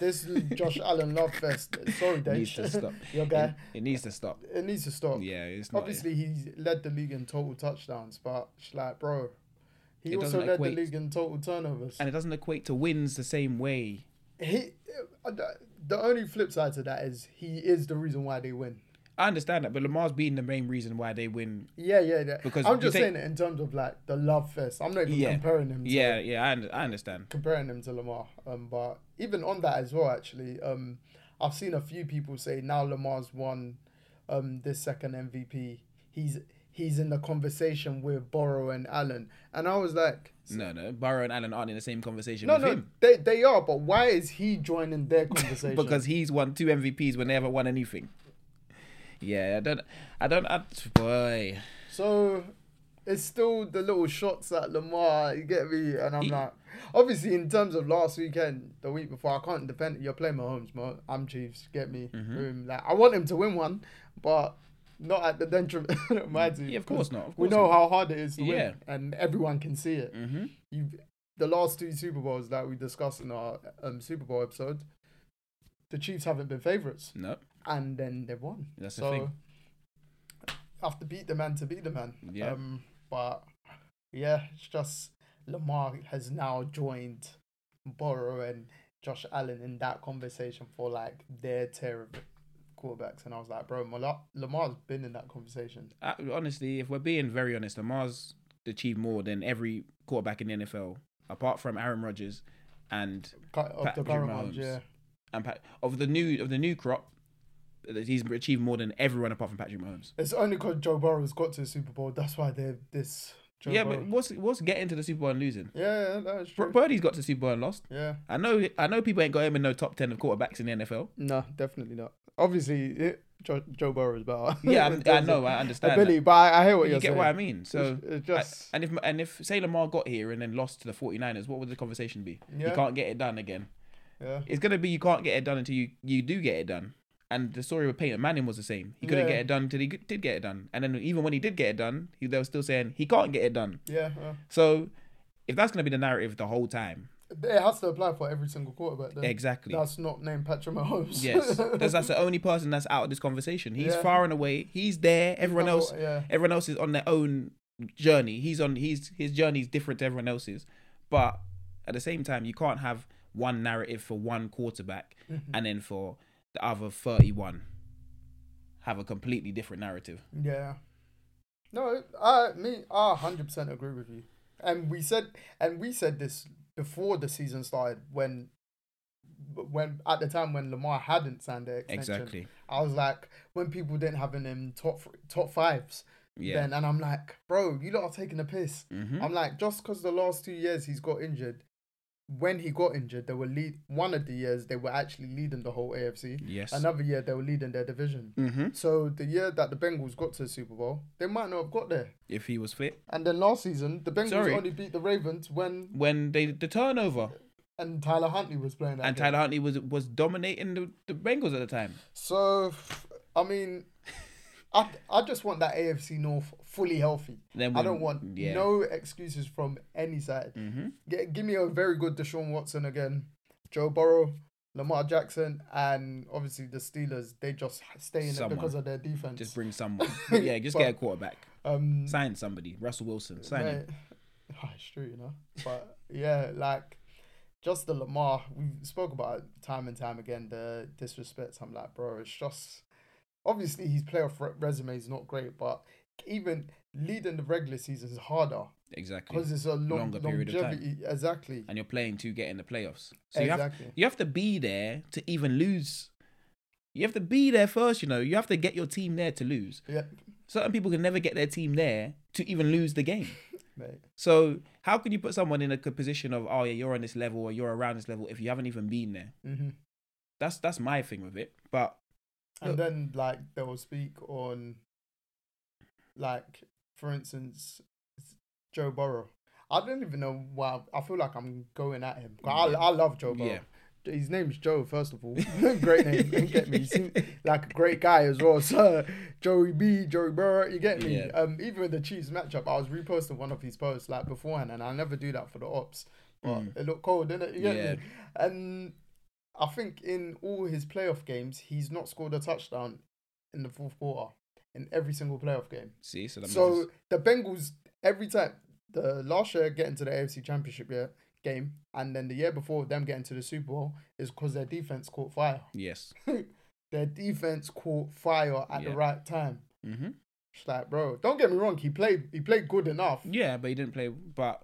Speaker 1: This
Speaker 2: <laughs>
Speaker 1: Josh Allen love fest. Sorry, <laughs>
Speaker 2: Needs to
Speaker 1: Dave.
Speaker 2: stop.
Speaker 1: Your guy.
Speaker 2: It, it needs to stop.
Speaker 1: It needs to stop.
Speaker 2: Yeah, it's not.
Speaker 1: Obviously, he led the league in total touchdowns, but it's like, bro, he
Speaker 2: It
Speaker 1: also
Speaker 2: doesn't
Speaker 1: led
Speaker 2: equate.
Speaker 1: the league in total turnovers.
Speaker 2: and it doesn't equate to wins the same way.
Speaker 1: he, uh, the- the only flip side to that is he is the reason why they win.
Speaker 2: I understand that, but Lamar's being the main reason why they win.
Speaker 1: Yeah, yeah, yeah.
Speaker 2: Because
Speaker 1: I'm
Speaker 2: you
Speaker 1: just
Speaker 2: take-
Speaker 1: saying it in terms of like the love fest. I'm not even
Speaker 2: Yeah.
Speaker 1: comparing him. To,
Speaker 2: Yeah, yeah, I, un- I understand.
Speaker 1: comparing him to Lamar. Um, but even on that as well, actually, um, I've seen a few people say now Lamar's won, um, this second MVP. He's he's in the conversation with Borrow and Allen, and I was like,
Speaker 2: No, no, Burrow and Allen aren't in the same conversation
Speaker 1: no,
Speaker 2: with
Speaker 1: no,
Speaker 2: him
Speaker 1: they they are, but why is he joining their
Speaker 2: <laughs>
Speaker 1: conversation?
Speaker 2: because he's won two MVPs when they haven't won anything. Yeah, I don't, I don't, I, boy,
Speaker 1: So it's still the little shots at Lamar, you get me? And I'm like, obviously, in terms of last weekend, the week before, I can't depend. You're playing Mahomes, man. I'm Chiefs, get me?
Speaker 2: Mm-hmm.
Speaker 1: Boom. Like, I want him to win one, but not at the detriment of <laughs> my team.
Speaker 2: Yeah, of course not, of
Speaker 1: we
Speaker 2: course
Speaker 1: know
Speaker 2: not.
Speaker 1: how hard it is to
Speaker 2: Yeah.
Speaker 1: win, and everyone can see it. Mm-hmm. You've, the last two Super Bowls that we discussed in our um, Super Bowl episode, the Chiefs haven't been favorites,
Speaker 2: no,
Speaker 1: and then they've won
Speaker 2: that's the thing.
Speaker 1: have to beat the man to beat the man.
Speaker 2: Yeah.
Speaker 1: Um, but yeah, it's just Lamar has now joined Burrow and Josh Allen in that conversation for like their tier of quarterbacks, and I was like, bro, Mala- Lamar's been in that conversation.
Speaker 2: I, honestly, if we're being very honest, Lamar's achieved more than every quarterback in the NFL, apart from Aaron Rodgers and
Speaker 1: Cut off the
Speaker 2: Patrick
Speaker 1: Burrow ones,
Speaker 2: Mahomes.
Speaker 1: yeah.
Speaker 2: and Pat, of the new of the new crop. that He's achieved more than everyone apart from Patrick Mahomes.
Speaker 1: It's only because Joe Burrow's got to the Super Bowl. That's why they're this. Joe
Speaker 2: yeah,
Speaker 1: Burrow.
Speaker 2: but what's what's getting to the Super Bowl and losing?
Speaker 1: yeah, yeah, that is
Speaker 2: Bro-
Speaker 1: true.
Speaker 2: Birdie's got to the Super Bowl and lost.
Speaker 1: Yeah.
Speaker 2: I know I know people ain't got him in no top ten of quarterbacks in the
Speaker 1: <laughs>
Speaker 2: NFL.
Speaker 1: No, definitely not. Obviously, it, Joe, Joe Burrow is better.
Speaker 2: <laughs> Yeah, I'm-
Speaker 1: In <laughs>
Speaker 2: I
Speaker 1: terms
Speaker 2: know,
Speaker 1: of
Speaker 2: I understand
Speaker 1: Ability, but I, I hear what
Speaker 2: You
Speaker 1: you're
Speaker 2: get
Speaker 1: saying.
Speaker 2: what I mean? So
Speaker 1: It's- it's just-
Speaker 2: I- and if and if say Lamar got here and then lost to the 49ers, what would the conversation be? You
Speaker 1: Yeah.
Speaker 2: can't get it done again.
Speaker 1: Yeah.
Speaker 2: It's gonna be you can't get it done until you you do get it done. And the story with Peyton Manning was the same. He couldn't
Speaker 1: Yeah.
Speaker 2: get it done until he g- did get it done. And then even when he did get it done, he, they were still saying he can't get it done.
Speaker 1: Yeah, yeah.
Speaker 2: So if that's gonna be the narrative the whole time,
Speaker 1: It has to apply for every single quarterback. Then.
Speaker 2: exactly.
Speaker 1: That's not named Patrick Mahomes. <laughs>
Speaker 2: Yes, that's, that's the only person that's out of this conversation. He's
Speaker 1: Yeah.
Speaker 2: far and away. He's there. Everyone
Speaker 1: not-
Speaker 2: else,
Speaker 1: yeah.
Speaker 2: everyone else is on their own journey. He's on. He's his journey is different to everyone else's. But at the same time, you can't have one narrative for one quarterback
Speaker 1: Mm-hmm.
Speaker 2: and then for the other thirty-one have a completely different narrative.
Speaker 1: yeah. No, I me I hundred percent agree with you. And we said and we said this before the season started when when at the time when Lamar hadn't signed the extension.
Speaker 2: Exactly.
Speaker 1: I was like when people didn't have him in top thr- top fives.
Speaker 2: Yeah. Mm-hmm.
Speaker 1: Then and I'm like, bro, you lot are taking a piss. I'm like, just because the last two years he's got injured, when he got injured, they were lead one of the years they were actually leading the whole AFC.
Speaker 2: Yes.
Speaker 1: Another year they were leading their division.
Speaker 2: Mhm.
Speaker 1: So the year that the Bengals got to the Super Bowl, they might not have got there.
Speaker 2: If he was fit,
Speaker 1: And then last season, the Bengals
Speaker 2: Sorry.
Speaker 1: only beat the Ravens when
Speaker 2: when they the turnover
Speaker 1: and Tyler Huntley was playing that
Speaker 2: and
Speaker 1: game.
Speaker 2: Tyler Huntley was was dominating the, the Bengals at the time.
Speaker 1: So I
Speaker 2: <laughs>
Speaker 1: mean I, I just want that AFC North fully healthy.
Speaker 2: Then
Speaker 1: I
Speaker 2: we-
Speaker 1: don't want
Speaker 2: yeah. Mm-hmm.
Speaker 1: no excuses from any side. G- give me a very good Deshaun Watson again, Joe Burrow, Lamar Jackson, and obviously the Steelers. They just stay in
Speaker 2: Someone.
Speaker 1: it because of their defense.
Speaker 2: Just
Speaker 1: <laughs>
Speaker 2: bring someone. yeah, just get a quarterback.
Speaker 1: um,
Speaker 2: Sign somebody. Russell Wilson. Sign him.
Speaker 1: <laughs> Right. it's true, you know. But yeah, like just the Lamar, we spoke about it time and time again. The disrespect. I'm like, bro, it's just obviously his playoff re- resume is not great, but even leading the regular season is harder
Speaker 2: Exactly.
Speaker 1: because it's a long,
Speaker 2: Longer period of time.
Speaker 1: longevity. Exactly.
Speaker 2: And you're playing to get in the playoffs. So you
Speaker 1: Exactly.
Speaker 2: have you have to be there to even lose. You have to be there first, you know. You have to get your team there to lose.
Speaker 1: Yeah,
Speaker 2: Certain people can never get their team there to even lose the game.
Speaker 1: mate.
Speaker 2: So how can you put someone in a good position of oh yeah you're on this level or you're around this level if you haven't even been there?
Speaker 1: hmm
Speaker 2: That's that's my thing with it. But
Speaker 1: And then like they will speak on like for instance Joe Burrow. I don't even know why I feel like I'm going at him. I, I love Joe Burrow. His name's Joe, first
Speaker 2: <laughs>
Speaker 1: of all. <laughs> great name. You get me. He seems like a great guy as well. <laughs> So Joey B, Joey Burrow, you get me.
Speaker 2: Yeah.
Speaker 1: Um even with the Chiefs matchup, I was reposting one of his posts like beforehand and I never do that for the ops. But it looked cold, didn't it? You get
Speaker 2: Mm. Yeah.
Speaker 1: me? And I think in all his playoff games, he's not scored a touchdown in the fourth quarter in every single playoff game.
Speaker 2: see, so, that
Speaker 1: So
Speaker 2: matters.
Speaker 1: the Bengals every time the last year getting to the AFC Championship year game, and then the year before them getting to the Super Bowl is because their defense caught fire. <laughs>
Speaker 2: yes,
Speaker 1: their defense caught fire at
Speaker 2: Yeah.
Speaker 1: the right time.
Speaker 2: hmm
Speaker 1: It's like, bro, don't get me wrong. He played. He played good enough.
Speaker 2: Yeah, but he didn't play. But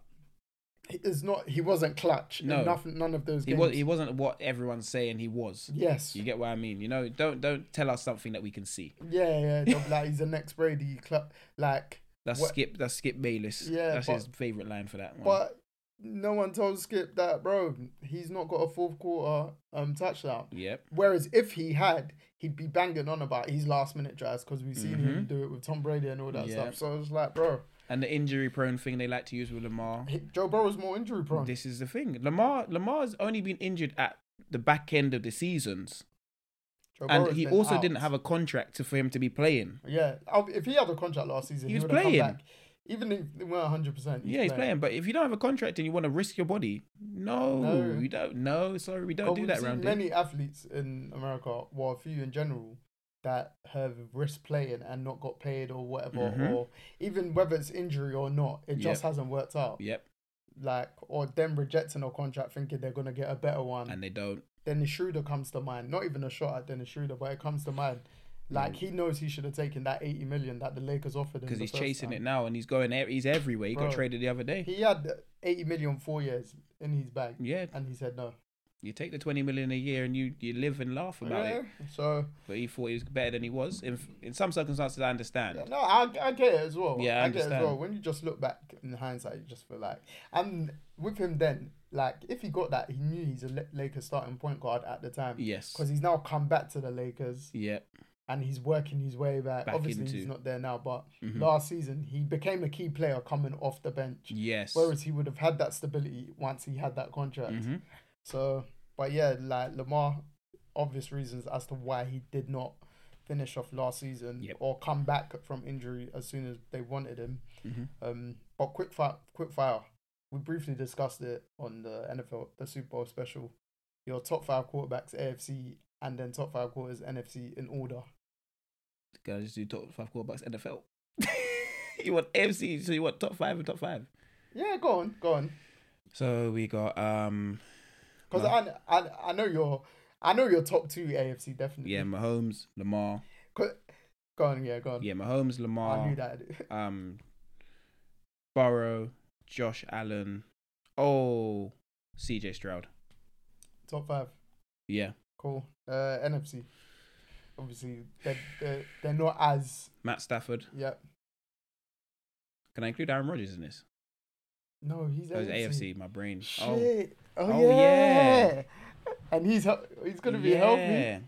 Speaker 1: It's not. He wasn't clutch. in
Speaker 2: No.
Speaker 1: nothing. None of those
Speaker 2: he
Speaker 1: games.
Speaker 2: was. He wasn't what everyone's saying he was.
Speaker 1: yes.
Speaker 2: You get what I mean? You know, don't don't tell us something that we can see.
Speaker 1: Yeah, yeah. they'll be like he's the next Brady. he clu- like,
Speaker 2: That's
Speaker 1: What-
Speaker 2: Skip. That's Skip Bayless.
Speaker 1: Yeah,
Speaker 2: that's
Speaker 1: but-
Speaker 2: his favorite line for that one.
Speaker 1: but no one told Skip that, bro. He's not got a fourth quarter um touchdown.
Speaker 2: yep.
Speaker 1: Whereas if he had, he'd be banging on about his last minute drives because we've seen him
Speaker 2: Mhm.
Speaker 1: do it with Tom Brady and all that
Speaker 2: Yeah.
Speaker 1: stuff. So it's like, bro,
Speaker 2: And the injury prone thing they like to use with Lamar.
Speaker 1: he- Joe Burrow's more injury prone.
Speaker 2: This is the thing. Lamar Lamar's only been injured at the back end of the seasons,
Speaker 1: Joe
Speaker 2: and
Speaker 1: Burrow's
Speaker 2: he
Speaker 1: been
Speaker 2: also
Speaker 1: out.
Speaker 2: didn't have a contract to- for him to be playing.
Speaker 1: Yeah, I'll- if he had a contract last season,
Speaker 2: He
Speaker 1: he,
Speaker 2: was
Speaker 1: would have come
Speaker 2: playing.
Speaker 1: back. Even if they weren't 100%.
Speaker 2: Yeah, he's playing. But if you don't have a contract and you want to risk your body, no,
Speaker 1: No.
Speaker 2: you don't. No, sorry, we don't
Speaker 1: But
Speaker 2: do
Speaker 1: we've
Speaker 2: that
Speaker 1: seen
Speaker 2: round here.
Speaker 1: many athletes in America, well, a few in general, that have risked playing and not got paid or whatever,
Speaker 2: Mhm.
Speaker 1: or even whether it's injury or not, it just hasn't worked out.
Speaker 2: Yep,
Speaker 1: Like, or them rejecting a contract thinking they're going to get a better one.
Speaker 2: and they don't.
Speaker 1: Dennis Schroeder comes to mind. Not even a shot at Dennis Schroeder, but it comes to mind. Like he knows he should have taken that eighty million that the Lakers offered him
Speaker 2: Mm. because he's chasing
Speaker 1: it
Speaker 2: it now and he's going e- he's everywhere he got
Speaker 1: Bro.
Speaker 2: traded the other day
Speaker 1: He had eighty million four years in his bag,
Speaker 2: yeah
Speaker 1: and he said no.
Speaker 2: you take the 20 million a year and you you live and laugh about
Speaker 1: Yeah,
Speaker 2: it
Speaker 1: So
Speaker 2: but he thought he was better than he was in, in some circumstances i understand
Speaker 1: yeah, no, I, I get it as well.
Speaker 2: Yeah, I
Speaker 1: get it as
Speaker 2: understand.
Speaker 1: well. When you just look back in hindsight, you just feel like, and with him then, like if he got that, he knew he's a La- Lakers starting point guard at the time
Speaker 2: yes
Speaker 1: because he's now come back to the Lakers.
Speaker 2: yeah
Speaker 1: and he's working his way back.
Speaker 2: Back
Speaker 1: Obviously, he's
Speaker 2: into-
Speaker 1: not there now, but
Speaker 2: Mhm.
Speaker 1: last season he became a key player coming off the bench.
Speaker 2: yes
Speaker 1: Whereas he would have had that stability once he had that contract.
Speaker 2: Mhm.
Speaker 1: So, but yeah, like Lamar, obvious reasons as to why he did not finish off last season
Speaker 2: Yep.
Speaker 1: or come back from injury as soon as they wanted him.
Speaker 2: Mhm.
Speaker 1: Um, but quick fire, quick fire. We briefly discussed it on the NFL, the Super Bowl special. Your top five quarterbacks AFC and then top five quarters NFC in order.
Speaker 2: Gotta just do top five quarterbacks nfl <laughs> you want mc so you want top five and top five
Speaker 1: Yeah, go on, go on.
Speaker 2: so we got um
Speaker 1: Because I, I I know your I know your top two AFC definitely.
Speaker 2: yeah mahomes lamar
Speaker 1: Co- Go on, yeah, go on.
Speaker 2: yeah mahomes
Speaker 1: I knew
Speaker 2: lamar
Speaker 1: that. <laughs>
Speaker 2: um burrow josh allen oh cj stroud
Speaker 1: top five.
Speaker 2: yeah
Speaker 1: Cool. Uh, NFC. Obviously, they're, they're, they're not as
Speaker 2: Matt Stafford.
Speaker 1: yeah.
Speaker 2: Can I include Aaron Rodgers in this?
Speaker 1: No, he's
Speaker 2: That was
Speaker 1: AFC.
Speaker 2: AFC. My brain. Oh,
Speaker 1: Shit. Oh,
Speaker 2: Oh, yeah.
Speaker 1: yeah. And he's hel- he's gonna be healthy.
Speaker 2: yeah.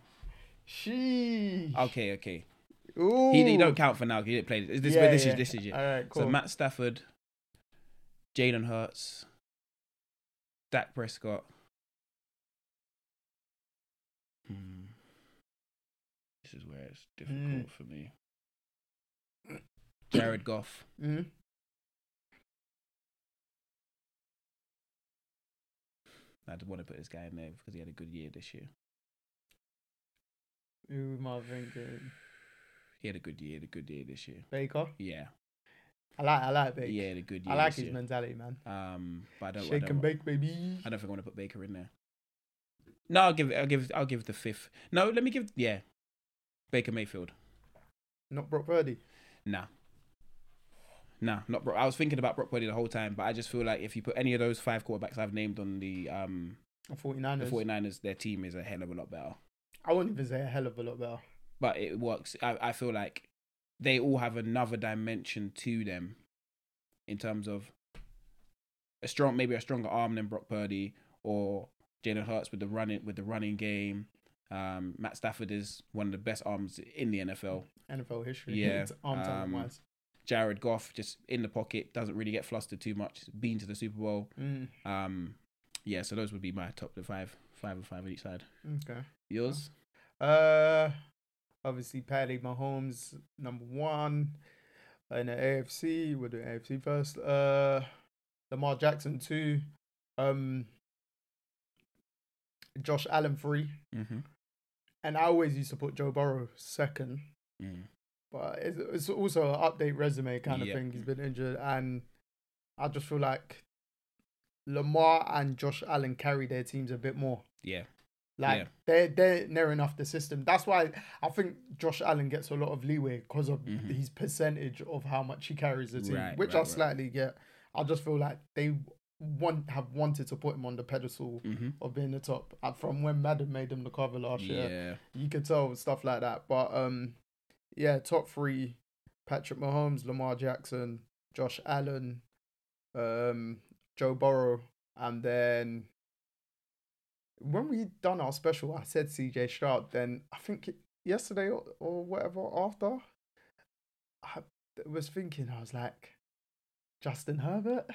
Speaker 1: She.
Speaker 2: Okay, okay.
Speaker 1: Ooh.
Speaker 2: He, he don't count for now. 'cause He didn't play. This, this,
Speaker 1: Yeah,
Speaker 2: this
Speaker 1: yeah.
Speaker 2: is this is it.
Speaker 1: All right, cool.
Speaker 2: So Matt Stafford, Jalen Hurts, Dak Prescott. Hmm. This is where it's difficult
Speaker 1: Mm.
Speaker 2: for me. Jared Goff.
Speaker 1: hmm
Speaker 2: I didn't want to put this guy in there because he had a good year this year.
Speaker 1: Who am I
Speaker 2: uh,
Speaker 1: thinking?
Speaker 2: He had a good year. Had a good year this year.
Speaker 1: Baker.
Speaker 2: Yeah.
Speaker 1: I like I like Baker.
Speaker 2: Yeah, he had a good year.
Speaker 1: I like
Speaker 2: this
Speaker 1: his
Speaker 2: year.
Speaker 1: mentality, man.
Speaker 2: Um, but I don't. I
Speaker 1: Shake
Speaker 2: don't,
Speaker 1: and bake,
Speaker 2: want-
Speaker 1: baby.
Speaker 2: I don't think I want to put Baker in there. No, I'll give. I'll give. I'll give the fifth. No, let me give. Yeah, Baker Mayfield.
Speaker 1: Not Brock Purdy.
Speaker 2: Nah. Nah, not Brock. I was thinking about Brock Purdy the whole time, but I just feel like if you put any of those five quarterbacks I've named on the um
Speaker 1: The
Speaker 2: the
Speaker 1: 49ers.
Speaker 2: 49ers, their team is a hell of a lot better.
Speaker 1: I wouldn't even say a hell of a lot better.
Speaker 2: But it works. I, I feel like they all have another dimension to them in terms of a strong, maybe a stronger arm than Brock Purdy or Jalen Hurts with the running with the running game. Um, Matt Stafford is one of the best arms in the NFL.
Speaker 1: NFL history.
Speaker 2: Yeah,
Speaker 1: It's arm talent
Speaker 2: um,
Speaker 1: wise.
Speaker 2: Jared Goff just in the pocket, doesn't really get flustered too much. Been to the Super Bowl.
Speaker 1: Mm,
Speaker 2: Um, yeah, so those would be my top the five, five and five on each side.
Speaker 1: okay.
Speaker 2: Yours?
Speaker 1: Uh, obviously Patty Mahomes number one in the AFC. We'll do AFC first. Uh, Lamar Jackson two. Um, Josh Allen three.
Speaker 2: Mm-hmm.
Speaker 1: And I always used to put Joe Burrow second,
Speaker 2: Mm.
Speaker 1: but it's, it's also an update resume kind of
Speaker 2: Yeah.
Speaker 1: thing. He's been injured, and I just feel like Lamar and Josh Allen carry their teams a bit more.
Speaker 2: Yeah,
Speaker 1: Like
Speaker 2: Yeah.
Speaker 1: they're they're near enough the system. That's why I think Josh Allen gets a lot of leeway because of his percentage of how much he carries the team,
Speaker 2: Mm-hmm. Right,
Speaker 1: which
Speaker 2: right,
Speaker 1: I
Speaker 2: right.
Speaker 1: slightly get. I just feel like they want have wanted to put him on the pedestal of being the top Uh, from when Madden made him the cover last year.
Speaker 2: Yeah.
Speaker 1: You could tell stuff like that. But um, yeah, top three: Patrick Mahomes, Lamar Jackson, Josh Allen, um, Joe Burrow, and then when we done our special, I said C.J. Stroud. Then I think it- yesterday or, or whatever after, I was thinking I was like. Justin Herbert.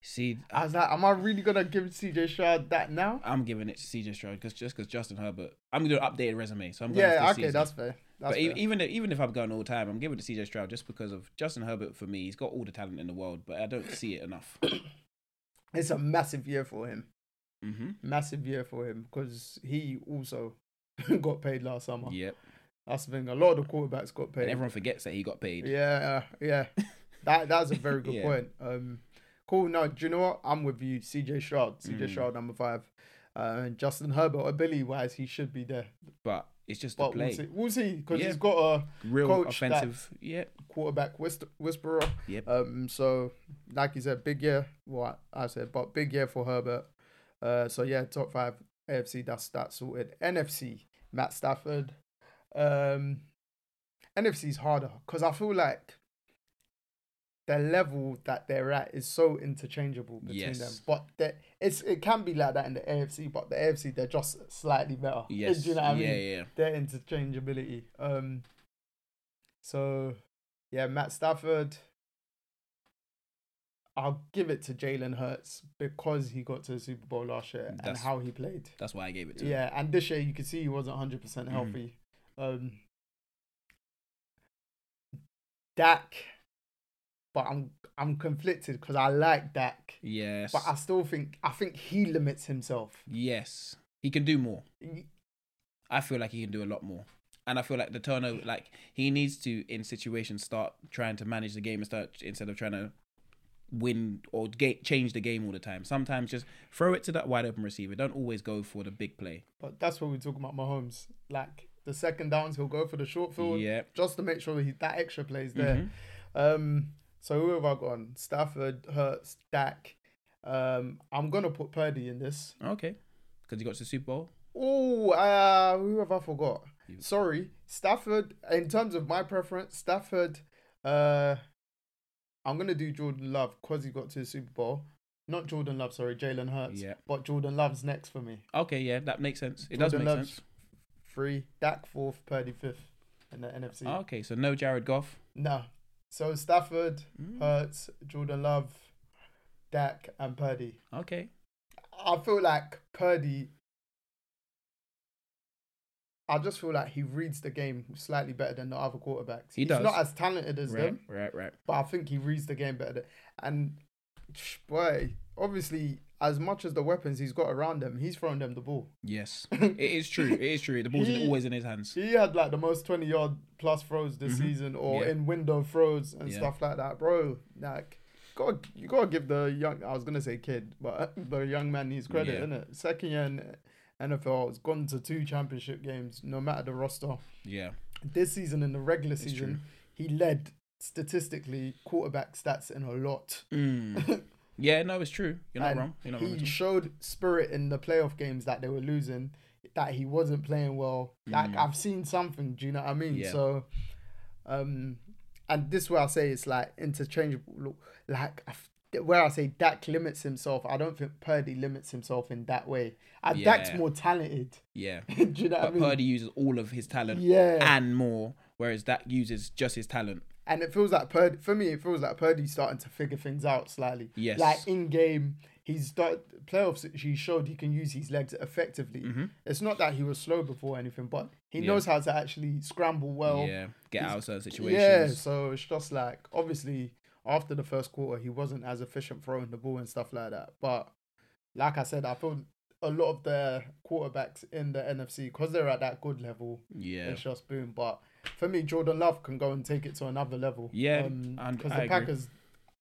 Speaker 2: See,
Speaker 1: I
Speaker 2: I,
Speaker 1: was like, am I really gonna give CJ Stroud that now?
Speaker 2: am giving it to CJ Stroud because just because Justin Herbert, I'm gonna do an updated resume, so I'm going
Speaker 1: Yeah,
Speaker 2: this
Speaker 1: okay,
Speaker 2: season.
Speaker 1: that's fair. That's
Speaker 2: but e-
Speaker 1: fair.
Speaker 2: even if- even if I'm going all time, I'm giving it to CJ Stroud just because of Justin Herbert. For me, he's got all the talent in the world, but I don't see it enough.
Speaker 1: it's a massive year for him.
Speaker 2: hmm
Speaker 1: massive year for him because he also <laughs> got paid last summer.
Speaker 2: Yep,
Speaker 1: That's the thing. A lot of the quarterbacks got paid.
Speaker 2: and everyone forgets that he got paid.
Speaker 1: yeah,
Speaker 2: <laughs>
Speaker 1: yeah. That that's a very good
Speaker 2: Yeah.
Speaker 1: point. Um, cool. No, do you know what? I'm with you, CJ Stroud. CJ
Speaker 2: Mm.
Speaker 1: Stroud, number five. Uh, and Justin Herbert, ability wise, he should be there.
Speaker 2: But it's just the
Speaker 1: But we'll
Speaker 2: play,
Speaker 1: see. We'll see because
Speaker 2: Yeah.
Speaker 1: he's got a
Speaker 2: real
Speaker 1: Coach that-
Speaker 2: offensive. Yeah,
Speaker 1: quarterback whist- whisperer.
Speaker 2: Yep.
Speaker 1: Um. So, like you said, big year. What I said, but big year for Herbert. Uh. So yeah, top five AFC. That's that's sorted. NFC. Matt Stafford. Um. NFC's harder because I feel like the level that they're at is so interchangeable between them.
Speaker 2: Yes.
Speaker 1: But the- it's it can be like that in the AFC, but the AFC they're just slightly better. <laughs>
Speaker 2: yes,
Speaker 1: Do you know what I mean?
Speaker 2: yeah, yeah.
Speaker 1: their interchangeability. Um, so yeah, Matt Stafford. I'll give it to Jalen Hurts because he got to the Super Bowl last year and
Speaker 2: That's-
Speaker 1: how he played.
Speaker 2: That's why I gave it to. him.
Speaker 1: Yeah, and this year you could see he wasn't hundred percent
Speaker 2: Mm.
Speaker 1: healthy. Um, Dak, but I'm I'm conflicted because I like Dak,
Speaker 2: Yes.
Speaker 1: but I still think I think he limits himself.
Speaker 2: Yes, he can do more. I feel like he can do a lot more. And I feel like the turnover, like he needs to in situations start trying to manage the game and start instead of trying to win or ga- change the game all the time. Sometimes just throw it to that wide open receiver. Don't always go for the big play.
Speaker 1: But that's what we're talking about Mahomes. Like the second downs, he'll go for the short field
Speaker 2: Yeah.
Speaker 1: just to make sure he, that extra plays there. Um, so who have I gone? Stafford, Hurts, Dak. Um, I'm gonna put Purdy in this.
Speaker 2: Okay, because he got to the Super Bowl.
Speaker 1: Oh, uh, who have I forgot? Sorry, Stafford. In terms of my preference, Stafford. Uh, I'm gonna do Jordan Love because he got to the Super Bowl. Not Jordan Love, sorry, Jalen Hurts.
Speaker 2: Yeah.
Speaker 1: But Jordan Love's next for me.
Speaker 2: Okay, yeah, that makes sense. It does
Speaker 1: Jordan
Speaker 2: make
Speaker 1: Love's
Speaker 2: sense.
Speaker 1: Three, Dak fourth, Purdy fifth, and the NFC.
Speaker 2: Okay, so no Jared Goff.
Speaker 1: No. So Stafford,
Speaker 2: Mm.
Speaker 1: Hurts, Jordan Love, Dak, and Purdy.
Speaker 2: Okay,
Speaker 1: I feel like Purdy. I just feel like he reads the game slightly better than the other quarterbacks.
Speaker 2: He
Speaker 1: He's
Speaker 2: does.
Speaker 1: not as talented as
Speaker 2: right,
Speaker 1: them,
Speaker 2: right, right.
Speaker 1: but I think he reads the game better. Than, and boy, obviously, as much as the weapons he's got around him, he's thrown them the ball. <laughs>
Speaker 2: Yes, it is true. It is true. The ball's
Speaker 1: He-
Speaker 2: always in his hands.
Speaker 1: He had like the most 20 yard plus throws this season or
Speaker 2: Mm-hmm. Yeah.
Speaker 1: in window throws and
Speaker 2: Yeah.
Speaker 1: stuff like that, bro. Like, God, you gotta give the young, I was gonna say kid, but <laughs> the young man needs credit,
Speaker 2: Yeah.
Speaker 1: innit? Second year in NFL, has gone to two championship games, no matter the roster.
Speaker 2: Yeah,
Speaker 1: This season, in the regular season, he led statistically quarterback stats in a lot.
Speaker 2: Mm. yeah. No, it's true. You're not
Speaker 1: And
Speaker 2: wrong. You're not wrong. at
Speaker 1: he
Speaker 2: all.
Speaker 1: showed spirit in the playoff games that they were losing, that he wasn't playing well. Like I've seen something, do you know what I mean?
Speaker 2: Mm. Yeah.
Speaker 1: So um and this where I say it's like interchangeable Look, like I f- where I say Dak limits himself, I don't think Purdy limits himself in that way. And Dak's
Speaker 2: Yeah.
Speaker 1: more talented. <laughs>
Speaker 2: Yeah.
Speaker 1: do you know what I
Speaker 2: But
Speaker 1: mean?
Speaker 2: Purdy uses all of his talent
Speaker 1: Yeah.
Speaker 2: and more, whereas that uses just his talent.
Speaker 1: And it feels like Purdy for me, it feels like Purdy's starting to figure things out slightly.
Speaker 2: Yes.
Speaker 1: Like in game, he's start playoffs he showed he can use his legs effectively. It's not that he was slow before or anything, but he
Speaker 2: Mm-hmm. Yeah.
Speaker 1: knows how to actually scramble well.
Speaker 2: yeah, get out of certain
Speaker 1: Yeah,
Speaker 2: situations.
Speaker 1: so it's just like obviously after the first quarter he wasn't as efficient throwing the ball and stuff like that. But like I said, I feel a lot of the quarterbacks in the NFC because they're at that good level,
Speaker 2: Yeah, yeah,
Speaker 1: it's just boom. But for me, Jordan Love can go and take it to another level.
Speaker 2: Yeah,
Speaker 1: because
Speaker 2: and
Speaker 1: the
Speaker 2: I agree.
Speaker 1: Packers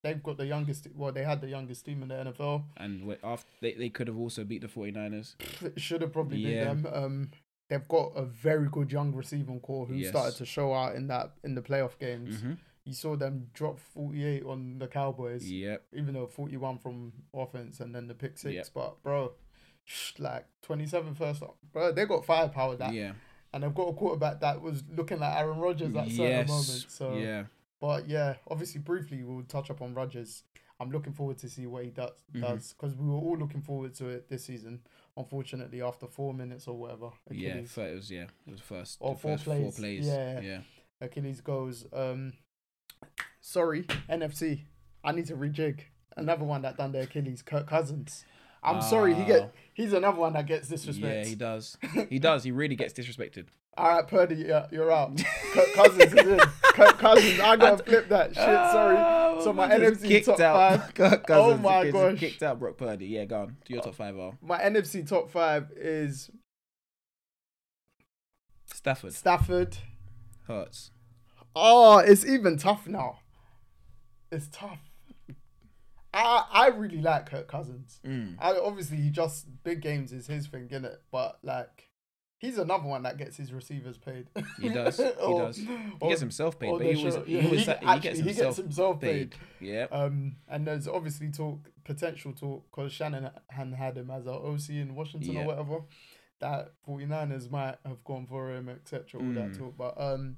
Speaker 1: they've got the youngest. Well, they had the youngest team in the NFL.
Speaker 2: And we- after they, they could have also beat the 49ers.
Speaker 1: It should have probably
Speaker 2: Yeah.
Speaker 1: been them. Um, they've got a very good young receiving core who
Speaker 2: Yes.
Speaker 1: started to show out in that in the playoff games.
Speaker 2: Mhm.
Speaker 1: You saw them drop forty eight on the Cowboys,
Speaker 2: Yep.
Speaker 1: even though forty one from offense and then the pick six.
Speaker 2: Yeah.
Speaker 1: But bro, like 27 first, bro, they got firepower that,
Speaker 2: Yeah.
Speaker 1: and they've got a quarterback that was looking like Aaron Rodgers at certain moments. So
Speaker 2: yeah.
Speaker 1: But yeah, obviously, briefly, we'll touch up on Rodgers. I'm looking forward to see what he does
Speaker 2: Mhm.
Speaker 1: does because we were all looking forward to it this season. Unfortunately, after four minutes or whatever,
Speaker 2: Yeah.
Speaker 1: Achilles,
Speaker 2: fir- It was yeah. It was first.
Speaker 1: Or
Speaker 2: the
Speaker 1: four
Speaker 2: first Four
Speaker 1: plays.
Speaker 2: plays.
Speaker 1: Yeah.
Speaker 2: Yeah.
Speaker 1: Achilles goes. Um, sorry, NFC. I need to rejig. Another one that done the Achilles. Kirk Cousins. I'm sorry. He
Speaker 2: Ah.
Speaker 1: get. He's another one that gets
Speaker 2: Yeah,
Speaker 1: disrespect. <laughs>
Speaker 2: he does. He does. He really gets disrespected.
Speaker 1: All right, Purdy, you're, you're
Speaker 2: <laughs>
Speaker 1: out. Kirk Cousins is in. Kirk Cousins, I gotta flip that shit.
Speaker 2: Ah,
Speaker 1: Sorry. So my
Speaker 2: man, just
Speaker 1: NFC
Speaker 2: kicked
Speaker 1: top
Speaker 2: out.
Speaker 1: five.
Speaker 2: Kirk
Speaker 1: Oh
Speaker 2: <laughs> Cousins
Speaker 1: my
Speaker 2: gets
Speaker 1: gosh.
Speaker 2: Kicked out Brock Purdy. Yeah, go on. Do your top five are
Speaker 1: My NFC top five is
Speaker 2: Stafford,
Speaker 1: Stafford.
Speaker 2: Hurts,
Speaker 1: Oh, it's even tough now. It's tough. I I really like Kirk Cousins.
Speaker 2: Mm.
Speaker 1: I obviously he just big games is his thing, innit? But like, he's another one that gets his receivers paid.
Speaker 2: He
Speaker 1: <laughs>
Speaker 2: does. He
Speaker 1: Or-
Speaker 2: does. He
Speaker 1: or-
Speaker 2: gets himself paid,
Speaker 1: or
Speaker 2: but he
Speaker 1: Oh. the
Speaker 2: always,
Speaker 1: show-
Speaker 2: he
Speaker 1: yeah,
Speaker 2: always
Speaker 1: he-
Speaker 2: sa- he,
Speaker 1: actually,
Speaker 2: gets
Speaker 1: he
Speaker 2: himself
Speaker 1: gets himself
Speaker 2: paid.
Speaker 1: paid.
Speaker 2: Yeah.
Speaker 1: Um, and there's obviously talk potential talk because Shanahan had him as our OC in Washington
Speaker 2: Yeah.
Speaker 1: or whatever. That 49ers might have gone for him, etc. All that
Speaker 2: Mm.
Speaker 1: talk, but um,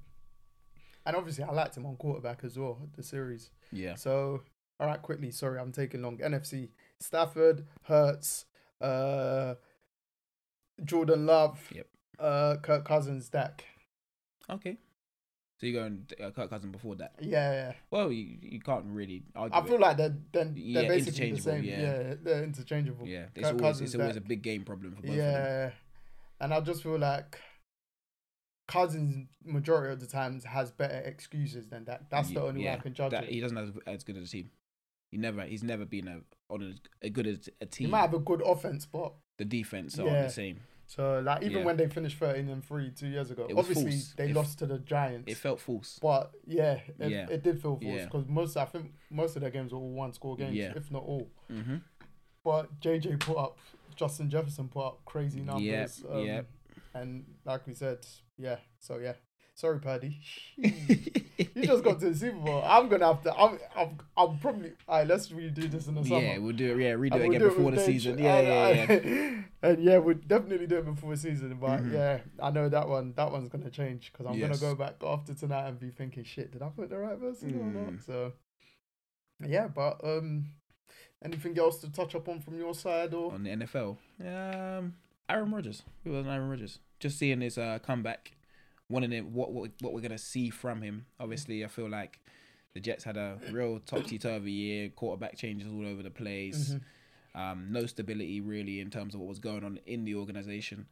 Speaker 1: and obviously I liked him on quarterback as well the series.
Speaker 2: yeah.
Speaker 1: So all right, quickly. Sorry, I'm taking long. NFC Stafford, Hurts, uh, Jordan Love,
Speaker 2: Yep.
Speaker 1: uh, Kirk Cousins, Dak.
Speaker 2: Okay. So you're going uh, Kirk Cousins before that.
Speaker 1: Yeah, yeah.
Speaker 2: Well, you, you can't really argue.
Speaker 1: I feel
Speaker 2: it.
Speaker 1: like they're they're, they're
Speaker 2: Yeah,
Speaker 1: basically the
Speaker 2: interchangeable,
Speaker 1: same.
Speaker 2: yeah.
Speaker 1: Yeah, they're interchangeable.
Speaker 2: yeah. It's
Speaker 1: Kirk
Speaker 2: always
Speaker 1: Cousins,
Speaker 2: it's always
Speaker 1: Dak.
Speaker 2: a big game problem for both of them.
Speaker 1: Yeah, and I just feel like Cousins majority of the times has better excuses than that. That's the
Speaker 2: Ye-
Speaker 1: only way
Speaker 2: yeah,
Speaker 1: I can judge
Speaker 2: That,
Speaker 1: it.
Speaker 2: he doesn't have as good as a team. He never he's never been a, on a, a good as a
Speaker 1: He
Speaker 2: team.
Speaker 1: might have a good offense, but
Speaker 2: the defense are
Speaker 1: Yeah.
Speaker 2: the same.
Speaker 1: so like even
Speaker 2: Yeah.
Speaker 1: when they finished thirteen and three two years ago,
Speaker 2: It was
Speaker 1: obviously
Speaker 2: false.
Speaker 1: they
Speaker 2: It-
Speaker 1: lost to the Giants.
Speaker 2: It felt false.
Speaker 1: but yeah it,
Speaker 2: Yeah.
Speaker 1: it did feel false
Speaker 2: Yeah.
Speaker 1: because most I think most of their games were all one score games,
Speaker 2: Yeah.
Speaker 1: if not all. <laughs>
Speaker 2: Mm-hmm.
Speaker 1: But JJ put up, Justin Jefferson put up crazy numbers. um,
Speaker 2: Yep, yep.
Speaker 1: And like we said, yeah. So yeah, sorry, Paddy.
Speaker 2: <laughs>
Speaker 1: you just got to the Super Bowl. I'm gonna have to. I'm. I'm. I'm probably. All right, let's redo this in the summer.
Speaker 2: Yeah, we'll do it. Yeah,
Speaker 1: And
Speaker 2: redo it
Speaker 1: we'll
Speaker 2: again
Speaker 1: do it
Speaker 2: before
Speaker 1: with
Speaker 2: the
Speaker 1: Dej.
Speaker 2: season. Yeah, yeah, yeah. Mm-hmm.
Speaker 1: And, <laughs> and yeah, we'll definitely do it before the season. But yeah, I know that one. That one's gonna change because I'm
Speaker 2: Yes.
Speaker 1: gonna go back after tonight and be thinking, shit, did I put the right person or
Speaker 2: Mm.
Speaker 1: not? So yeah, but um, anything else to touch up on from your side or?
Speaker 2: on the NFL. Um, Aaron Rodgers. Who was Aaron Rodgers? Just seeing his uh, comeback, wondering what, what what we're gonna see from him. Obviously, I feel like the Jets had a real topsy turvy year. Quarterback changes all over the place.
Speaker 1: Mhm.
Speaker 2: Um, no stability really in terms of what was going on in the organization.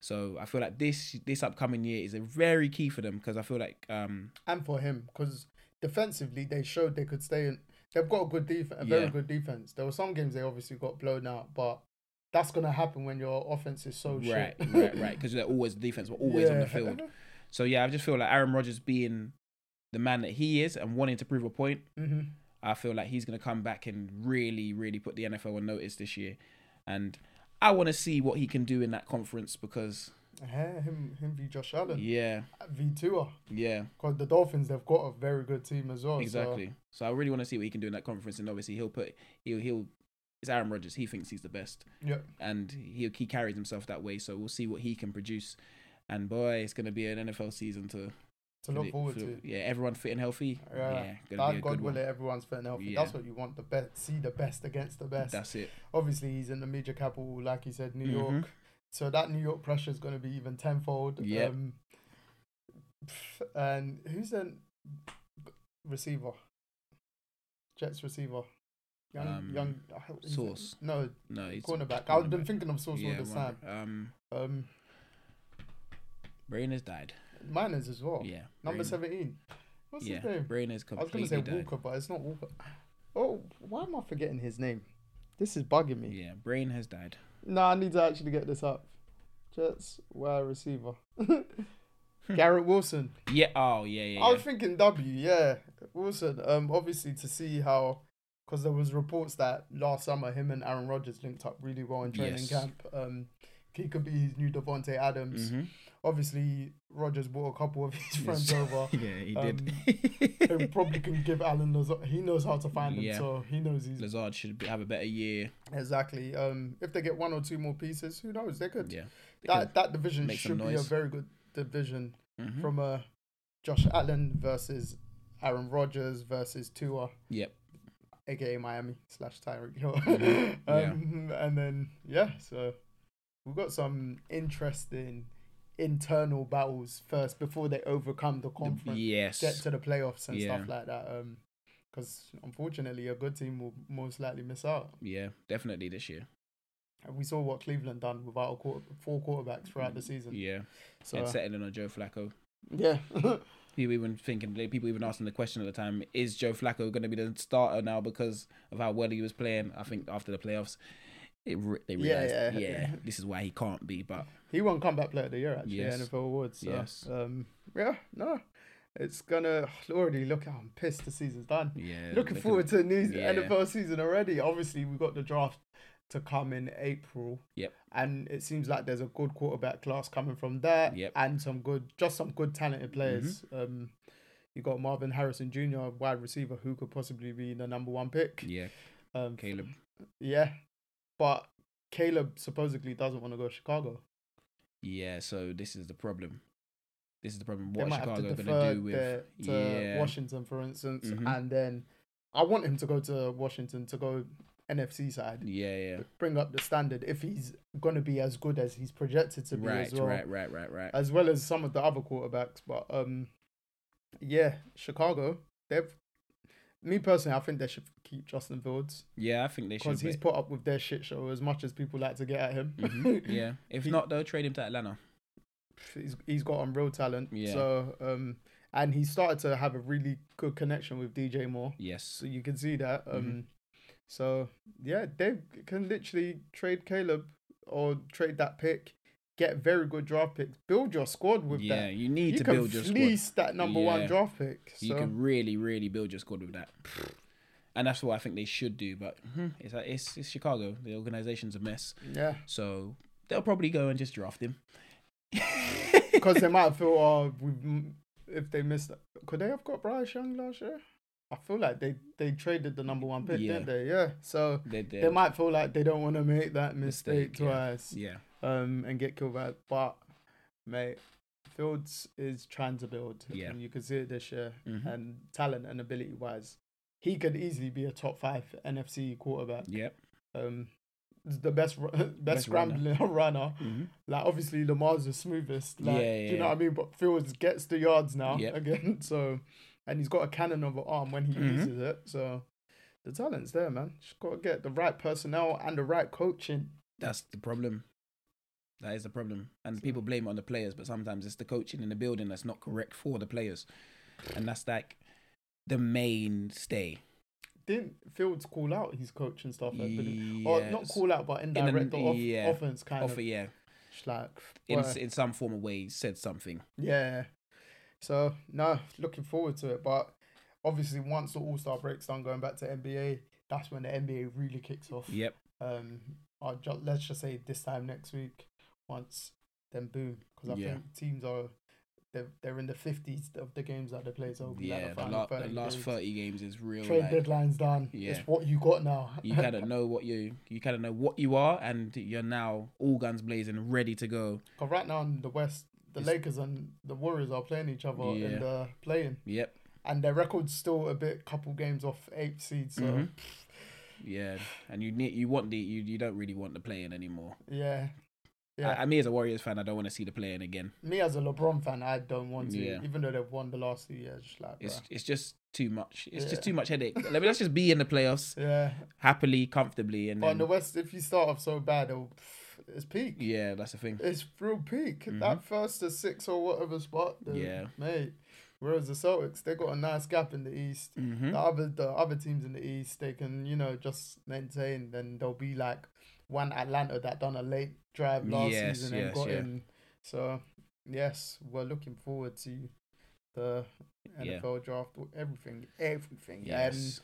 Speaker 2: So I feel like this this upcoming year is a very key for them because I feel like um,
Speaker 1: and for him because defensively they showed they could stay in. They've got a good defense, a very
Speaker 2: Yeah.
Speaker 1: good defense. There were some games they obviously got blown out, but that's gonna happen when your offense is so
Speaker 2: <laughs> right,
Speaker 1: Oh, shit.
Speaker 2: right, right, because they're always defense, but always on the field. So yeah, I just feel like Aaron Rodgers being the man that he is and wanting to prove a point,
Speaker 1: hmm
Speaker 2: I feel like he's going to come back and really, really put the NFL on notice this year. And I want to see what he can do in that conference because
Speaker 1: Yeah, him, him v Josh Allen,
Speaker 2: yeah,
Speaker 1: v Tua,
Speaker 2: yeah,
Speaker 1: because the Dolphins they've got a very good team as well. so-
Speaker 2: exactly. So I really want to see what he can do in that conference, and obviously he'll put he'll he'll. It's Aaron Rodgers. He thinks he's the best,
Speaker 1: yeah,
Speaker 2: and he he carries himself that way. So we'll see what he can produce. And boy, it's going to be an NFL season to
Speaker 1: to look forward to.
Speaker 2: Yeah, everyone fit and healthy.
Speaker 1: Yeah,
Speaker 2: yeah gonna be a
Speaker 1: Thank God
Speaker 2: good one.
Speaker 1: will it. Everyone's fit and healthy.
Speaker 2: Yeah.
Speaker 1: That's what you want. The best, see the best against the best.
Speaker 2: That's it.
Speaker 1: Obviously, he's in the major capital, like you said, New
Speaker 2: Mhm.
Speaker 1: York. So that New York pressure is going to be even tenfold.
Speaker 2: Yep.
Speaker 1: Um, and who's the receiver? Jets receiver. Young,
Speaker 2: Um,
Speaker 1: young who's it?
Speaker 2: Sauce.
Speaker 1: No,
Speaker 2: No, he's
Speaker 1: cornerback. I've been
Speaker 2: cornerback.
Speaker 1: thinking of Sauce
Speaker 2: Yeah,
Speaker 1: all this
Speaker 2: one-
Speaker 1: time.
Speaker 2: um,
Speaker 1: Um,
Speaker 2: Brain has died.
Speaker 1: mine is as well.
Speaker 2: Yeah,
Speaker 1: Oh, Number
Speaker 2: Brain-
Speaker 1: seventeen. What's
Speaker 2: yeah,
Speaker 1: his name?
Speaker 2: Brain is
Speaker 1: I was
Speaker 2: completely
Speaker 1: going to say
Speaker 2: dead.
Speaker 1: Walker, but it's not Walker. Oh, why am I forgetting his name? This is bugging me.
Speaker 2: Yeah, Brain has died.
Speaker 1: No, I need to actually get this up. Jets wide
Speaker 2: <laughs>
Speaker 1: receiver. Garrett Wilson.
Speaker 2: Yeah. Oh, yeah, yeah.
Speaker 1: I
Speaker 2: yeah.
Speaker 1: was thinking W, yeah. Wilson. Um obviously to see how because there was reports that last summer him and Aaron Rodgers linked up really well in training
Speaker 2: Yes.
Speaker 1: camp. Um, he could be his new Devonte <laughs> Adams.
Speaker 2: Mhm.
Speaker 1: Obviously, Rodgers brought a couple of his friends over.
Speaker 3: <laughs> Yeah, he did. <laughs>
Speaker 1: Um,
Speaker 2: <laughs>
Speaker 1: Who probably can give Alan Lazard. He knows how to find him,
Speaker 2: Yeah.
Speaker 1: so he knows he's
Speaker 2: Lazard should be, have a better year.
Speaker 1: exactly. Um, if they get one or two more pieces, who knows? They could.
Speaker 2: Yeah. They
Speaker 1: that that division
Speaker 2: make some
Speaker 1: should be a
Speaker 2: noise.
Speaker 1: very good division
Speaker 2: could- mhm.
Speaker 1: from uh, Josh Allen versus Aaron Rodgers versus Tua,
Speaker 2: Yep.
Speaker 1: aka Miami slash Tyreek Hill. <laughs>
Speaker 2: Mhm. Yeah.
Speaker 1: um, And then yeah, so we've got some interesting internal battles first before they overcome the conference,
Speaker 2: Yes.
Speaker 1: get to the playoffs and
Speaker 2: Yeah.
Speaker 1: stuff like that. Um, because unfortunately, a good team will most likely miss out.
Speaker 2: Yeah, definitely this year.
Speaker 1: And we saw what Cleveland done without a quarter, four quarterbacks throughout the season.
Speaker 2: Mm-hmm. Yeah.
Speaker 1: So
Speaker 2: and settling on Joe Flacco.
Speaker 1: yeah. <laughs>
Speaker 2: People even thinking, people even asking the question at the time: Is Joe Flacco going to be the starter now because of how well he was playing? I think after the playoffs, it re- they
Speaker 1: Yeah,
Speaker 2: realized, yeah,
Speaker 1: yeah.
Speaker 2: this is why he can't be. But
Speaker 1: He won comeback player of the year actually
Speaker 2: Yes.
Speaker 1: NFL awards. So,
Speaker 2: Yes.
Speaker 1: Um. Yeah. No. It's gonna <sighs> already look. oh, I'm pissed. The season's done.
Speaker 2: yeah,
Speaker 1: Looking forward to the new
Speaker 2: Yeah.
Speaker 1: NFL season already. Obviously, we've got the draft to come in April.
Speaker 2: Yep.
Speaker 1: And it seems like there's a good quarterback class coming from there.
Speaker 2: Yep. Mm-hmm.
Speaker 1: And some good, just some good talented players. Um. You got Marvin Harrison Jr., wide receiver, who could possibly be the number one pick.
Speaker 2: Yeah,
Speaker 1: Um,
Speaker 2: Caleb.
Speaker 1: yeah, but Caleb supposedly doesn't want to go to Chicago.
Speaker 2: Yeah, so this is the problem. This is the problem.
Speaker 1: they
Speaker 2: What
Speaker 1: might
Speaker 2: Chicago
Speaker 1: have to
Speaker 2: going to
Speaker 1: defer
Speaker 2: do with
Speaker 1: their- to
Speaker 2: yeah,
Speaker 1: Washington, for instance,
Speaker 2: Mhm.
Speaker 1: and then I want him to go to Washington to go NFC side,
Speaker 2: yeah, yeah,
Speaker 1: bring up the standard if he's going to be as good as he's projected to be
Speaker 2: right,
Speaker 1: as well, Uh,
Speaker 2: right, right, right, right.
Speaker 1: as well as some of the other quarterbacks. But um, yeah, Chicago, they've. Me personally, I think they should keep Justin Fields
Speaker 2: yeah, I think they should.
Speaker 1: because he's
Speaker 2: but-
Speaker 1: put up with their shit show as much as people like to get at him. <laughs>
Speaker 2: Mhm, yeah, if
Speaker 1: He-
Speaker 2: not, though, trade him to Atlanta.
Speaker 1: he's he's got unreal talent.
Speaker 2: Yeah.
Speaker 1: So um, and he started to have a really good connection with DJ Moore.
Speaker 2: Yes,
Speaker 1: So you can see that. Um,
Speaker 2: Mm-hmm.
Speaker 1: so yeah, they can literally trade Caleb or trade that pick, get very good draft picks, build your squad with
Speaker 2: yeah,
Speaker 1: that.
Speaker 2: you need
Speaker 1: You
Speaker 2: to
Speaker 1: can
Speaker 2: build your squad.
Speaker 1: fleece that number one
Speaker 2: Yeah.
Speaker 1: draft pick. So
Speaker 2: You can really, really build your squad with that. And that's what I think they should do. But mhm, it's like, it's, it's Chicago. The organization's a mess. <laughs>
Speaker 1: yeah,
Speaker 2: So they'll probably go and just draft him.
Speaker 1: because they might feel oh we if they missed could they have got Bryce Young last year? I feel like they they traded the number one pick,
Speaker 2: Yeah.
Speaker 1: didn't they? Yeah. So
Speaker 2: They, they,
Speaker 1: they might feel like they don't want to make that mistake,
Speaker 2: Mistake, yeah.
Speaker 1: twice
Speaker 2: yeah.
Speaker 1: um and get killed by it. but mate fields is trying to build
Speaker 2: Yeah.
Speaker 1: and you can see it this year
Speaker 2: Mhm.
Speaker 1: and talent and ability wise he could easily be a top five nfc quarterback
Speaker 2: Yep.
Speaker 1: um the best ru- <laughs> best,
Speaker 2: Best runner.
Speaker 1: scrambling <laughs> runner.
Speaker 2: Mhm.
Speaker 1: like obviously lamar's the smoothest like
Speaker 2: Yeah,
Speaker 1: do you know
Speaker 2: yeah.
Speaker 1: what i mean but fields gets the yards now
Speaker 2: Yep.
Speaker 1: again <laughs> so and he's got a cannon of an arm when he
Speaker 2: Mhm.
Speaker 1: uses it so the talent's there man just got to get the right personnel and the right coaching
Speaker 2: That's the problem. That is the problem. And people blame it on the players, but sometimes it's the coaching in the building that's not correct for the players. And that's like the mainstay.
Speaker 1: didn't Fields call out his coach and stuff? I believe. Or not
Speaker 2: Yes.
Speaker 1: call out, but
Speaker 2: the-
Speaker 1: indirect or off,
Speaker 2: yeah.
Speaker 1: offense kind
Speaker 2: Offer,
Speaker 1: of.
Speaker 2: yeah.
Speaker 1: It's Like,
Speaker 2: In,
Speaker 1: well,
Speaker 2: s- in some form of way, said something.
Speaker 1: yeah. So, no, looking forward to it. But obviously, once the All Star break's done, going back to NBA, that's when the NBA really kicks off.
Speaker 2: Yep.
Speaker 1: Um, i ju- Let's just say this time next week, once, then boom. Because I
Speaker 2: Yeah.
Speaker 1: think teams are. They're, they're in the 50s of the games that they play. So, it'll be
Speaker 2: Yeah.
Speaker 1: like
Speaker 2: the,
Speaker 1: final
Speaker 2: la- the
Speaker 1: 30
Speaker 2: last
Speaker 1: games.
Speaker 2: 30 games is real.
Speaker 1: Trade
Speaker 2: like,
Speaker 1: deadline's done.
Speaker 2: Yeah.
Speaker 1: It's what you got now. <laughs>
Speaker 2: you kind of know what you you kind of know what you are, and you're now all guns blazing, ready to go.
Speaker 1: Because right now in the West, the
Speaker 2: It's-
Speaker 1: Lakers and the Warriors are playing each other
Speaker 2: Yeah.
Speaker 1: in the playing,
Speaker 2: Yep.
Speaker 1: and their record's still a bit couple games off eighth seed. So
Speaker 2: Mhm. Yeah, and you need you want the you, you don't really want the playing anymore.
Speaker 1: yeah, yeah.
Speaker 2: I, I me as a Warriors fan, I don't want to see the playing again.
Speaker 1: Me as a LeBron fan, I don't want to,
Speaker 2: Yeah.
Speaker 1: even though they've won the last two years. Just like,
Speaker 2: It's
Speaker 1: bruh.
Speaker 2: it's just too much. It's
Speaker 1: Yeah.
Speaker 2: just too much headache. Let me let's just be in the playoffs
Speaker 1: yeah.
Speaker 2: happily, comfortably, and
Speaker 1: But in
Speaker 2: then,
Speaker 1: the West, if you start off so bad, it'll, it's peak.
Speaker 2: yeah, that's the thing.
Speaker 1: It's real peak. That first to six or whatever spot, then,
Speaker 2: Yeah.
Speaker 1: mate. Whereas the Celtics, they got a nice gap in the East.
Speaker 2: hmm
Speaker 1: the other the other teams in the East, they can you know just maintain. Then there'll be like one Atlanta that done a late drive last
Speaker 2: Yes,
Speaker 1: season and
Speaker 2: yes,
Speaker 1: got
Speaker 2: yeah.
Speaker 1: in. So yes, we're looking forward to the
Speaker 2: Yeah.
Speaker 1: NFL draft, everything, everything.
Speaker 2: Yes,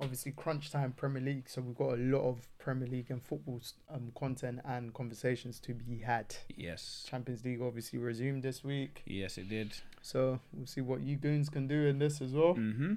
Speaker 1: obviously crunch time Premier League, so we've got a lot of Premier League and football um, content and conversations to be had.
Speaker 2: Yes.
Speaker 1: Champions League obviously resumed this week,
Speaker 2: Yes, it did.
Speaker 1: so we'll see what you goons can do in this as well.
Speaker 2: Mm-hmm.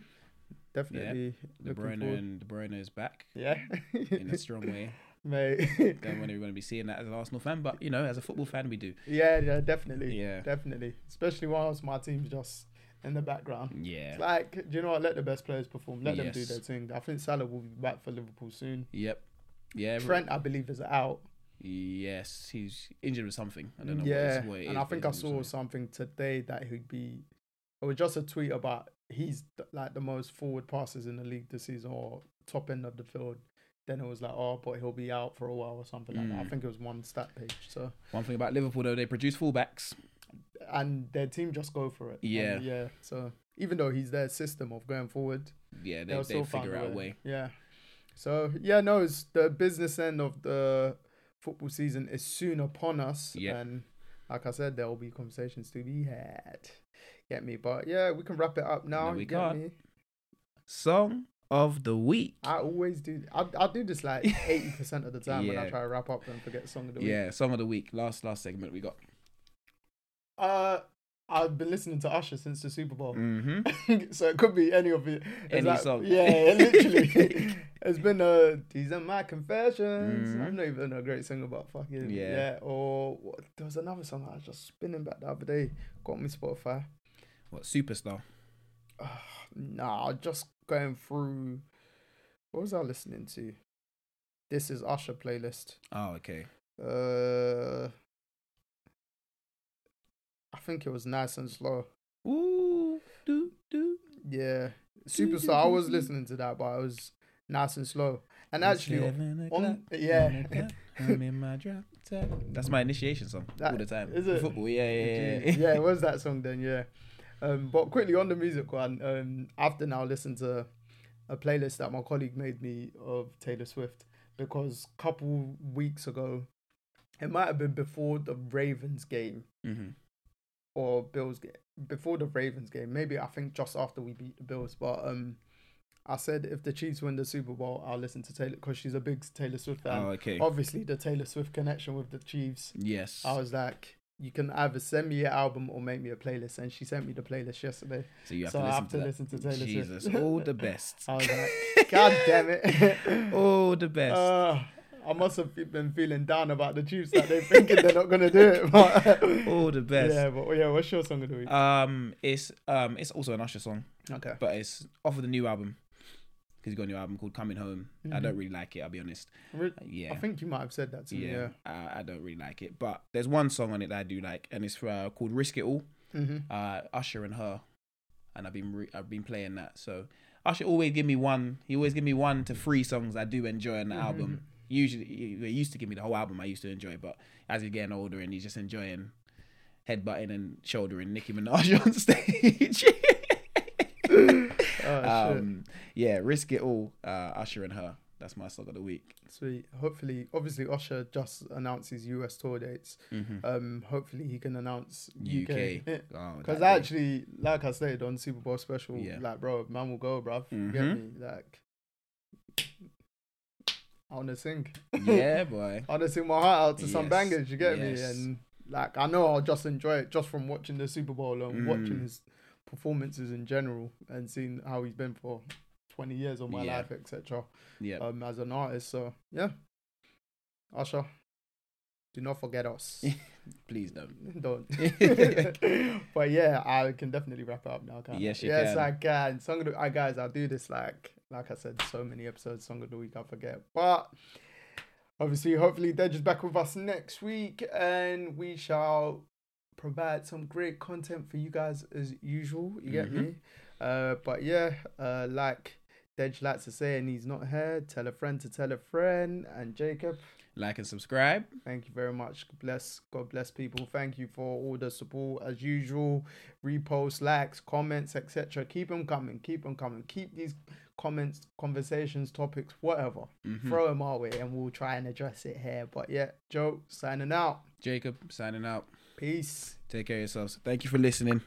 Speaker 1: Definitely
Speaker 2: De
Speaker 1: Oh. looking
Speaker 2: Bruyne
Speaker 1: forward.
Speaker 2: and De Bruyne is back
Speaker 1: Yeah, <laughs>
Speaker 2: in a strong way.
Speaker 1: mate. <laughs>
Speaker 2: Don't worry, we're going to be seeing that as an Arsenal fan, but you know, as a football fan, we do.
Speaker 1: yeah, yeah, definitely,
Speaker 2: Yeah.
Speaker 1: definitely. Especially whilst my team's just in the background.
Speaker 2: Yeah.
Speaker 1: It's Like, do you know what? Let the best players perform. Let them do
Speaker 2: Yes.
Speaker 1: their thing. I think Salah will be back for Liverpool soon.
Speaker 2: Yep. Yeah. every-
Speaker 1: Trent, I believe, is out.
Speaker 2: Yes, he's injured with something. I don't know. what
Speaker 1: yeah,
Speaker 2: it's- what it is,
Speaker 1: and I
Speaker 2: but
Speaker 1: think I
Speaker 2: he's injured
Speaker 1: saw
Speaker 2: with something.
Speaker 1: something today that he'd be. It was just a tweet about he's th- like the most forward passes in the league this season or top end of the field. Then it was like, oh, but he'll be out for a while or something like that. I
Speaker 2: Mm.
Speaker 1: think it was one stat page. So
Speaker 2: One thing about Liverpool though, they produce fullbacks.
Speaker 1: and their team just go for it. And
Speaker 2: Yeah.
Speaker 1: yeah. So even though he's their system of going forward,
Speaker 2: Yeah, they
Speaker 1: They'll
Speaker 2: they
Speaker 1: still
Speaker 2: figure
Speaker 1: find
Speaker 2: out a way.
Speaker 1: Yeah. So yeah, no, it's the business end of the football season is soon upon us.
Speaker 2: Yeah.
Speaker 1: And like I said, there will be conversations to be had. Get me? But yeah, we can wrap it up now.
Speaker 2: we
Speaker 1: get
Speaker 2: can't.
Speaker 1: me?
Speaker 2: Song of the week.
Speaker 1: I always do. I I do this
Speaker 2: <laughs>
Speaker 1: like eighty percent of the time when I
Speaker 2: Yeah.
Speaker 1: try to wrap up and forget song of the week.
Speaker 2: Yeah, song of the week. Last last segment we got.
Speaker 1: Uh, I've been listening to Usher since the Super Bowl. <laughs>
Speaker 2: Mm-hmm.
Speaker 1: so it could be any of it. It's
Speaker 2: Any song.
Speaker 1: Yeah,
Speaker 2: <laughs>
Speaker 1: literally. it's been uh, these are my confessions.
Speaker 2: Mhm.
Speaker 1: I'm not even a great singer, but fucking yeah.
Speaker 2: Yeah.
Speaker 1: Or what, there was another song I was just spinning back the other day. Got me Spotify.
Speaker 2: What superstar?
Speaker 1: Nah, just going through. What was I listening to? This is Usher playlist.
Speaker 2: Oh, okay.
Speaker 1: Uh, I think it was nice and slow.
Speaker 2: Ooh, do do.
Speaker 1: Yeah, superstar. I was listening to that, but it was nice and slow. And actually, on yeah,
Speaker 2: I'm in my drop top. That's my initiation song
Speaker 1: That-
Speaker 2: all the time.
Speaker 1: is it?
Speaker 2: Football, yeah, yeah, yeah.
Speaker 1: Jeez. <laughs> yeah, it was that song then, yeah. Um, but quickly on the music one, um, after now listen to a playlist that my colleague made me of Taylor Swift because a couple weeks ago, it might have been before the Ravens game
Speaker 2: mm-hmm.
Speaker 1: or Bills game, before the Ravens game, maybe I think just after we beat the Bills, but um. I said if the Chiefs win the Super Bowl, I'll listen to Taylor because she's a big Taylor Swift fan.
Speaker 2: Oh, okay.
Speaker 1: Obviously, the Taylor Swift connection with the Chiefs
Speaker 2: Yes.
Speaker 1: I was like, you can either send me your album or make me a playlist. And she sent me the playlist
Speaker 2: <laughs>
Speaker 1: yesterday.
Speaker 2: so you have
Speaker 1: so
Speaker 2: to
Speaker 1: I
Speaker 2: listen
Speaker 1: have to
Speaker 2: to, that.
Speaker 1: listen to Taylor Swift.
Speaker 2: Jesus, all the best.
Speaker 1: <laughs> I was
Speaker 2: <laughs>
Speaker 1: like, God damn it.
Speaker 2: all the best.
Speaker 1: <laughs> Uh, I must have been feeling down about the Chiefs that they're thinking they're not going to do it. <laughs> But
Speaker 2: all the best.
Speaker 1: yeah, but yeah, what's your song of the week?
Speaker 2: Um, it's um, it's also an Usher song,
Speaker 1: okay.
Speaker 2: but it's off of the new album because he's got a new album called Coming Home.
Speaker 1: Mm-hmm.
Speaker 2: I don't really like it. I'll be honest.
Speaker 1: Re-
Speaker 2: Yeah,
Speaker 1: I think you might have said that to me. Yeah.
Speaker 2: yeah, I, I don't really like it. But there's one song on it that I do like, and it's uh, called Risk It All.
Speaker 1: Mm-hmm.
Speaker 2: Uh, Usher and her, and I've been re- I've been playing that. So Usher always give me one. He always give me one to three songs I do enjoy
Speaker 1: Mm-hmm.
Speaker 2: on the album. Usually, he he used to give me the whole album. I used to enjoy, but as he's getting older and he's just enjoying headbutting and shouldering Nicki Minaj <laughs> on stage.
Speaker 1: Oh,
Speaker 2: um, yeah, risk it all. Uh, Usher and her. That's my song of the week.
Speaker 1: shit. Sweet. Hopefully, obviously, Usher just announced his US tour dates.
Speaker 2: Mhm.
Speaker 1: Um, hopefully, he can announce
Speaker 2: UK.
Speaker 1: UK.
Speaker 2: Oh,
Speaker 1: Because
Speaker 2: that-
Speaker 1: actually, like I said on Super Bowl special,
Speaker 2: Yeah.
Speaker 1: like, bro, man will go, bruv. You Get me?
Speaker 2: Mhm.
Speaker 1: Like, I want to sing. <laughs>
Speaker 2: yeah, boy.
Speaker 1: I want to sing my heart out to some
Speaker 2: Yes,
Speaker 1: bangers, you get me?
Speaker 2: yes.
Speaker 1: And, like, I know I'll just enjoy it just from watching the Super Bowl and watching
Speaker 2: Mm.
Speaker 1: his performances in general and seeing how he's been for 20 years of my
Speaker 2: Yeah.
Speaker 1: life, etc.
Speaker 2: Yeah.
Speaker 1: Um, as an artist. So, yeah. Usher, do not forget
Speaker 2: <laughs>
Speaker 1: us.
Speaker 2: Please don't.
Speaker 1: <laughs>
Speaker 2: <laughs>
Speaker 1: Don't. but yeah, I can definitely wrap it up now. Can't
Speaker 2: Yes,
Speaker 1: I?
Speaker 2: you
Speaker 1: yes,
Speaker 2: can.
Speaker 1: I can. Song of the, I guys, I do this like like I said, so many episodes. Song of the week, I forget. But obviously, hopefully, they're just back with us next week, and we shall provide some great content for you guys as usual. You get
Speaker 2: Mm-hmm.
Speaker 1: me? Uh, but yeah, uh, like. Dej likes to say, and he's not here. Tell a friend to tell a friend. And Jacob,
Speaker 2: Like and subscribe.
Speaker 1: Thank you very much. God Bless God bless people. Thank you for all the support as usual. Reposts, likes, comments, etc. Keep them coming. Keep them coming. Keep these comments, conversations, topics, whatever. Throw them our way, and we'll try and address it here. But yeah, Joe signing out.
Speaker 2: Jacob signing out.
Speaker 1: Peace.
Speaker 2: Take care of yourselves. Thank you for listening.